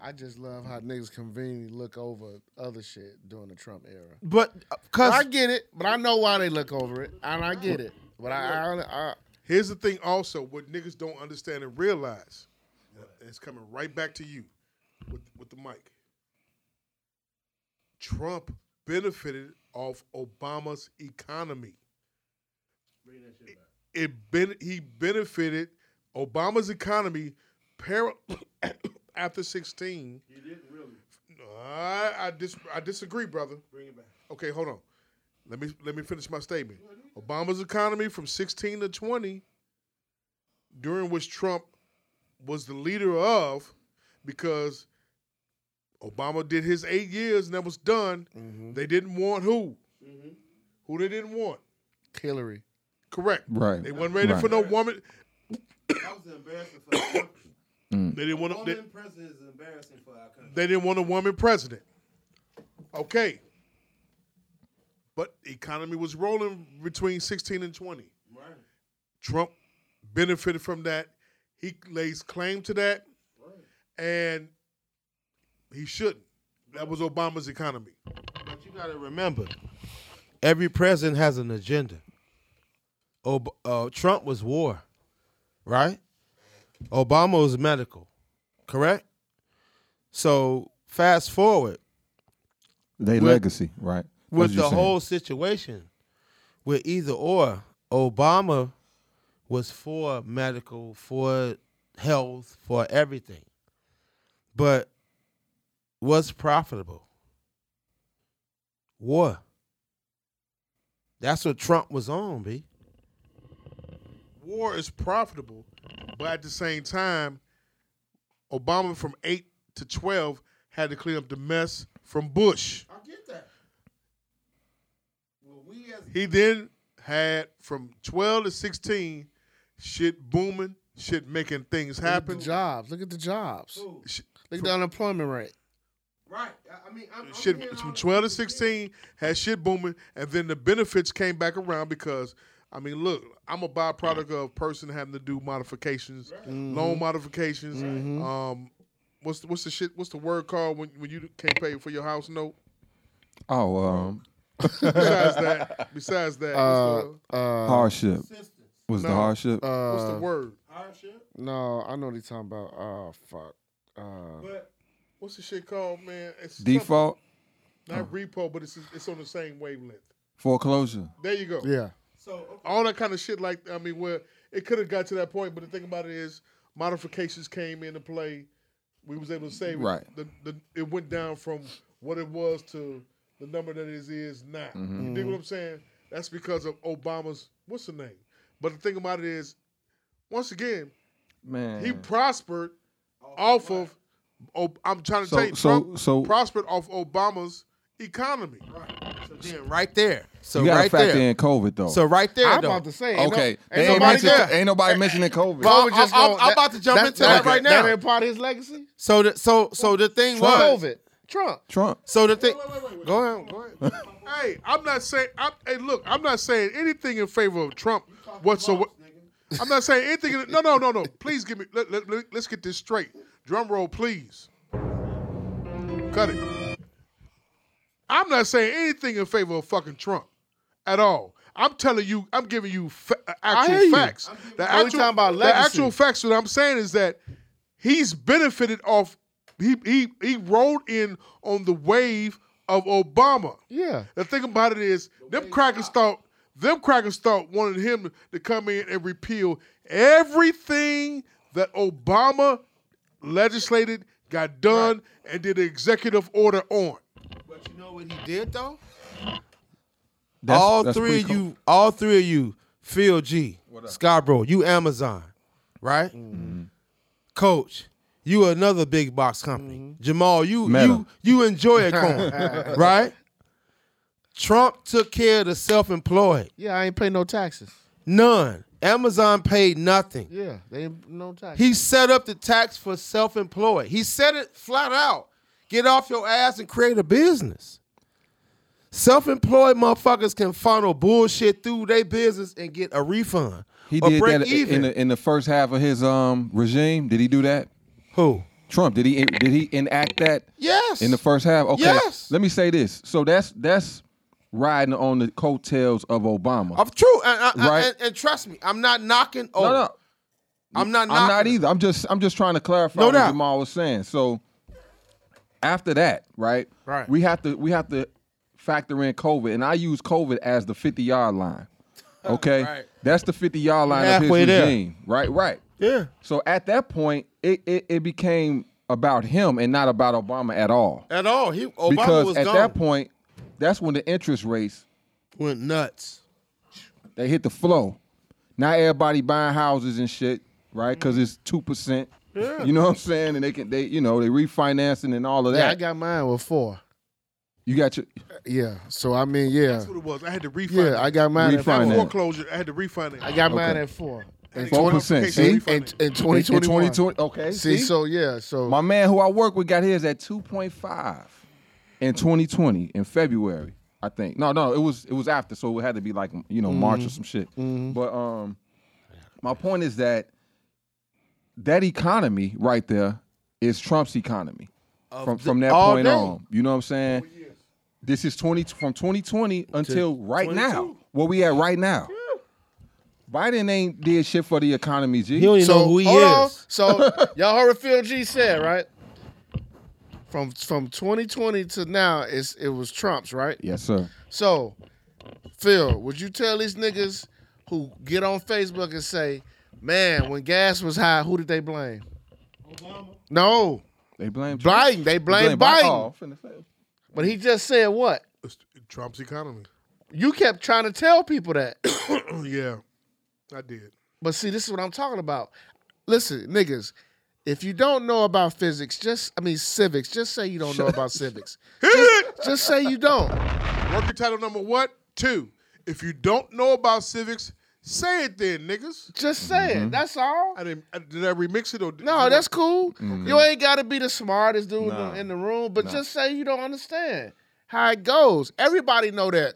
I just love how niggas conveniently look over other shit during the Trump era.
But uh, cause
I get it, but I know why they look over it, and I get it. But I, I, I
Here's the thing also, what niggas don't understand and realize, and it's coming right back to you with, with the mic. Trump benefited off Obama's economy. It, it ben, he benefited Obama's economy par- after 16. He didn't really. I, I, dis, I disagree, brother. Bring it back. Okay, hold on. Let me let me finish my statement. Obama's economy from 16 to 20, during which Trump was the leader of, because Obama did his eight years and that was done. They didn't want who? Who they didn't want?
Hillary.
Correct.
Right.
They weren't ready
Right.
for no woman.
That was embarrassing for our country.
Mm.
They didn't want. They,
president is embarrassing for our country.
they didn't want a woman president. Okay. But the economy was rolling between 16 and 20. Trump benefited from that. He lays claim to that, and he shouldn't. That was Obama's economy.
But you gotta remember, every president has an agenda. Ob- uh, Trump was war, right? Obama was medical, correct? So fast forward
They
With-
legacy, right? That's what
with
you
the
saying.
whole situation, with either or, Obama was for medical, for health, for everything, but was profitable. War. That's what Trump was on, B.
war is profitable, but at the same time, Obama from eight to twelve had to clean up the mess from Bush. I get that. he then had from twelve to sixteen, shit booming, shit making things
Look at the
happen.
jobs. Look at the jobs. Look at the unemployment rate.
Right. I mean, I'm,
shit from 12 to 16 had shit booming and then the benefits came back around because i mean look i'm a byproduct of person having to do modifications loan
Mhm.
Mm-hmm.
modifications um what's the, what's the shit what's the word called when, when you can't pay for your house note
Oh, um,
besides that besides that
Uh,
what's the-
hardship. Was the hardship?
what's the word
No, I know what he's talking about. Oh fuck. Uh,
What- what's the shit called man it's something-
Default
not repo but it's it's on the same wavelength
foreclosure.
There you go.
Yeah.
So all that kind of shit, like I mean, where it could have got to that point, but the thing about it is, modifications came into play. We was able to save it.
Right.
The, the, it went down from what it was to the number that it is now.
Mhm.
You dig what I'm saying? That's because of Obama's what's the name? But the thing about it is, once again,
Man.
he prospered off of. Ob- I'm trying to
So-
tell you,
so-
Trump
so-
prospered off Obama's economy. Right. So then,
right there. So
you gotta
right
factor
there.
in COVID though.
So right there,
I'm
though.
about to say, ain't no-
Okay.
ain't
They ain't,
nobody
mentioning-
there.
ain't nobody mentioning COVID.
Well,
COVID just
I'm-
gonna-
I'm about to jump
that-
into that right now.
That ain't part of his legacy.
So the so so the thing was
COVID. Trump.
Trump.
So the thing. Go ahead. Go ahead.
Hey, I'm not saying. I'm, hey, look, I'm not saying anything in favor of Trump whatsoever. I'm not saying anything. in- No, no, no, no. Please give me. Let, let, let, us get this straight. Drum roll, please. Cut it. I'm not saying anything in favor of fucking Trump at all. I'm telling you. I'm giving you fa- uh,
hear
actual
you.
facts.
I'm giving
The
you- Are we
actual,
talking about
the
legacy?
actual facts. What I'm saying is that he's benefited off. He he he rolled in on the wave of Obama.
Yeah.
The thing about it is, them crackers thought them crackers thought wanted him to come in and repeal everything that Obama legislated, got done, and did an executive order on.
But you know what he did though?
That's-
all
that's pretty
three of
cool.
you, all three of you, Phil G, Scarborough, you Amazon, right?
Mm-hmm.
Coach, you another big box company.
Mm-hmm.
Jamal, you
Meta.
you you enjoy it, Cohen, right? Trump took care of the self-employed,
Yeah, I ain't pay no taxes.
none. Amazon paid nothing.
Yeah, they ain't no taxes.
He set up the tax for self-employed. He said it flat out. Get off your ass and create a business. Self-employed motherfuckers can funnel bullshit through their business and get a refund.
He
or
did
break
that
even.
in the, in the first half of his um regime. Did he do that?
Who?
Trump. Did he did he enact that?
Yes.
In the first half. Okay.
Yes.
Let me say this. So that's that's riding on the coattails of Obama.
Of true. And, and- and-
Right.
and, and trust me, I'm not knocking over.
no.
I'm Oh, not knocking.
I'm not either. I'm just I'm just trying to clarify
No
what
doubt.
Jamal was saying. So after that, right?
Right.
We have to we have to factor in COVID, and I use COVID as the 50 yard line. Okay,
Right.
that's the 50 yard line of
Halfway
his
there.
regime. Right, right.
Yeah.
So at that point, it, it it became about him and not about Obama at all.
At all. He, Obama
because
was
at
gone.
that point, that's when the interest rates
went nuts.
They hit the flow. Now everybody buying houses and shit, right? Because it's two percent.
Yeah.
You know what I'm saying? And they can they you know they refinancing and all of
yeah, I
that.
got mine with four.
you got your
Yeah. So I mean, yeah.
That's what it was. I had to refinance.
Yeah, I got mine at
Refinance.
four.
Foreclosure. I had to refinance.
I got mine at four. In
Four
20
percent,
in-
see?
In, in 2021.
In 2020 okay,
See,
see?
so yeah, so
my man who I work with got his at two point five in 2020 in February, I think. No, no, it was it was after, so it had to be like you know March or
Mhm.
some shit. But um, my point is that that economy right there is Trump's economy
Of
from
the-
from that
all
point
day.
on. You know what I'm saying? This is 20 from 2020 until right now.
22.
Where we at right now? Biden ain't did shit for the economy, G.
He don't even know who he
hold on. So y'all heard what Phil G said, right? from from 2020 to now, it's it was Trump's, right?
Yes, sir.
So, Phil, would you tell these niggas who get on Facebook and say, "Man, when gas was high, who did they blame?" Obama. No,
they blame
Biden. They blame, Biden.
Biden.
But he just said what?
Trump's economy.
You kept trying to tell people that.
yeah, I did.
But see, this is what I'm talking about. Listen, niggas, if you don't know about physics, just I mean civics, just say you don't know about civics. Just, just say you don't.
Worker title number what? Two. If you don't know about civics, say it then, niggas.
Just say
Mm-hmm.
it. That's all.
I didn't. I- Did I remix it or? did-
No, that's cool.
Mhm.
You ain't got to be the smartest dude in the-
Nah.
in the room, but
Nah.
just say you don't understand how it goes. Everybody know that.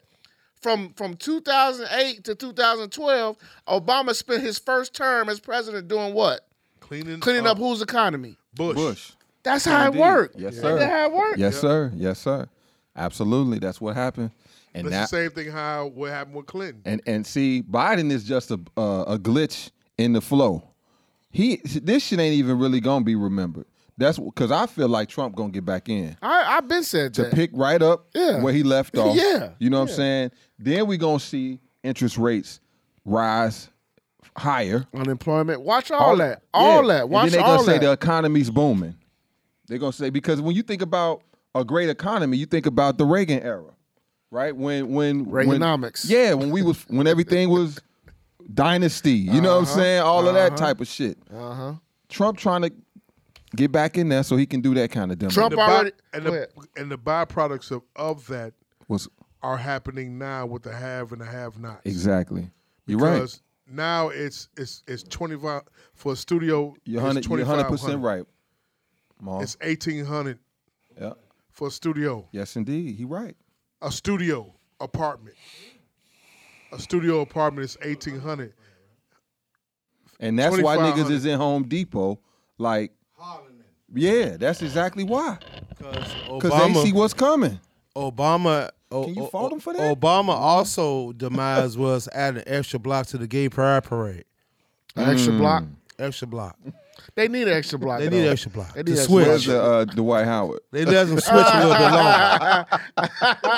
From from 2008 to 2012, Obama spent his first term as president doing what?
Cleaning
Cleaning up, whose economy?
Bush.
Bush.
That's how it
Indeed.
worked.
Yes,
Ain't
sir.
that how it worked?
Yes, sir. Yes, sir. Absolutely. That's what happened. And
That's
now,
the same thing. How what happened with Clinton?
and and see, Biden is just a uh, a glitch in the flow. He this shit ain't even really gonna be remembered. That's because I feel like Trump gonna get back in.
I, I've been said
to
that.
pick right up
Yeah.
where he left off.
Yeah.
You know what
Yeah.
I'm saying? Then we going to see interest rates rise higher.
Unemployment. Watch all, that. All
yeah.
that. Watch
and then they
all
gonna
that.
say the economy's booming. They're going to say, because when you think about a great economy, you think about the Reagan era, right? When, when,
Reaganomics.
When, yeah. When we was, when everything was dynasty, you know what I'm
Uh-huh.
saying? All of that
Uh-huh.
type of shit.
uh-huh.
Trump trying to get back in there so he can do that kind of demo.
And
Trump
the by-
already-
and
go
the, and the byproducts of, of that
was
are happening now with the have and the have not.
exactly. You're right.
Because now it's it's it's twenty five for a studio.
You're
it's
100 you're 100%
2500.
right. Ma.
It's eighteen hundred
Yeah.
for a studio.
Yes, indeed. He right.
A studio apartment. A studio apartment is eighteen hundred.
And that's why niggas
2500.
is in Home Depot, like, yeah, that's exactly why. Because they
Obama-
see what's coming.
Obama. O-
Can you
O-
fault him for that?
Obama also demise was adding extra block to the gay pride parade.
An extra Mm. block?
Extra block.
They need an extra block.
They need
though.
an extra block.
They
To
need an
switch.
extra
Where's the uh, Dwight Howard?
They let them switch a little bit longer.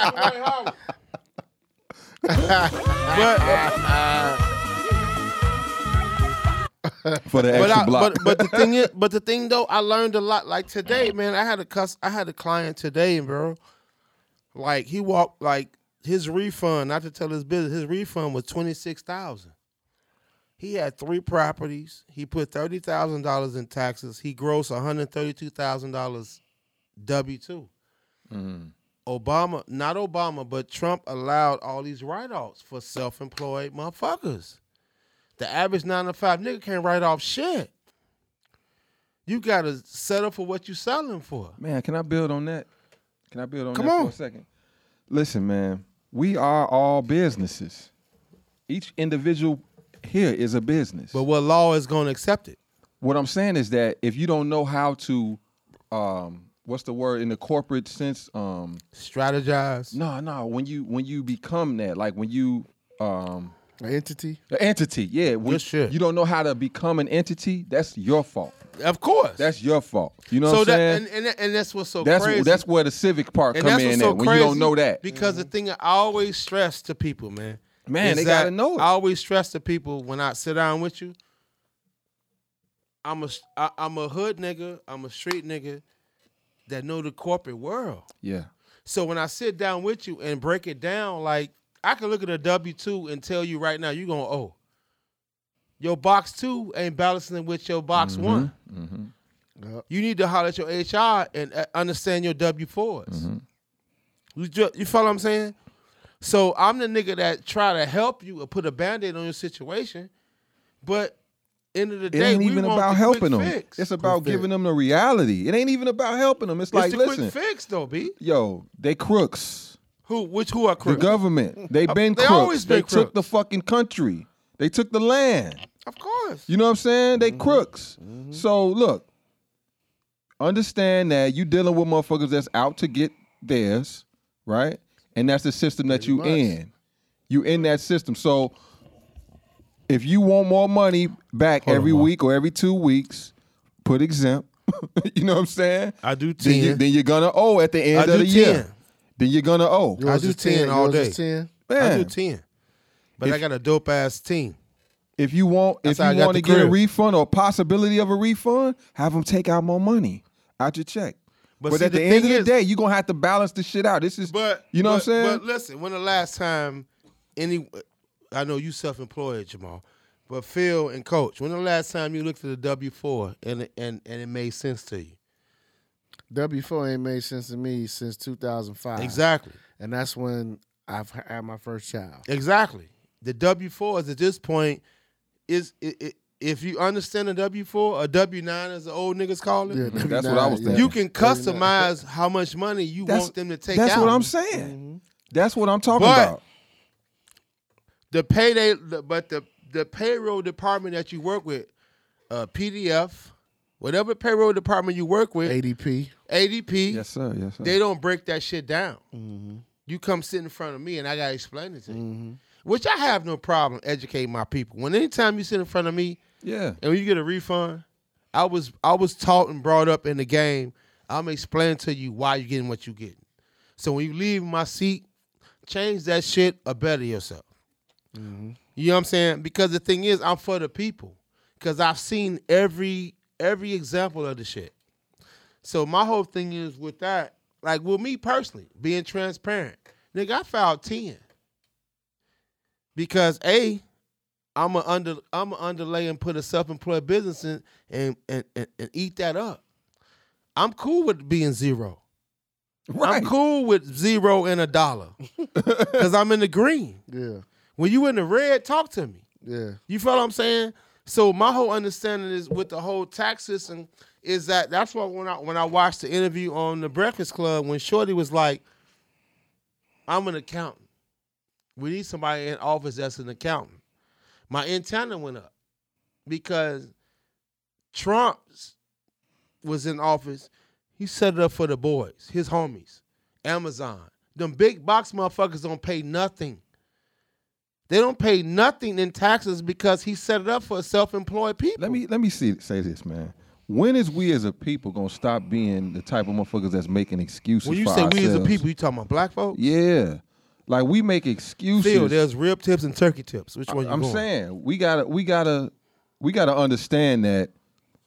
For the
but,
extra
I-
block.
but but the thing is, but the thing though, I learned a lot. Like today, man, I had a cuss, I had a client today, bro. Like he walked, like his refund, not to tell his business, his refund was twenty six thousand. He had three properties. He put thirty thousand dollars in taxes. He grossed one hundred thirty two thousand dollars W two. Obama, not Obama, but Trump allowed all these write offs for self employed motherfuckers. The average nine to five nigga can't write off shit. You gotta settle for what you selling for.
Man, can I build on that? Can I build on
Come
that
on.
for a second? Listen, man, we are all businesses. Each individual here is a business. But
what law is going to accept it?
What I'm saying is that if you don't know how to, um, what's the word in the corporate sense? Um,
Strategize.
No, no. When you when you become that, like when you um,
an entity,
an entity, yeah. When You don't know how to become an entity. That's your fault.
Of course.
That's your fault. You know
so
what I'm
that
saying?
and, and and that's what's so
that's
crazy.
that's where the civic part come in. at, when you don't know that,
Because the thing I always stress to people, man.
Man,
is
they gotta
that
know it.
I always stress to people when I sit down with you. I'm a I, I'm a hood nigga. I'm a street nigga that know the corporate world.
yeah.
So when I sit down with you and break it down, like I can look at a W two and tell you right now, you're gonna owe. Your box two ain't balancing with your box one.
Mm-hmm.
You need to holler at your HR and uh, understand your W 4s
Mm-hmm.
You ju- you follow what I'm saying? So I'm the nigga that try to help you or put a band-aid on your situation, but end of the
It
day,
ain't
we
even
want
about
the quick
helping them.
Fix.
It's about
Quick
giving
fix.
them the reality. It ain't even about helping them. It's, like,
it's the
listen,
quick fix though, b.
yo, they crooks.
Who which who are crooks? Uh,
The government. They've been
They
crooks.
always been
they took the fucking country. They took the land.
Of course.
You know what I'm saying?
Mm-hmm.
They crooks. So look, understand that you dealing with motherfuckers that's out to get theirs, right? And that's the system that you in. You in that system. So if you want more money back every week or every two weeks, put exempt. you know what I'm saying?
I do
Then, you,
10.
then you're gonna owe at the end
I
of
do 10.
the year. Then you're gonna owe.
I do ten, all day. I do
Man.
ten, but I
If-
got a dope ass team.
If you want,
That's
if
how I
you
got
want
the
to get a
crib.
refund or possibility of a refund, have them take out more money out your check.
But
But,
see,
at
the
the, end of
thing
the
is-
day, you're gonna have to balance the shit out. This is,
But
you know
but,
what I'm saying?
But listen, when the last time any, I know you self employed Jamal, but Phil and Coach, when the last time you looked at the W four and it- and and it made sense to you?
W four ain't made sense to me since 2005.
Exactly.
and that's when I've had my first child.
Exactly. The W four is at this point is it. it if you understand a W four, a W nine as the old niggas call it,
Yeah, Mm-hmm. That's W9, what I was yeah. thinking.
You can
W9.
customize how much money you
That's-
want them to take
That's
out. Mm-hmm.
what I'm saying. That's what I'm talking
But-
about.
the payday, the, but the the payroll department that you work with, uh, PDF, whatever payroll department you work with,
ADP,
ADP,
Yes, sir. Mm-hmm. Yes, sir.
they don't break that shit down. You come sit in front of me and I gotta explain it to you,
Mm-hmm.
which I have no problem educating my people. When anytime you sit in front of me,
yeah,
and when you get a refund, I was I was taught and brought up in the game. I'm explaining to you why you're getting what you getting. So when you leave my seat, change that shit or better yourself. You know what I'm saying? Because the thing is, I'm for the people. Because I've seen every every example of the shit. So my whole thing is with that, like with me personally, being transparent. Nigga, I filed 10. Because A, I'm a under I'm a underlay and put a self-employed business in and and, and, and eat that up. I'm cool with being zero. I'm cool with zero and a dollar. Cause I'm in the green.
Yeah,
When you in the red, talk to me.
yeah.
You feel what I'm saying? So my whole understanding is with the whole tax system is that that's why when I when I watched the interview on the Breakfast Club when Shorty was like, "I'm an accountant. We need somebody in office that's an accountant." My antenna went up because Trump was in office. He set it up for the boys, his homies, Amazon. Them big box motherfuckers don't pay nothing. They don't pay nothing in taxes because he set it up for self-employed people.
Let me let me see say this, man. When is we as a people gonna stop being the type of motherfuckers that's making excuses?
When you
for
say we as a
ourselves?
people, you talking about black folks?
yeah, like we make excuses.
Phil, there's rib tips and turkey tips. Which one you
I'm
going?
saying we gotta we gotta we gotta understand that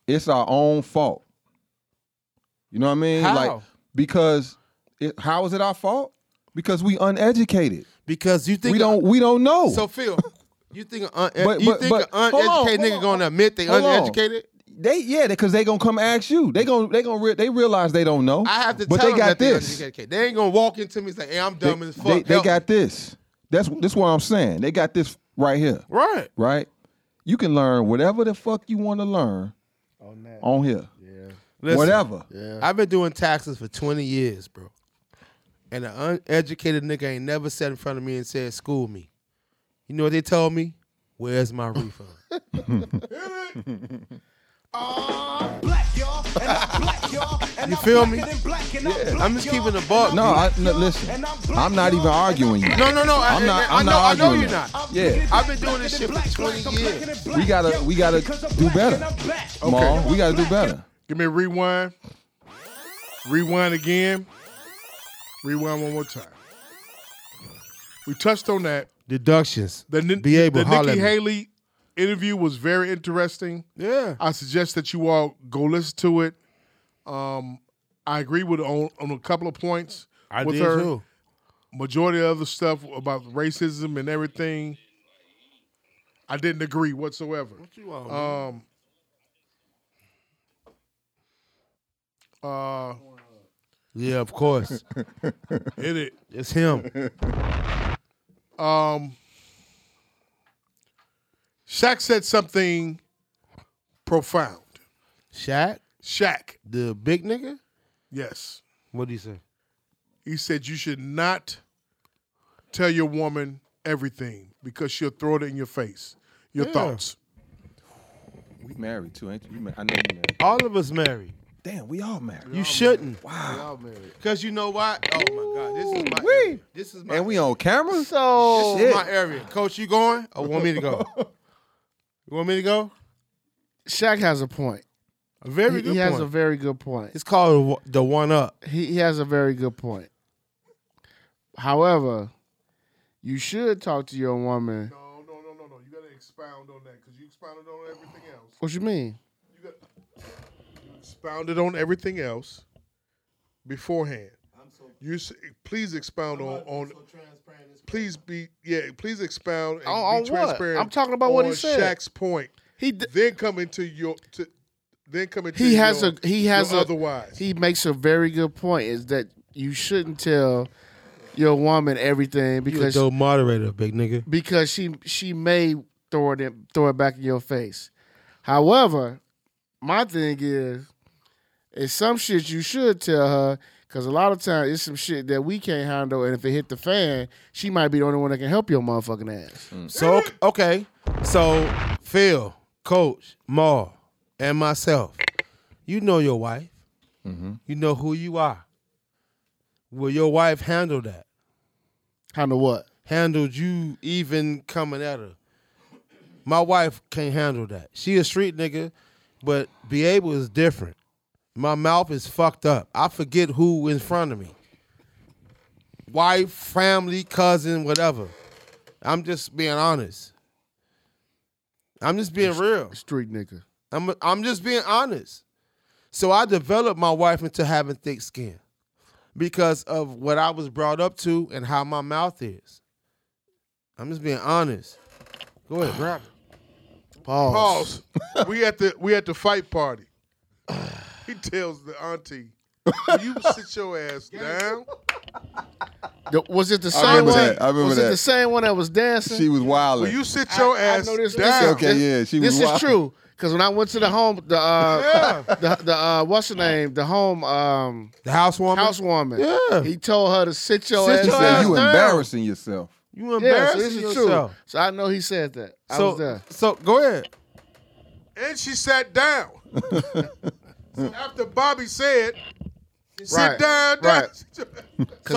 it's our own fault. You know what I mean?
How?
Like because it, how is it our fault? Because we uneducated.
Because you think
we don't we don't know.
So Phil, you think an un-
But-
you
but-
think
but-
an
hold on,
uneducated
hold
nigga
on,
gonna admit they
hold on.
uneducated?
They yeah, because they gonna come ask you. They gonna they gonna re- they realize they don't know.
I have to
but
tell
they
them
got
that they
this.
uneducated. They ain't gonna walk into me and say, "Hey, I'm dumb as fuck."
They, they
Help me."
got this. That's this what I'm saying. They got this right here.
right.
Right? You can learn whatever the fuck you want to learn on, here.
Listen,
whatever.
I've been doing taxes for 20 years, bro. And an uneducated nigga ain't never sat in front of me and said, school me. You know what they told me? Where's my refund? you feel me? I'm just keeping the buck.
No, I, no, listen. I'm not even arguing you.
No, no, no. I,
I'm not.
I,
I'm
know,
not
I know
arguing
you're
you.
not.
Yeah.
I've been doing this shit for 20 years.
We gotta. We gotta do better. Okay. we gotta do better.
Give me a rewind. Rewind again. Rewind one more time. We touched on that.
Deductions.
The, Nin-
Be able
the
to holler at
Nikki
me.
Haley interview was very interesting.
Yeah.
I suggest that you all go listen to it. Um, I agree with on, on a couple of points
I
with
did
her.
too.
Majority of the stuff about racism and everything, I didn't agree whatsoever.
you all,
Um, uh,
Yeah, of course.
hit uh, it.
It's him.
Um, Shaq said something profound.
Shaq,
Shaq,
the big nigga.
yes.
What do you say?
He said you should not tell your woman everything because she'll throw it in your face. Your
Yeah.
thoughts.
We married too, ain't you? you? ma- I know you married.
All of us married.
Damn, we all married.
You shouldn't.
Wow.
Cause you know why? Oh my God, this is my
Woo-wee.
area. This is my
And we on camera.
So
this is my area. Coach, you going? Oh, Or want me to go? You want me to go?
Shaq has a point.
A very
he,
good
He has
point.
a very good point.
It's called the one up.
He, he has a very good point. However, you should talk to your woman. What you mean?
expounded on everything else beforehand. You s- please expound on on. Please be yeah. Please expound and
Oh,
On- on
be
what?
transparent.
I'm talking about what he
on
said.
Shaq's point.
He
then coming to your to then coming. To
He has
your-
a he has a
your otherwise.
He makes a very good point. Is that you shouldn't tell your woman everything
You a
because
dope moderator, big nigga.
because she she may throw it in, throw it back in your face. However, my thing is, it's some shit you should tell her because a lot of times it's some shit that we can't handle, and if it hit the fan, she might be the only one that can help your motherfucking ass.
So okay, so Phil, Coach, Mar, and myself, you know your wife.
Mm-hmm.
You know who you are. Will your wife handle that?
Handle what?
Handled you even coming at her. My wife can't handle that. She a street nigga, but be able is different. My mouth is fucked up. I forget who in front of me. Wife, family, cousin, whatever. I'm just being honest. I'm just being real.
Street nigga.
I'm I'm just being honest. So I developed my wife into having thick skin because of what I was brought up to and how my mouth is. I'm just being honest. Go ahead, grab it.
Pause. we at the we at the fight party. He tells the auntie, "Will "You sit your ass down."
The- was it the
I
same
remember
one?
that. I remember
was it
that.
the same one that was dancing?
She was wilding.
Will you sit
I-
your
I
ass
know this-
down?
this-
Okay, yeah, she was
This
wild.
is true. Cause when I went to the home, the uh, the, the uh, what's her name? The home, um,
the housewoman.
Housewoman.
Yeah.
He told her to sit your
Sit
ass
She
your
down.
said,
ass
you
down.
embarrassing yourself.
You
Yeah, so
embarrassing
this is
yourself.
true. So I know he said that. I
So
was there.
so go ahead.
And she sat down. So after Bobby said, "Sit
Right,
down, down."
right.
So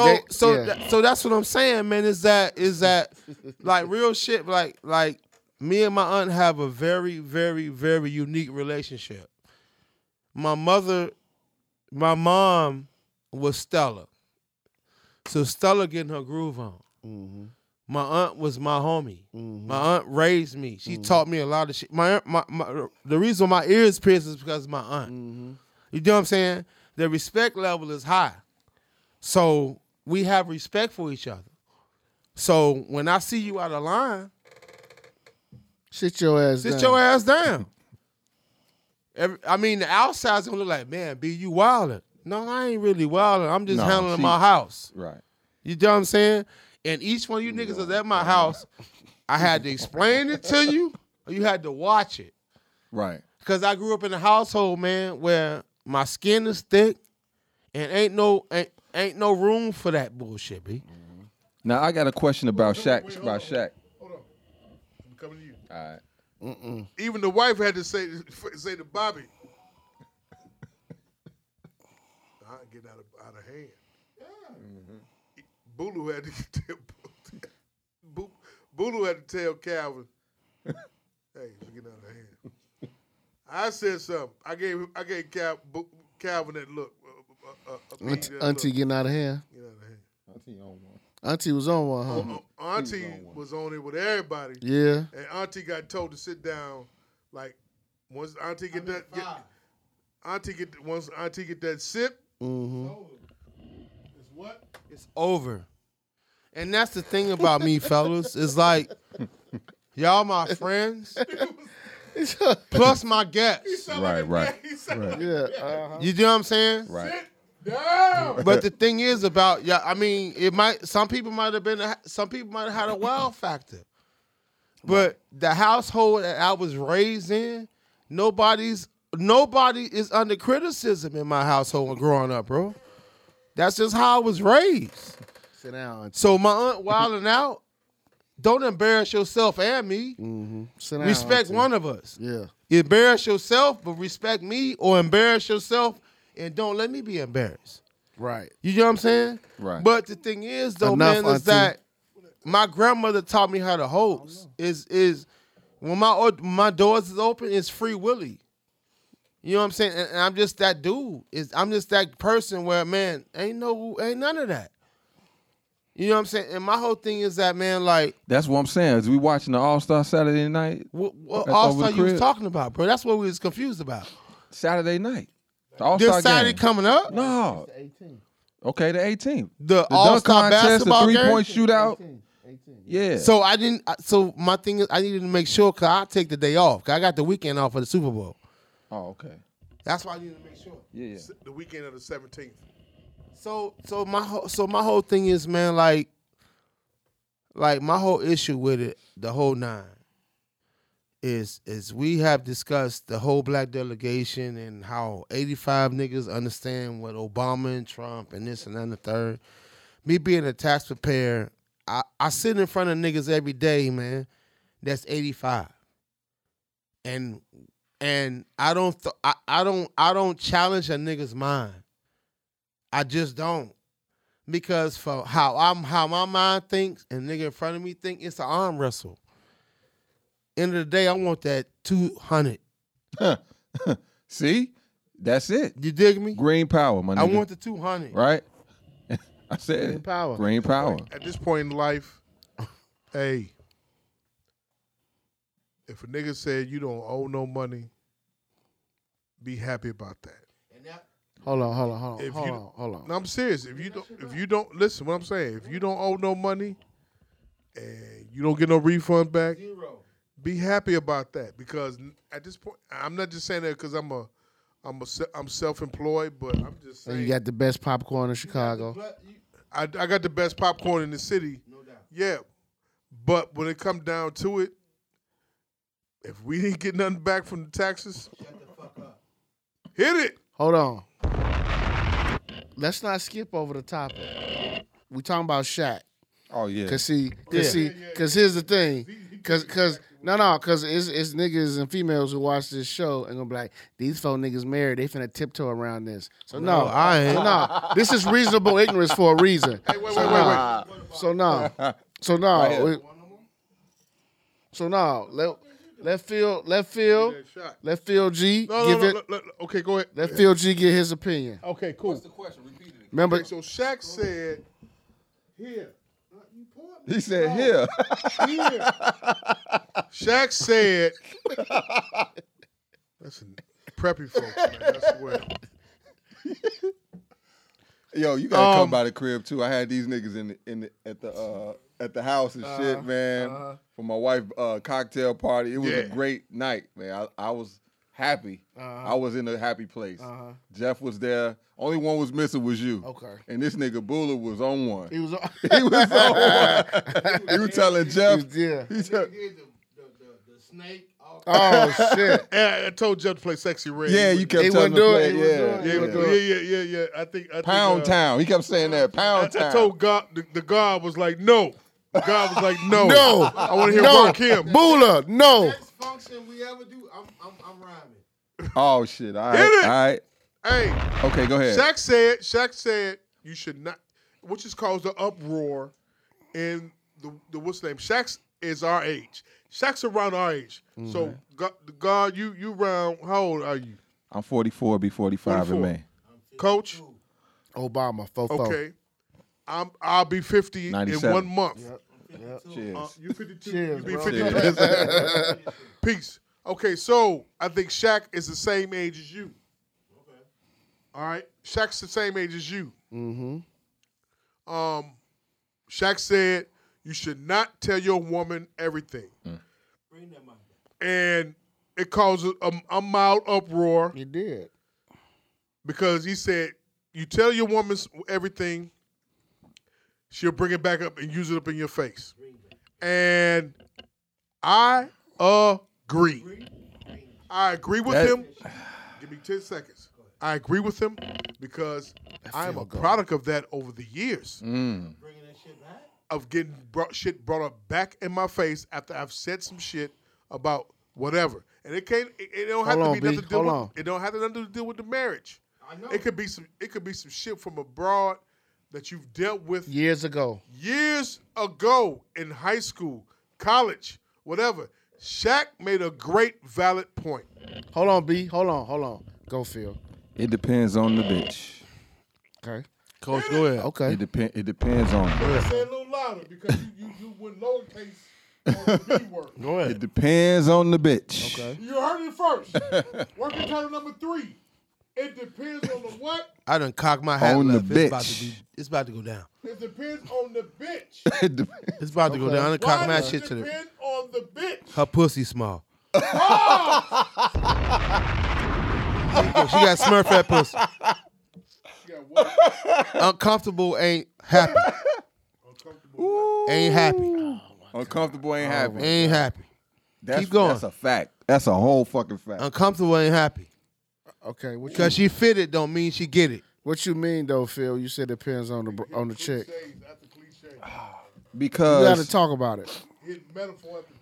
they-
so
yeah.
tha- so that's what I'm saying, man. Is that is that like real shit? Like like me and my aunt have a very very very unique relationship. My mother, my mom was Stella, so Stella getting her groove on.
Mm-hmm.
My aunt was my homie. My aunt raised me.
Mm-hmm.
She taught me a lot of shit. My, my, my the reason my ears pierced is because of my aunt.
Mm-hmm.
You know what I'm saying? The respect level is high. So we have respect for each other. So when I see you out of line,
Sit your ass
sit
down.
your ass down. Every, I mean, the outside's gonna look like, man, be you wildin'. No, I ain't really wildin'. I'm just
No,
handling
she-
my house.
Right.
You know what I'm saying? And each one of you niggas that's at my house, I had to explain it to you, or you had to watch it.
Right.
Cause I grew up in a household, man, where my skin is thick, and ain't no ain't, ain't no room for that bullshit, b.
Now I got a question about Shaq. about Shaq.
I'm coming to you.
All right.
Even the wife had to say say to Bobby, "I ain't getting out of out of hand." Bulu had to tell Bu- Bulu had to tell Calvin, "Hey, we're getting out of hand." I said something. I gave him- I gave Cal, Bu- Calvin that look. uh, uh, uh, uh,
Aunt-
that
auntie
look.
getting out of hand.
Get out of hand. Uh,
Auntie was on one,
Oh.
huh?
Auntie was on it with everybody.
Yeah.
And Auntie got told to sit down. Like once Auntie get that, get, Auntie get once Auntie get that sip.
Mm-hmm.
It's over. And that's the thing about me, fellas. It's like y'all my friends, plus my guests.
Right. Right.
Yeah. Uh-huh.
You know what I'm saying?
Right.
But the thing is about yeah, I mean, it might some people might have been some people might have had a wild factor. But the household that I was raised in, nobody's nobody is under criticism in my household growing up, bro. That's just how I was raised.
Sit down. Auntie.
So my aunt wilding out, don't embarrass yourself and me.
Sit down.
Respect
auntie.
one of us.
Yeah.
Embarrass yourself, but respect me, or embarrass yourself and don't let me be embarrassed.
Right.
You know what I'm saying?
Right.
But the thing is, though,
Enough,
man, is
auntie.
that my grandmother taught me how to host. Is is when my o- my doors is open, it's free willy. You know what I'm saying? And, and I'm just that dude. Is I'm just that person where man, ain't no, ain't none of that. You know what I'm saying? And my whole thing is that man, like
That's what I'm saying. Is we watching the All Star Saturday night?
what, what
Over the
All Star you was
crib.
talking about, bro? That's what we was confused about.
Saturday night. The All
This
Star
Saturday
game.
coming up?
No. Okay, the 18th.
The,
dunk
All-Star basketball
the three point
game?
shootout. Yeah.
So I didn't. I- So my thing is, I needed to make sure because I take the day off. 'cause I got the weekend off for the Super Bowl.
Oh, okay.
That's why I needed to make sure.
Yeah,
The weekend of the 17th.
So so my whole so my whole thing is, man, like, like my whole issue with it, the whole nine, is is we have discussed the whole black delegation and how eighty five niggas understand what Obama and Trump and this and that and the third. Me being a tax preparer, I, I sit in front of niggas every day, man. That's eighty five. And and I don't th- I, I don't I don't challenge a nigga's mind. I just don't. Because for how I'm how my mind thinks and nigga in front of me think it's an arm wrestle. End of the day, I want that two hundred.
See? That's it.
You dig me?
Green power, my nigga.
I want the two hundred.
Right? I said
Green
it.
power.
Green power.
At this point in life, hey, if a nigga said you don't owe no money, be happy about that.
Hold on, hold on, hold on,
If
hold
you-
on, hold on.
No, I'm serious. If you don't, if you don't listen, what I'm saying, if you don't owe no money, and you don't get no refund back, be happy about that because n- at this point, I'm not just saying that because I'm a, I'm a, se- I'm self-employed, but I'm just
And you
saying
got the best popcorn in Chicago.
I, I got the best popcorn in the city. No doubt. Yeah, but when it come down to it, if we didn't get nothing back from the taxes, hit it.
Hold on. Let's not skip over the topic. We talking about Shaq.
Oh yeah.
Cause see, cause
Yeah.
see, cause here's the thing, cause cause no no, cause it's it's niggas and females who watch this show and gonna be like, these four niggas married, they finna tiptoe around this. So no,
No, I ain't.
No, this is reasonable ignorance for a reason.
wait,
so,
wait,
no. so no, so no,
Right here.
We- so no. Let let Phil, let Phil, let Phil G
No,
give
no, no,
it.
no, no, no. Okay, go ahead.
Let Phil G get his opinion.
Okay, cool.
Remember,
Okay, so Shaq said, "Here,
He said here.
Oh.
here." Shaq said, "Listen, preppy folks, man. That's where."
Yo, you gotta
Um,
come by the crib too. I had these niggas in the, in the, at the uh, at the house and
Uh-huh,
shit, man. For my wife uh, cocktail party, it was
Yeah.
a great night, man. I, I was happy.
Uh-huh.
I was in a happy place. Jeff was there. Only one was missing was you.
Okay.
And this nigga Buller was on one.
he was.
He was on one. he was telling Jeff.
was- yeah.
he tell-
Oh shit!
And I told Jeff to play "Sexy Red."
yeah,
He
you kept
He
telling
wouldn't
him.
do it.
play,
He
yeah,
wouldn't do it.
Yeah,
yeah.
he was- yeah, yeah, yeah, yeah. I think I think,
Pound
uh,
Town. He kept saying that. Pound
I,
Town.
I told God, the, the God was like, "No." God was like, "No,
No.
I want to hear
No,
Rakim."
Bula, no.
function we ever do, I'm I'm, I'm rhyming.
Oh shit! All right,
Hit it.
all right.
Hey,
Okay, go ahead.
Shaq said, Shaq said you should not, which has caused an uproar in the, the what's the name? Shaq's is our age. Shaq's around our age. So God, God, you you round. How old are you,
I'm 44, be 45 in
44.
May.
Coach?
Obama, fofo.
Okay, I'm I'll be fifty in
97.
one month.
Cheers.
Uh, you fifty two.
Cheers,
You be
bro.
fifty two. Peace. Okay, so I think Shaq is the same age as you. All right, Shaq's the same age as you.
Mm-hmm.
Um, Shaq said you should not tell your woman everything. And it caused a, a mild uproar
He did.
because he said you tell your woman s- everything, she'll bring it back up and use it up in your face. And I agree. I agree with
That-
him. Give me ten seconds. I agree with him because I am a product of that over the years
Mm.
of getting brought, shit brought up back in my face after I've said some shit about whatever, and it can't. It, it don't have
Hold
to
on,
be
B.
nothing to deal
Hold on.
with. It don't have to nothing to deal with the marriage. I know. It could be some. It could be some shit from abroad that you've dealt with
Years ago.
years ago in high school, college, whatever. Shaq made a great, valid point.
Hold on, B. Hold on, hold on. Go, Phil.
It depends on the bitch.
Okay.
Coach, go ahead.
Okay.
It depend. It depends on.
Say it a little louder because you, you, you went lowercase on the B word.
Go ahead.
It depends on the bitch.
Okay.
You heard it first. Working title number three. It depends on the what?
I done cocked my hat
On the
left. It's about to be. It's about to go down.
It depends on the bitch.
It's about to go down. I done
Why
cocked my
does
shit
it
to the.
depend on the bitch?
Her pussy small.
Oh!
she got Smurf at pussy. Uncomfortable ain't happy. Ain't happy.
Uncomfortable ain't happy.
Ain't happy.
That's,
Keep going.
That's a fact. Oh, That's a whole fucking fact.
Uncomfortable ain't happy.
Okay. What you,
Cause she fit it don't mean she get it.
what you mean though, Phil? You said depends on the br- on the chick. You
because
got to talk about it.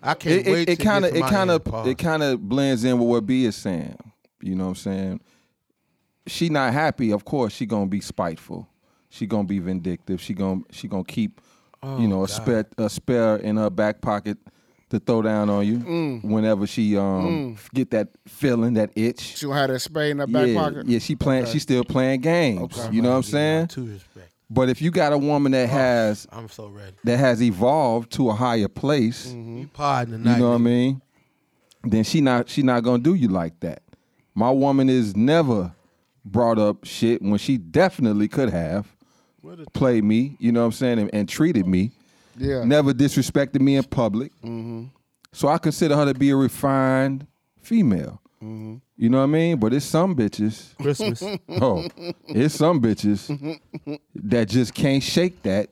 I can't
it, it-
wait. to
It
get
kind of
to
it
my
kind
end, Paul.
of it kind of blends in with what B is saying. You know what I'm saying? She not happy. Of course, she gonna be spiteful. She gonna be vindictive. She gonna she gonna keep
Oh,
you know a spare a spare in her back pocket to throw down on you
Mm.
whenever she um get that feeling that itch.
She gonna have that spade in her back
yeah,
pocket.
yeah. She playing.
Okay.
She still playing games.
Okay.
You know what I'm saying?
Two respect.
But if you got a woman that has
I'm so ready.
that has evolved to a higher place,
Mm.
You pardon the
you
night.
know what I mean? Then she not she not gonna do you like that. My woman is never brought up shit when she definitely could have played me, you know what I'm saying, and, and treated me.
Yeah.
Never disrespected me in public. So I consider her to be a refined female. You know what I mean? But it's some bitches.
Christmas.
Oh, it's some bitches that just can't shake that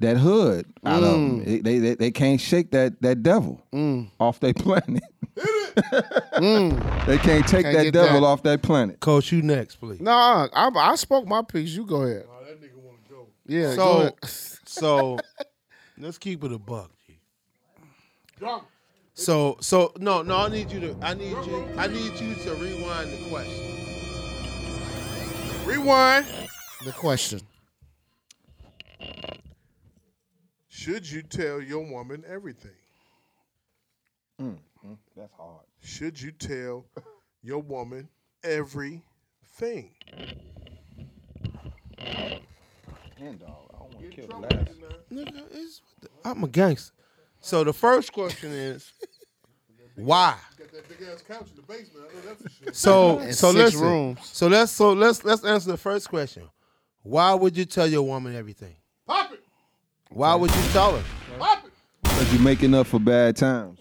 that hood out of 'em.
Mm.
They, they they they can't shake that that devil off their planet. They can't take
Can't
that
get
devil
that.
off that planet.
Coach, you next, please.
Nah, I, I spoke my piece. You go ahead. Yeah. go
So,
ahead.
so let's keep it a buck. G. So, so no, no. I need you to. I need you. I need you to rewind the question.
Rewind.
the question.
Should you tell your woman everything?
Mm,
That's hard.
Should you tell your woman everything?
Nigga, it's- I'm a gangster. So the first question is, why?
That big ass couch in the basement. I know that's for sure.
So,
And
so
six
listen.
rooms.
So let's so let's let's answer the first question. Why would you tell your woman everything?
Pop it.
Why would you tell her?
Pop it.
Cause you're making up for bad times.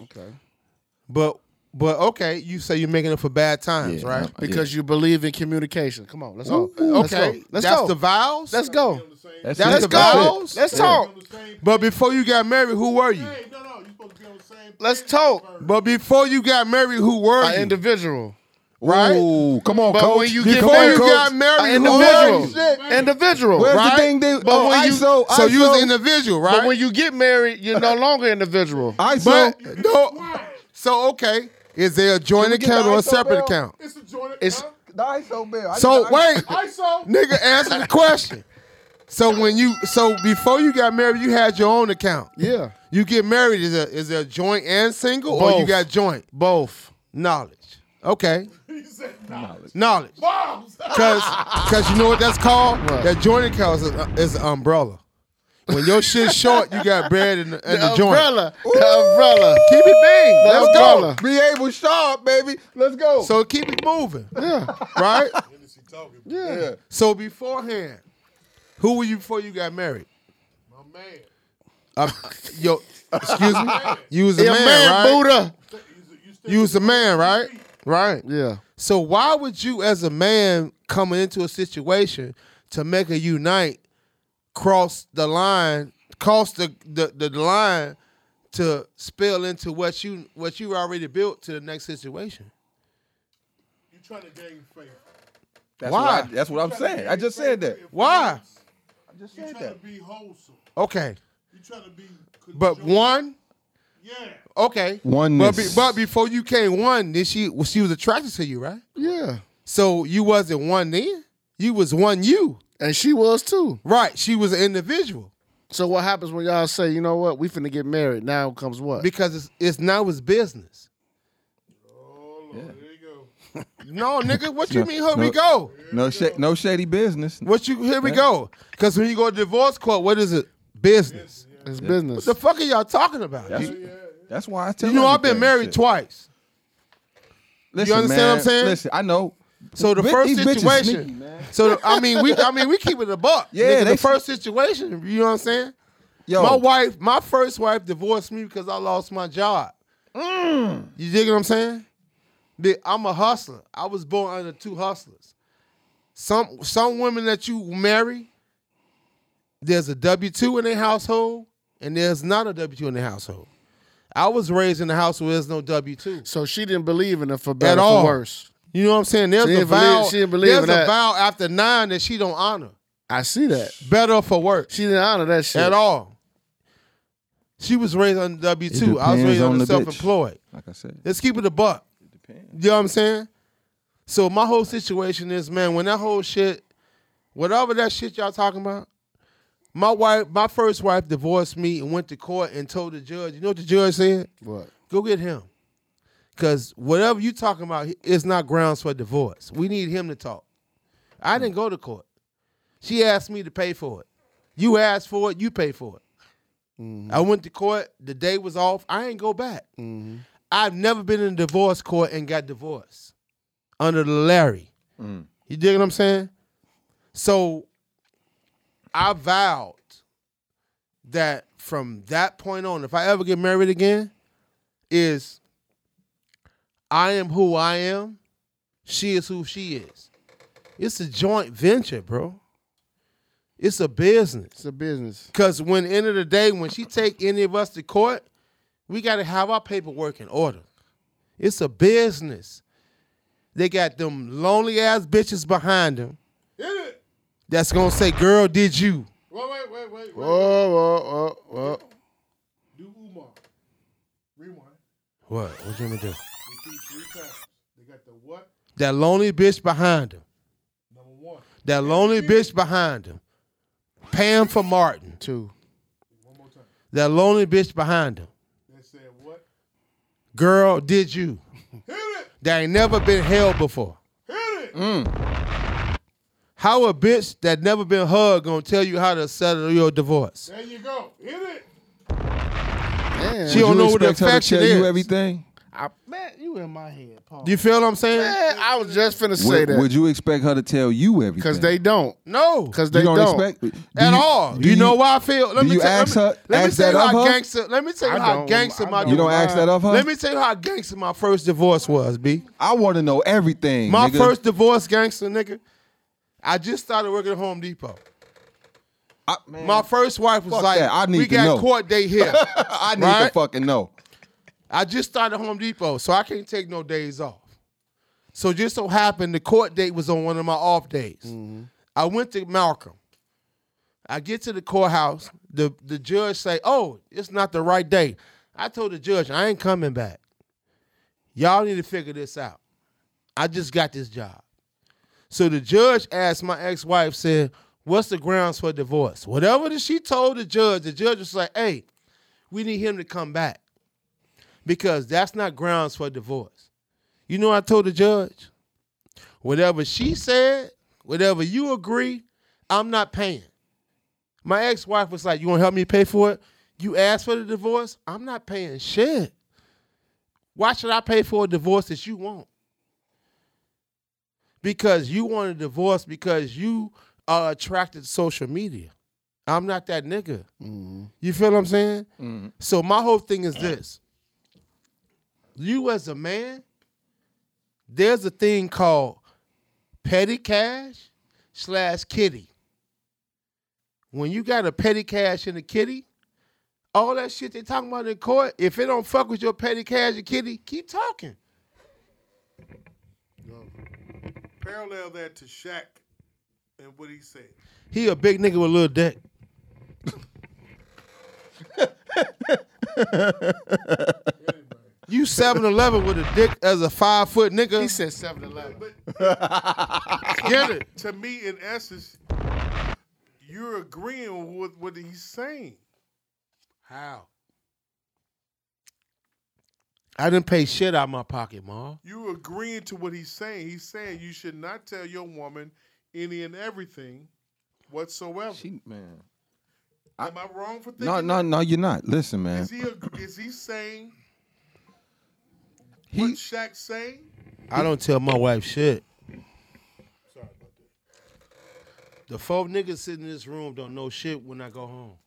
But but okay, you say you're making up for bad times,
Yeah,
right?
I'm-
Because you believe in communication. Come on, oh, let's go. Let's
Okay,
go. Let's
that's
go.
the vows.
let's go.
That's,
That's
it.
Let's
the vows.
go.
That's it.
Let's talk.
But before you got married, who were you?
Hey, no, no. You're supposed to be on the same
Let's talk.
But before you got married, who were
An
you?
individual.
right?
Ooh, come on,
But
coach.
when you
Come
get
on,
married,
you
coach.
got married,
An
who were you?
individual. Individual.
Where's
right?
the thing? They,
But
oh,
when you-
ISO,
So you was
ISO.
an individual, right?
But when you get married, you're no longer individual.
ISO.
but no. So okay, is there a joint
we get the
account or a
ISO
separate
bill?
account?
It's a joint.
It's-
huh?
The ISO bill. I
So
need the
wait,
ISO.
nigga, answer the question. So when you so before you got married, you had your own account.
Yeah.
You get married is a is a joint and single or you
Both.
got joint
Both.
knowledge. Okay,
He said knowledge.
knowledge.
Bombs.
Cause, cause you know what that's called?
What?
That joint account is, a, is an umbrella. When your shit's short, you got buried in the, in the,
The
joint.
umbrella. The umbrella.
Keep it bang.
The
Let's
umbrella.
go. Be able sharp, baby. Let's go. So keep it moving. Yeah. Right?
Yeah.
So beforehand, who were you before you got married?
My man.
Uh, yo, excuse me? You was a
Your
man,
man,
right?
Buddha.
You still
You was a man, right? Right.
Yeah.
So why would you, as a man, coming into a situation to make a unite, cross the line, cross the the, the line to spill into what you what you already built to the next situation?
you trying to gain faith.
That's
Why?
What I, that's what I'm saying. I just said that.
Why?
I just
You
said
trying
that.
to be wholesome.
Okay,
You trying to be.
but
conjoined.
one.
Yeah.
Okay. But, be,
Oneness.
but before you came one, then she well, she was attracted to you, right?
Yeah.
So you wasn't one then. You was one you.
And she was too.
Right. She was an individual.
So what happens when y'all say, you know what, we finna get married? Now comes what?
Because it's, it's now it's business.
Oh Lord, there you go.
no, nigga, what you
No-
mean? Here we
no-
go.
No, sha- no shady business.
What you? Here we go. Because when you go to divorce court, what is it? Business.
It's
What
business.
the fuck are y'all talking about?
That's,
you,
that's why I tell
you know, I've been
everything
married
shit.
twice.
Listen,
you understand
man,
what I'm saying?
Listen, I know.
So the
Bitch-
first
these bitches
situation.
sneaky, man.
so the, I mean, we I mean we keep it a buck.
Yeah,
Nigga,
they
the first situation. You know what I'm saying?
Yo.
my wife, my first wife divorced me because I lost my job.
Mm.
You dig what I'm saying? Nigga, I'm a hustler. I was born under two hustlers. Some some women that you marry, there's a W two in their household, and there's not a W two in their household. I was raised in a house where there's no W two
So she didn't believe in it for
at
better or
all.
for worse.
You know what I'm saying? There's
She
a
didn't believe-
vow.
she didn't believe
there's
in
a
that.
vow after nine that she don't honor,
I see that.
better for worse
She didn't honor that shit.
at all. She was raised under W
It
two. I was
depends
raised
on
under
the bitch.
self-employed.
Like I said,
Let's keep it a buck. You know what I'm saying? So my whole situation is, man, when that whole shit, whatever that shit y'all talking about, my wife, my first wife divorced me and went to court and told the judge, you know what the judge said?
What?
Go get him. Cause whatever you talking about is not grounds for divorce. We need him to talk. I didn't go to court. She asked me to pay for it. You asked for it, you pay for it. I went to court, the day was off. I ain't go back. I've never been in a divorce court and got divorced under the Larry.
Mm.
You dig what I'm saying? So I vowed that from that point on, if I ever get married again, is I am who I am, she is who she is. It's a joint venture, bro. It's a business.
It's a business.
Cause when end of the day, when she take any of us to court, we gotta have our paperwork in order. It's a business. They got them lonely ass bitches behind them. That's gonna say, "Girl, did you?"
Wait, wait, wait, wait. wait.
Whoa, whoa, whoa, whoa.
Do Umar. Rewind.
What? What you gonna do?
Repeat three times. They got the what?
That lonely bitch behind them.
Number one.
That lonely bitch behind him. Pam for Martin.
Two.
One more time.
That lonely bitch behind him.
They said what?
Girl, did you? That ain't never been held before. Mm. How a bitch that never been hugged gonna tell you how to settle your divorce?
There you go. Oh, Hit it.
Man,
She don't
you
know what
expect her to
affection
tell you
is.
everything.
I, man, you in my head, Paul.
Do you feel what I'm saying?
Man, I was just finna say
Would,
that.
would you expect her to tell you everything?
Cause they don't.
No,
Cause they
you don't,
don't.
expect do
at
you-
all.
do
you, know why I feel? Let
do
me
you
tell,
ask
let me,
her-
let me
ask
tell you
that
how
of her?
gangster. Let me tell you
I
how
don't-
gangster
I
my.
don't
You don't ask that of her.
Let me tell you how gangster my first divorce was, b.
I want to know everything.
My
nigga.
first divorce, gangster nigga. I just started working at Home Depot.
I,
My first wife was
Fuck
like,
that. I need
"We
to
got
know."
court day here."
I need to
Right?
fucking know.
I just started Home Depot, so I can't take no days off. So just so happened the court date was on one of my off days. I went to Malcolm. I get to the courthouse. The the judge say, "Oh, it's not the right day." I told the judge, "I ain't coming back. Y'all need to figure this out. I just got this job." So the judge asked my ex-wife, said, "What's the grounds for divorce?" Whatever that she told the judge, the judge was like, "Hey, we need him to come back." because that's not grounds for divorce. You know, I told the judge, whatever she said, whatever you agree, I'm not paying. My ex wife was like, You gonna help me pay for it? You asked for the divorce? I'm not paying shit. Why should I pay for a divorce that you want? Because you want a divorce because you are attracted to social media. I'm not that nigga. You feel what I'm saying? So my whole thing is this you as a man, there's a thing called petty cash slash kitty. When you got a petty cash and a kitty, all that shit they talking about in court, if it don't fuck with your petty cash and kitty, keep talking.
Parallel that to Shaq and what he said.
He a big nigga with a little dick. you 7 Eleven with a dick as a five foot nigga.
He said 7 Eleven.
Get it.
To me, in essence, you're agreeing with what he's saying.
How? I didn't pay shit out of my pocket, ma.
You agreeing to what he's saying. He's saying you should not tell your woman any and everything whatsoever.
man.
Am I wrong for thinking
No, no,
that?
no, you're not. Listen, man.
Is he, ag- is he saying
He-
what Shaq's saying?
I don't tell my wife shit. The four niggas sitting in this room don't know shit when I go home.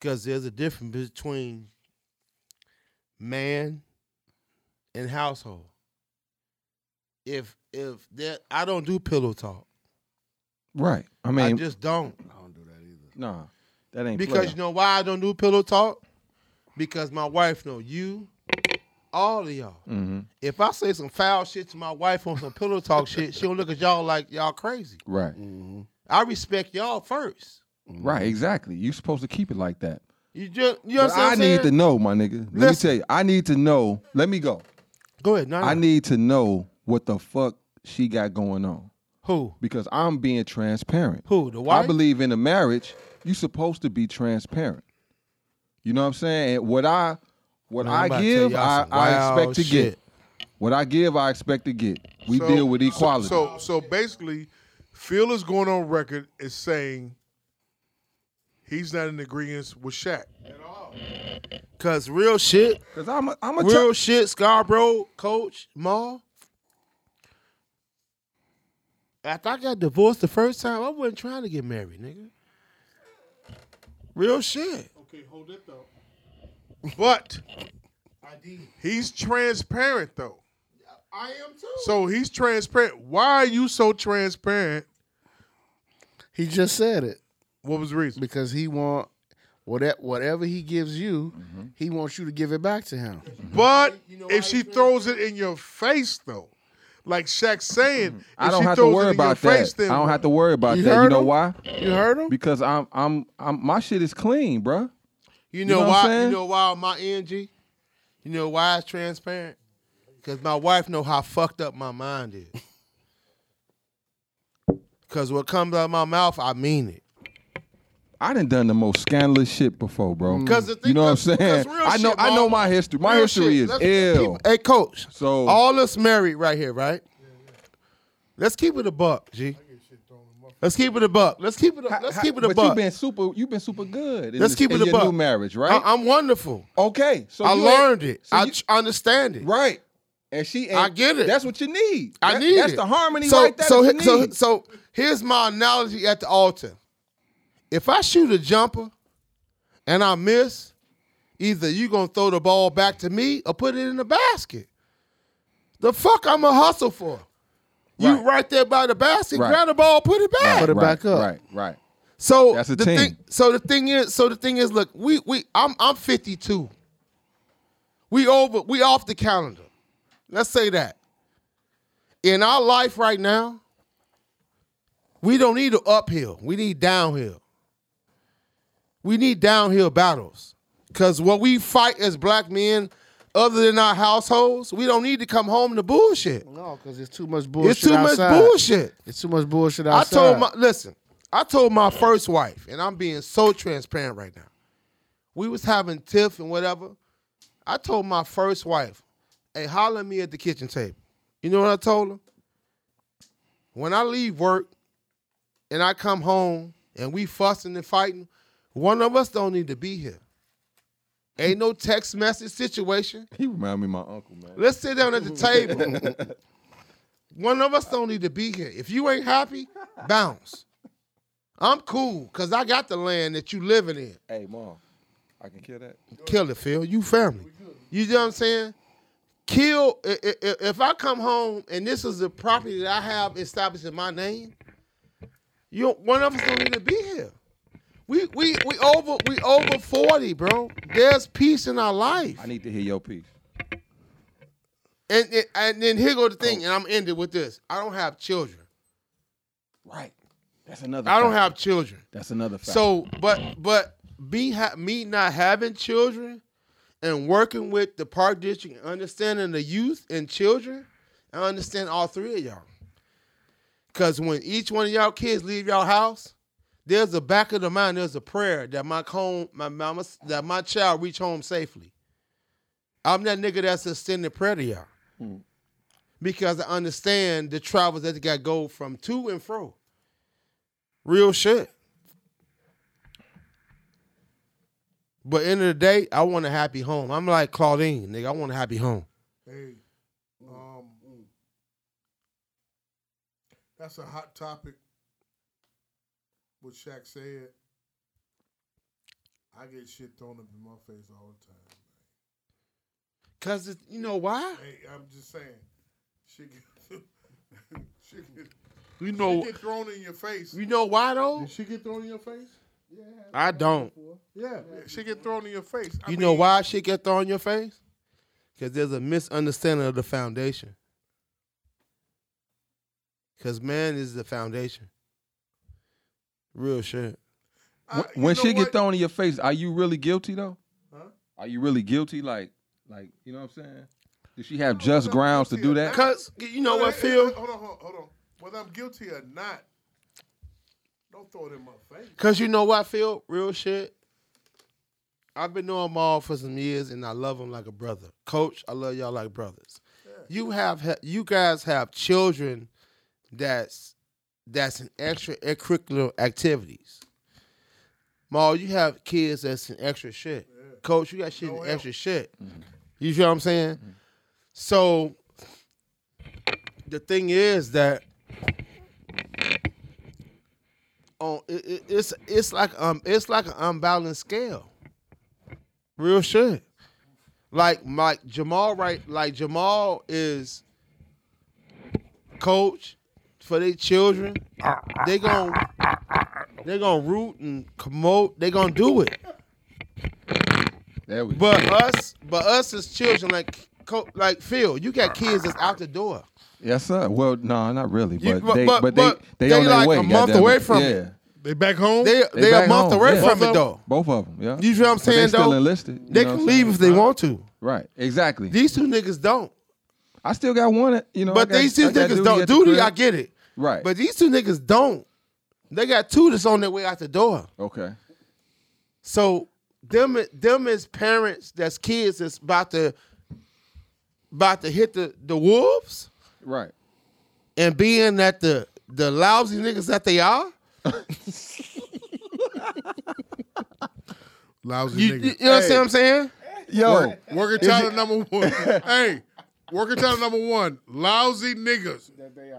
Because there's a difference between man and household. If if that I don't do pillow talk.
Right. I
I
mean,
just don't.
nah. That ain't
Because
because
you know why I don't do pillow talk? Because my wife know you, all of y'all.
hmm
If I say some foul shit to my wife on some pillow talk shit, she'll look at y'all like y'all crazy.
Right.
I respect y'all first.
Right. Exactly. you supposed to keep it like that.
You just you
But
understand?
I need to know, my nigga.
Listen.
Let me tell you, I need to know. Let me go.
Go ahead. No,
I
Uh.
no.
need to know what the fuck she got going on.
Who?
Because I'm being transparent.
Who? The wife?
I believe in a marriage, you supposed to be transparent. You know what I'm saying? And what I what
Man, I'm about
I
to tell
give,
y'all
I,
some
I
wild
expect to
shit.
get. What I give, I expect to get. We
So-
deal with
so-
equality.
So, so basically, Phil is going on record as saying he's not in agreement with Shaq.
Cause real shit.
Cause I'm a, I'm
a
real shit. Scarborough coach Ma. After I got divorced the first time, I wasn't trying to get married, nigga. Real shit.
Okay, hold it though. But he's transparent though.
I am too.
So he's transparent. Why are you so transparent?
He just said it.
What was the reason?
Because he want whatever whatever he gives you, he wants you to give it back to him.
But if she throws it in your face though, like Shaq's saying,
Mm-hmm. I
if
don't
she
have to
throws
worry
it in your
about
face,
that. I
then
don't have to worry about
You
that. You
heard
know
him?
why?
You heard him?
Because I'm I'm I'm my shit is clean, bruh.
You
You
know,
know what I'm
why? You
saying?
know why my energy? You know why it's transparent? Because my wife know how fucked up my mind is. Because what comes out of my mouth, I mean it.
I done done the most scandalous shit before, bro.
'Cause the
you know what I'm
'cause
saying?
real
I know
shit,
I know
Mark.
Oh, my history. My
Real
history
shit.
is
Let's
ill.
keep- hey, coach.
So
All us married right here, right? Let's keep it a buck, G. Let's keep it a buck. Let's keep it. A, let's keep it a
but
buck.
you've been super. You've been super good. in
Let's
this-
keep it
in
a
your
buck.
new marriage, right?
I, am wonderful.
Okay, so
I
Oh, you
learned
ain't-
it.
so
I
you-
tr- understand it.
Right. And she.
I get it.
That's what you need.
I
That-
need
that's
it.
the harmony
so,
right there
So,
that you
so,
need.
so here's my analogy at the altar. If I shoot a jumper and I miss, either you gonna throw the ball back to me or put it in the basket. The fuck I'm gonna hustle for? You right, there by the basket,
Right.
grab the ball, put it back,
right, Right. Right.
So
That's a
the
team.
thing. So the thing is. So the thing is. Look, we we I'm I'm 52. We over. We off the calendar. Let's say that. In our life right now, we don't need an uphill. We need downhill. We need downhill battles. Cause what we fight as black men, other than our households, we don't need to come home to bullshit.
No, because it's too much bullshit.
it's too
outside.
much bullshit.
It's too much bullshit
I
outside.
told my listen. I told my first wife, and I'm being so transparent right now. We was having tiff and whatever. I told my first wife, "Hey, holler at me at the kitchen table." You know what I told her? When I leave work and I come home and we fussing and fighting, one of us don't need to be here. Ain't no text message situation.
He remind me of my uncle, man.
Let's sit down at the table. One of us don't need to be here. If you ain't happy, bounce. I'm cool because I got the land that you living in.
Hey, mom, I can kill that.
Kill it, Phil. You family. You know what I'm saying? Kill. i- i- i- If I come home and this is the property that I have established in my name, you don't- one of us don't need to be here. We we we over we over forty, bro. There's peace in our life.
I need to hear your piece.
And, and and then here go the thing, and I'm ended with this. I don't have children.
Right. That's another.
I don't
factor.
have children.
That's another fact.
So, but but me ha- me not having children and working with the park district, and understanding the youth and children, I understand all three of y'all. Cause when each one of y'all kids leave y'all house, there's a back of the mind. There's a prayer that my home, my mama, that my child reach home safely. I'm that nigga that's extending prayer to y'all. Because I understand the travels that they got go from to and fro. Real shit. But end of the day, I want a happy home. I'm like Claudine, nigga. I want a happy home.
Hey,
Mm,
um, that's a hot topic. What Shaq said. I get shit thrown up in my face all the time.
Cause it, you know why?
Hey, I'm just saying, shit get, shit get,
You know-
shit get thrown in your face.
You know why though?
Did she get thrown in your face? Yeah,
I don't.
yeah, she get thrown in your face. I
You
mean,
know why shit get thrown in your face? Because there's a misunderstanding of the foundation. Because man is the foundation. Real shit.
Wh- when shit get thrown in your face, are you really guilty though? Are you really guilty? Like, like you know what I'm saying? Does she have just grounds
uh,
to do that?
Cause you know what,
Hey, hey,
Phil?
Hold on, hold on, hold on. Whether I'm guilty or not, don't throw it in my face.
Because you know what, Phil? Real shit. I've been knowing Maul for some years, and I love him like a brother. Coach, I love y'all like brothers. You have, ha- you guys have children that's that's in extracurricular activities. Maul, you have kids that's in extra shit. Coach, you got shit in extra shit. You feel what I'm saying? So the thing is that on it, it- it's it's like um it's like an unbalanced scale. Real shit. Like like Jamal right like Jamal is coach for their children. They gon' they gonna root and promote. They gonna do it.
There we
But us but us as children like co- like Phil, you got kids that's out the door.
Yes, sir. Well, no, not really. But,
but-
they,
but-
but,
but
they, they,
they
on
like
their way.
a month
goddamn
away from
yeah.
it.
They back home.
They
They
they a
back
month
home,
away
yeah.
from it though.
Both of them. Yeah.
You see what I'm
But they
saying,
still
though?
enlisted. you
They
know what
can
I'm
leave
saying?
if they want to.
Right. Exactly.
These two niggas don't.
I still got one. uh, You know.
But
I got-
these two
I got
niggas
duty
don't.
at the
Duty,
crib.
I get it.
Right.
But these two niggas don't. They got two that's on their way out the door.
Okay.
So them, them as parents, that's kids that's about to, about to hit the the wolves,
Right.
and being that the the lousy niggas that they are.
Lousy
you,
nigga.
you know what I'm saying?
Yo,
worker title number one. hey, worker title number one. Lousy niggas.
That they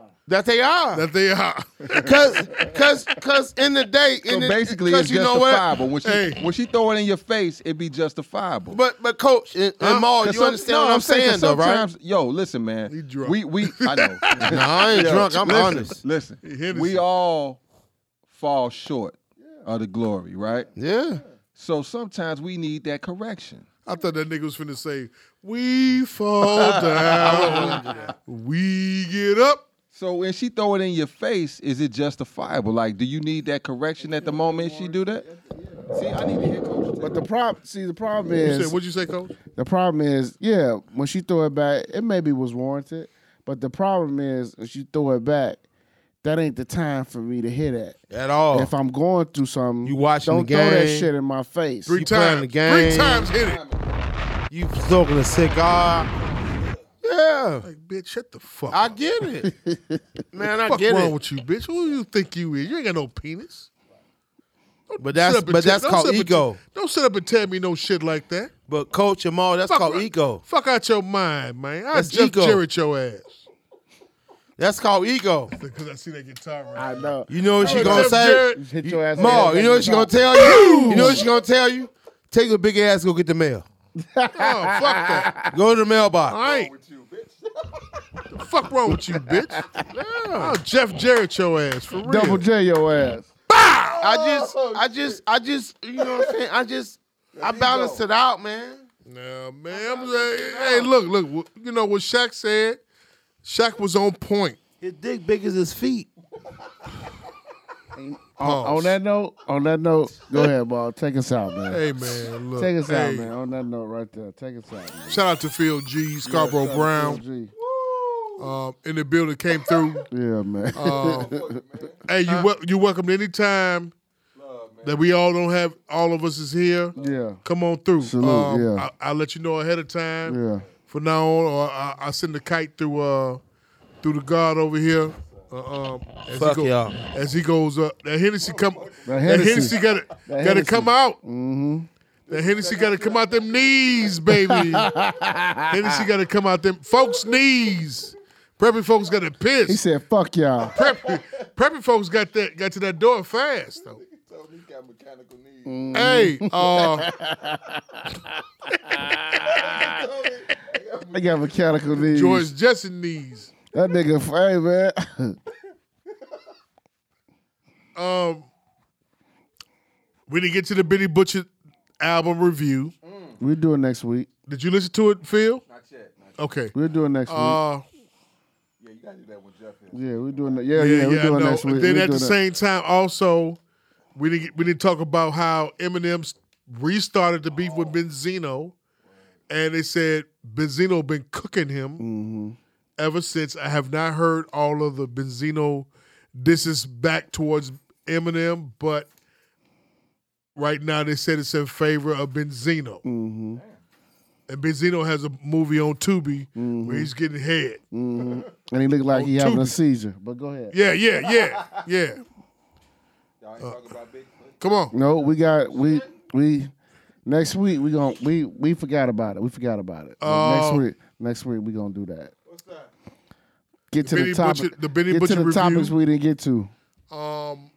are.
That they are.
Cause, cause, cause, in the day, in
So
the,
basically,
cause
it's
you know what?
justifiable. When she
Hey.
when she throw it in your face, it be justifiable.
But, but, coach and, and Maul,
'Cause
you
some-
understand
no,
what I'm saying,
'cause
though, right?
sometimes- Yo, listen, man. We we I know.
Nah, I ain't
Yo,
drunk. I'm
listen,
honest.
Listen, we all fall short of the glory, right?
Yeah.
So sometimes we need that correction.
I thought that nigga was finna say, "We fall down, we get up."
So when she throw it in your face, is it justifiable? Like, do you need that correction at the moment she do that? See, I need to hear coach.
But the problem, see, the problem
You
is,
said, "What'd you say, coach?"
the problem is, yeah, when she threw it back, it maybe was warranted. But the problem is, if she threw it back, that ain't the time for me to hear that.
At all.
If I'm going through something,
Oh. You watching
don't
the
throw that
game.
shit in my face.
Three You playing the times. Three game. times
hit it.
You smoking a cigar. Yeah.
Like, bitch, shut the fuck.
I
up.
get it. Man, I
fuck
get
wrong
it.
with you, bitch? Who you think you is? You ain't got no penis. Don't
But
sit
that's-
up and
but
tell-
that's
don't
called
sit up and tell-
ego.
don't sit up and tell me no shit like that.
But coach and all that's
Fuck
called
right-
ego.
Fuck out your mind, man. I
That's
just
ego.
Jarrett your ass.
That's called ego.
Because I see that guitar right
I know.
You know what
Hey,
she
Jeff
gonna say?
Jarrett.
Hit your ass.
Ma, you know what she gonna tell you? You know what she gonna tell you? Take a big ass, go get the mail.
Oh, fuck that.
Go to the mailbox.
All right. The fuck wrong with you, bitch? I'll Jeff Jarrett your ass for real.
Double Oh, J your ass.
I just, I just, I just, you know what I'm saying? I just, I balanced it out, man.
Nah, man. I'm saying, hey, look, look. You know what Shaq said? Shaq was on point.
His dick big as his feet.
On, on that note, on that note, go ahead, ball. Take us out, man.
Hey, man. Look.
Take us out,
Hey,
man. On that note, right there. Take us out, man.
Shout out to Phil G, Scarborough
Shout out to
Brown,
Phil G.
um, in the building, came through.
Uh,
Yeah, man.
Um, hey, you wel- you welcome anytime. that we all don't have, all of us is here.
Yeah.
Come on through. Um,
Salute, yeah.
I, I'll let you know ahead of time.
Yeah.
For now on, or I, I send the kite through uh through the guard over here. Uh, um, as he
Fuck
go,
y'all.
As he goes up, that Hennessy come. That
Hennessy.
Hennessy got to
That
got to
Hennessy. Mm-hmm.
come out. That Hennessy got to come out them knees, baby. Hennessy got to come out them folks' knees. Preppy folks got to piss.
He said, "Fuck y'all."
Preppy, preppy folks got that got to that door fast though.
Mm-hmm.
Hey, uh,
I got mechanical knees.
George Jetson knees.
That nigga, hey man.
Um, we didn't get to the Benny Butcher album review.
we do it next week.
Did you listen to it, Phil? Not yet. Okay.
We'll do it next week.
Uh,
yeah, we're doing. it- Yeah, yeah, we're
I
doing it
know.
next week.
Then
We're
at the
doing
same
it-
time, also, we didn't we didn't talk about how Eminem restarted the beef with Benzino, and they said Benzino been cooking him
Mm-hmm.
ever since. I have not heard all of the Benzino disses back towards Eminem, but right now they said it's in favor of Benzino.
Mm-hmm.
And Benzino has a movie on Tubi
Mm-hmm.
where he's getting head.
Mhm. And he looked like he having a seizure. But go ahead.
Yeah, yeah, yeah, yeah. Uh, Come on.
No, we got we we next week we gonna we we forgot about it. We forgot about it.
Oh.
next week, next week we gonna do that. What's that? Get to
Benny
the topic.
Butcher- the Benny
get
Butcher
to the topics
review?
we didn't get to.
Um,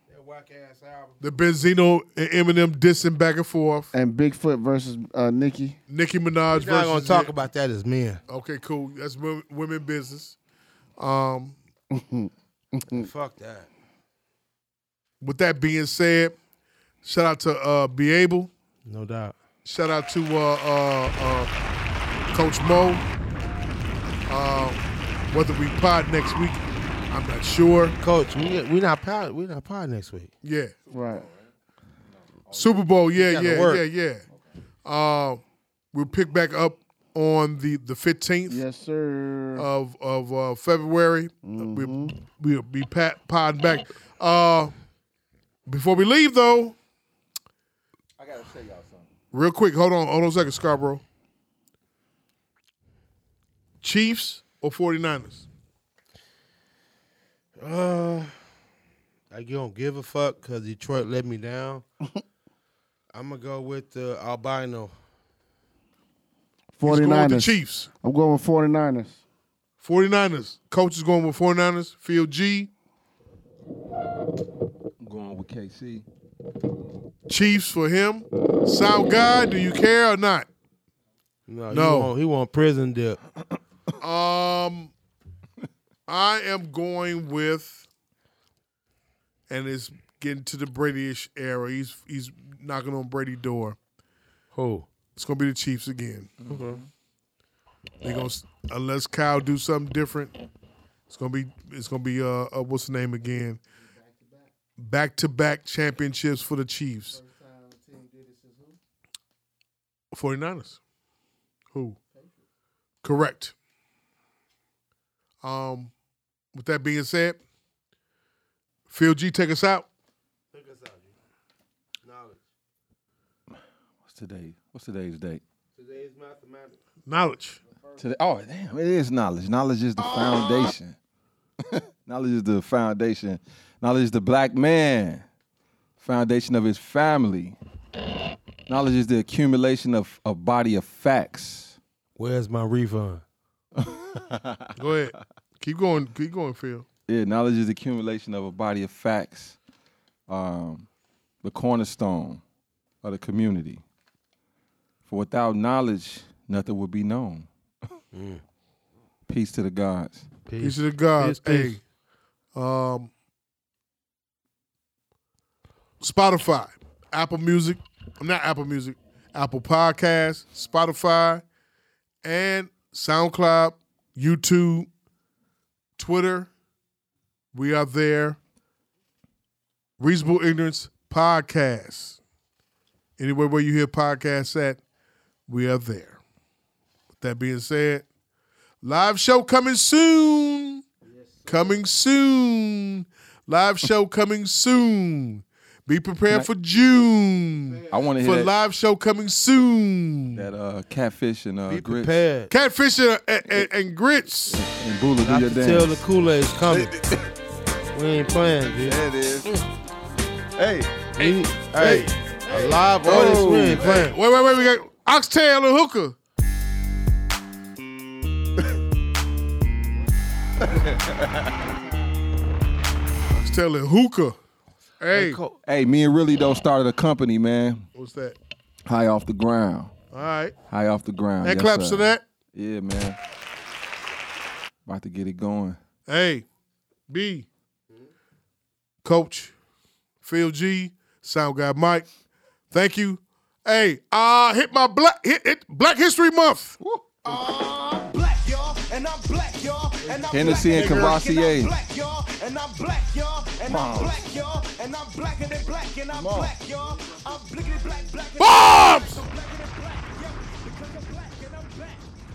the Benzino and Eminem dissing back and forth.
And Bigfoot versus uh, Nicki.
Nicki Minaj
We're not gonna
versus
talk
it.
about that as men.
Okay, cool. That's wo- women business. Um,
Fuck that.
with that being said, shout out to uh, Be Able.
No doubt.
Shout out to uh, uh, uh, Coach Mo. Uh, whether we pod next week, I'm not sure.
Coach, we we not pod we not pod next week.
Yeah.
Right.
Super Bowl, yeah,
gotta
yeah,
work.
yeah, yeah. Uh, we'll pick back up on the the fifteenth
Yes, sir.
of of uh, February. We'll, we'll be pat, podding back. Uh, before we leave, though,
I gotta show y'all something.
real quick, hold on, hold on a second, Scarborough. Chiefs or 49ers?
Uh, I don't give a fuck because Detroit let me down. I'm gonna go with the albino.
49ers.
going with the Chiefs.
I'm going with 49ers.
49ers. Coach is going with 49ers. Field G.
I'm going with KC.
Chiefs for him. Sound guy, do you care or not?
No,
No.
He, want, he want prison dip.
Um, I am going with, and it's getting to the Brady-ish era. He's he's knocking on Brady door.
Who?
It's gonna be the Chiefs again. They gonna s- unless Kyle do something different. It's gonna be it's gonna be uh, uh what's the name again? Back to back championships for the Chiefs. 49ers. Who? Correct. Um, with that being said, Phil G, take us out.
What's today? What's today's date?
Today's mathematics.
Knowledge.
Today. Oh damn! It is knowledge. Knowledge is the foundation. knowledge is the foundation. Knowledge is the black man, foundation of his family. Knowledge is the accumulation of a body of facts.
Where's my refund?
Go ahead. Keep going. Keep going, Phil.
Yeah, knowledge is the accumulation of a body of facts, um, the cornerstone of the community. For without knowledge, nothing would be known. Peace to the gods.
Peace, to the gods.
Peace, peace.
Hey, um, Spotify, Apple Music. I'm not Apple Music. Apple Podcasts, Spotify, and SoundCloud, YouTube, Twitter. We are there. Reasonable Ignorance Podcast. Anywhere where you hear podcasts at, we are there. With that being said, Live show coming soon. coming soon. Live show coming soon. Be prepared for June.
I wanna hear
for
that-
live show coming soon.
That uh, catfish and uh, grits.
Catfish and, and, and grits.
And Bula, do
I
your
can tell
dance.
the Kool Aid's coming. we ain't playing, dude.
There it is.
Hey, hey, hey, a live audience. We ain't playing.
Wait, wait, wait. We got oxtail and hooker. oxtail and hooker. Hey,
Hey, me and really though started a company, man.
what's that?
High off the ground.
All right.
High off the ground.
Hand
yes,
claps
sir.
to that.
Yeah, man. About to get it going.
Hey, B, Coach, Phil G, Sound Guy Mike, thank you. Hey, uh, hit my black hit, hit Black History Month.
Hennessy and Cavassier.
Bombs!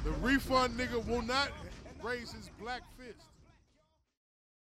The refund nigga will not raise his black fist.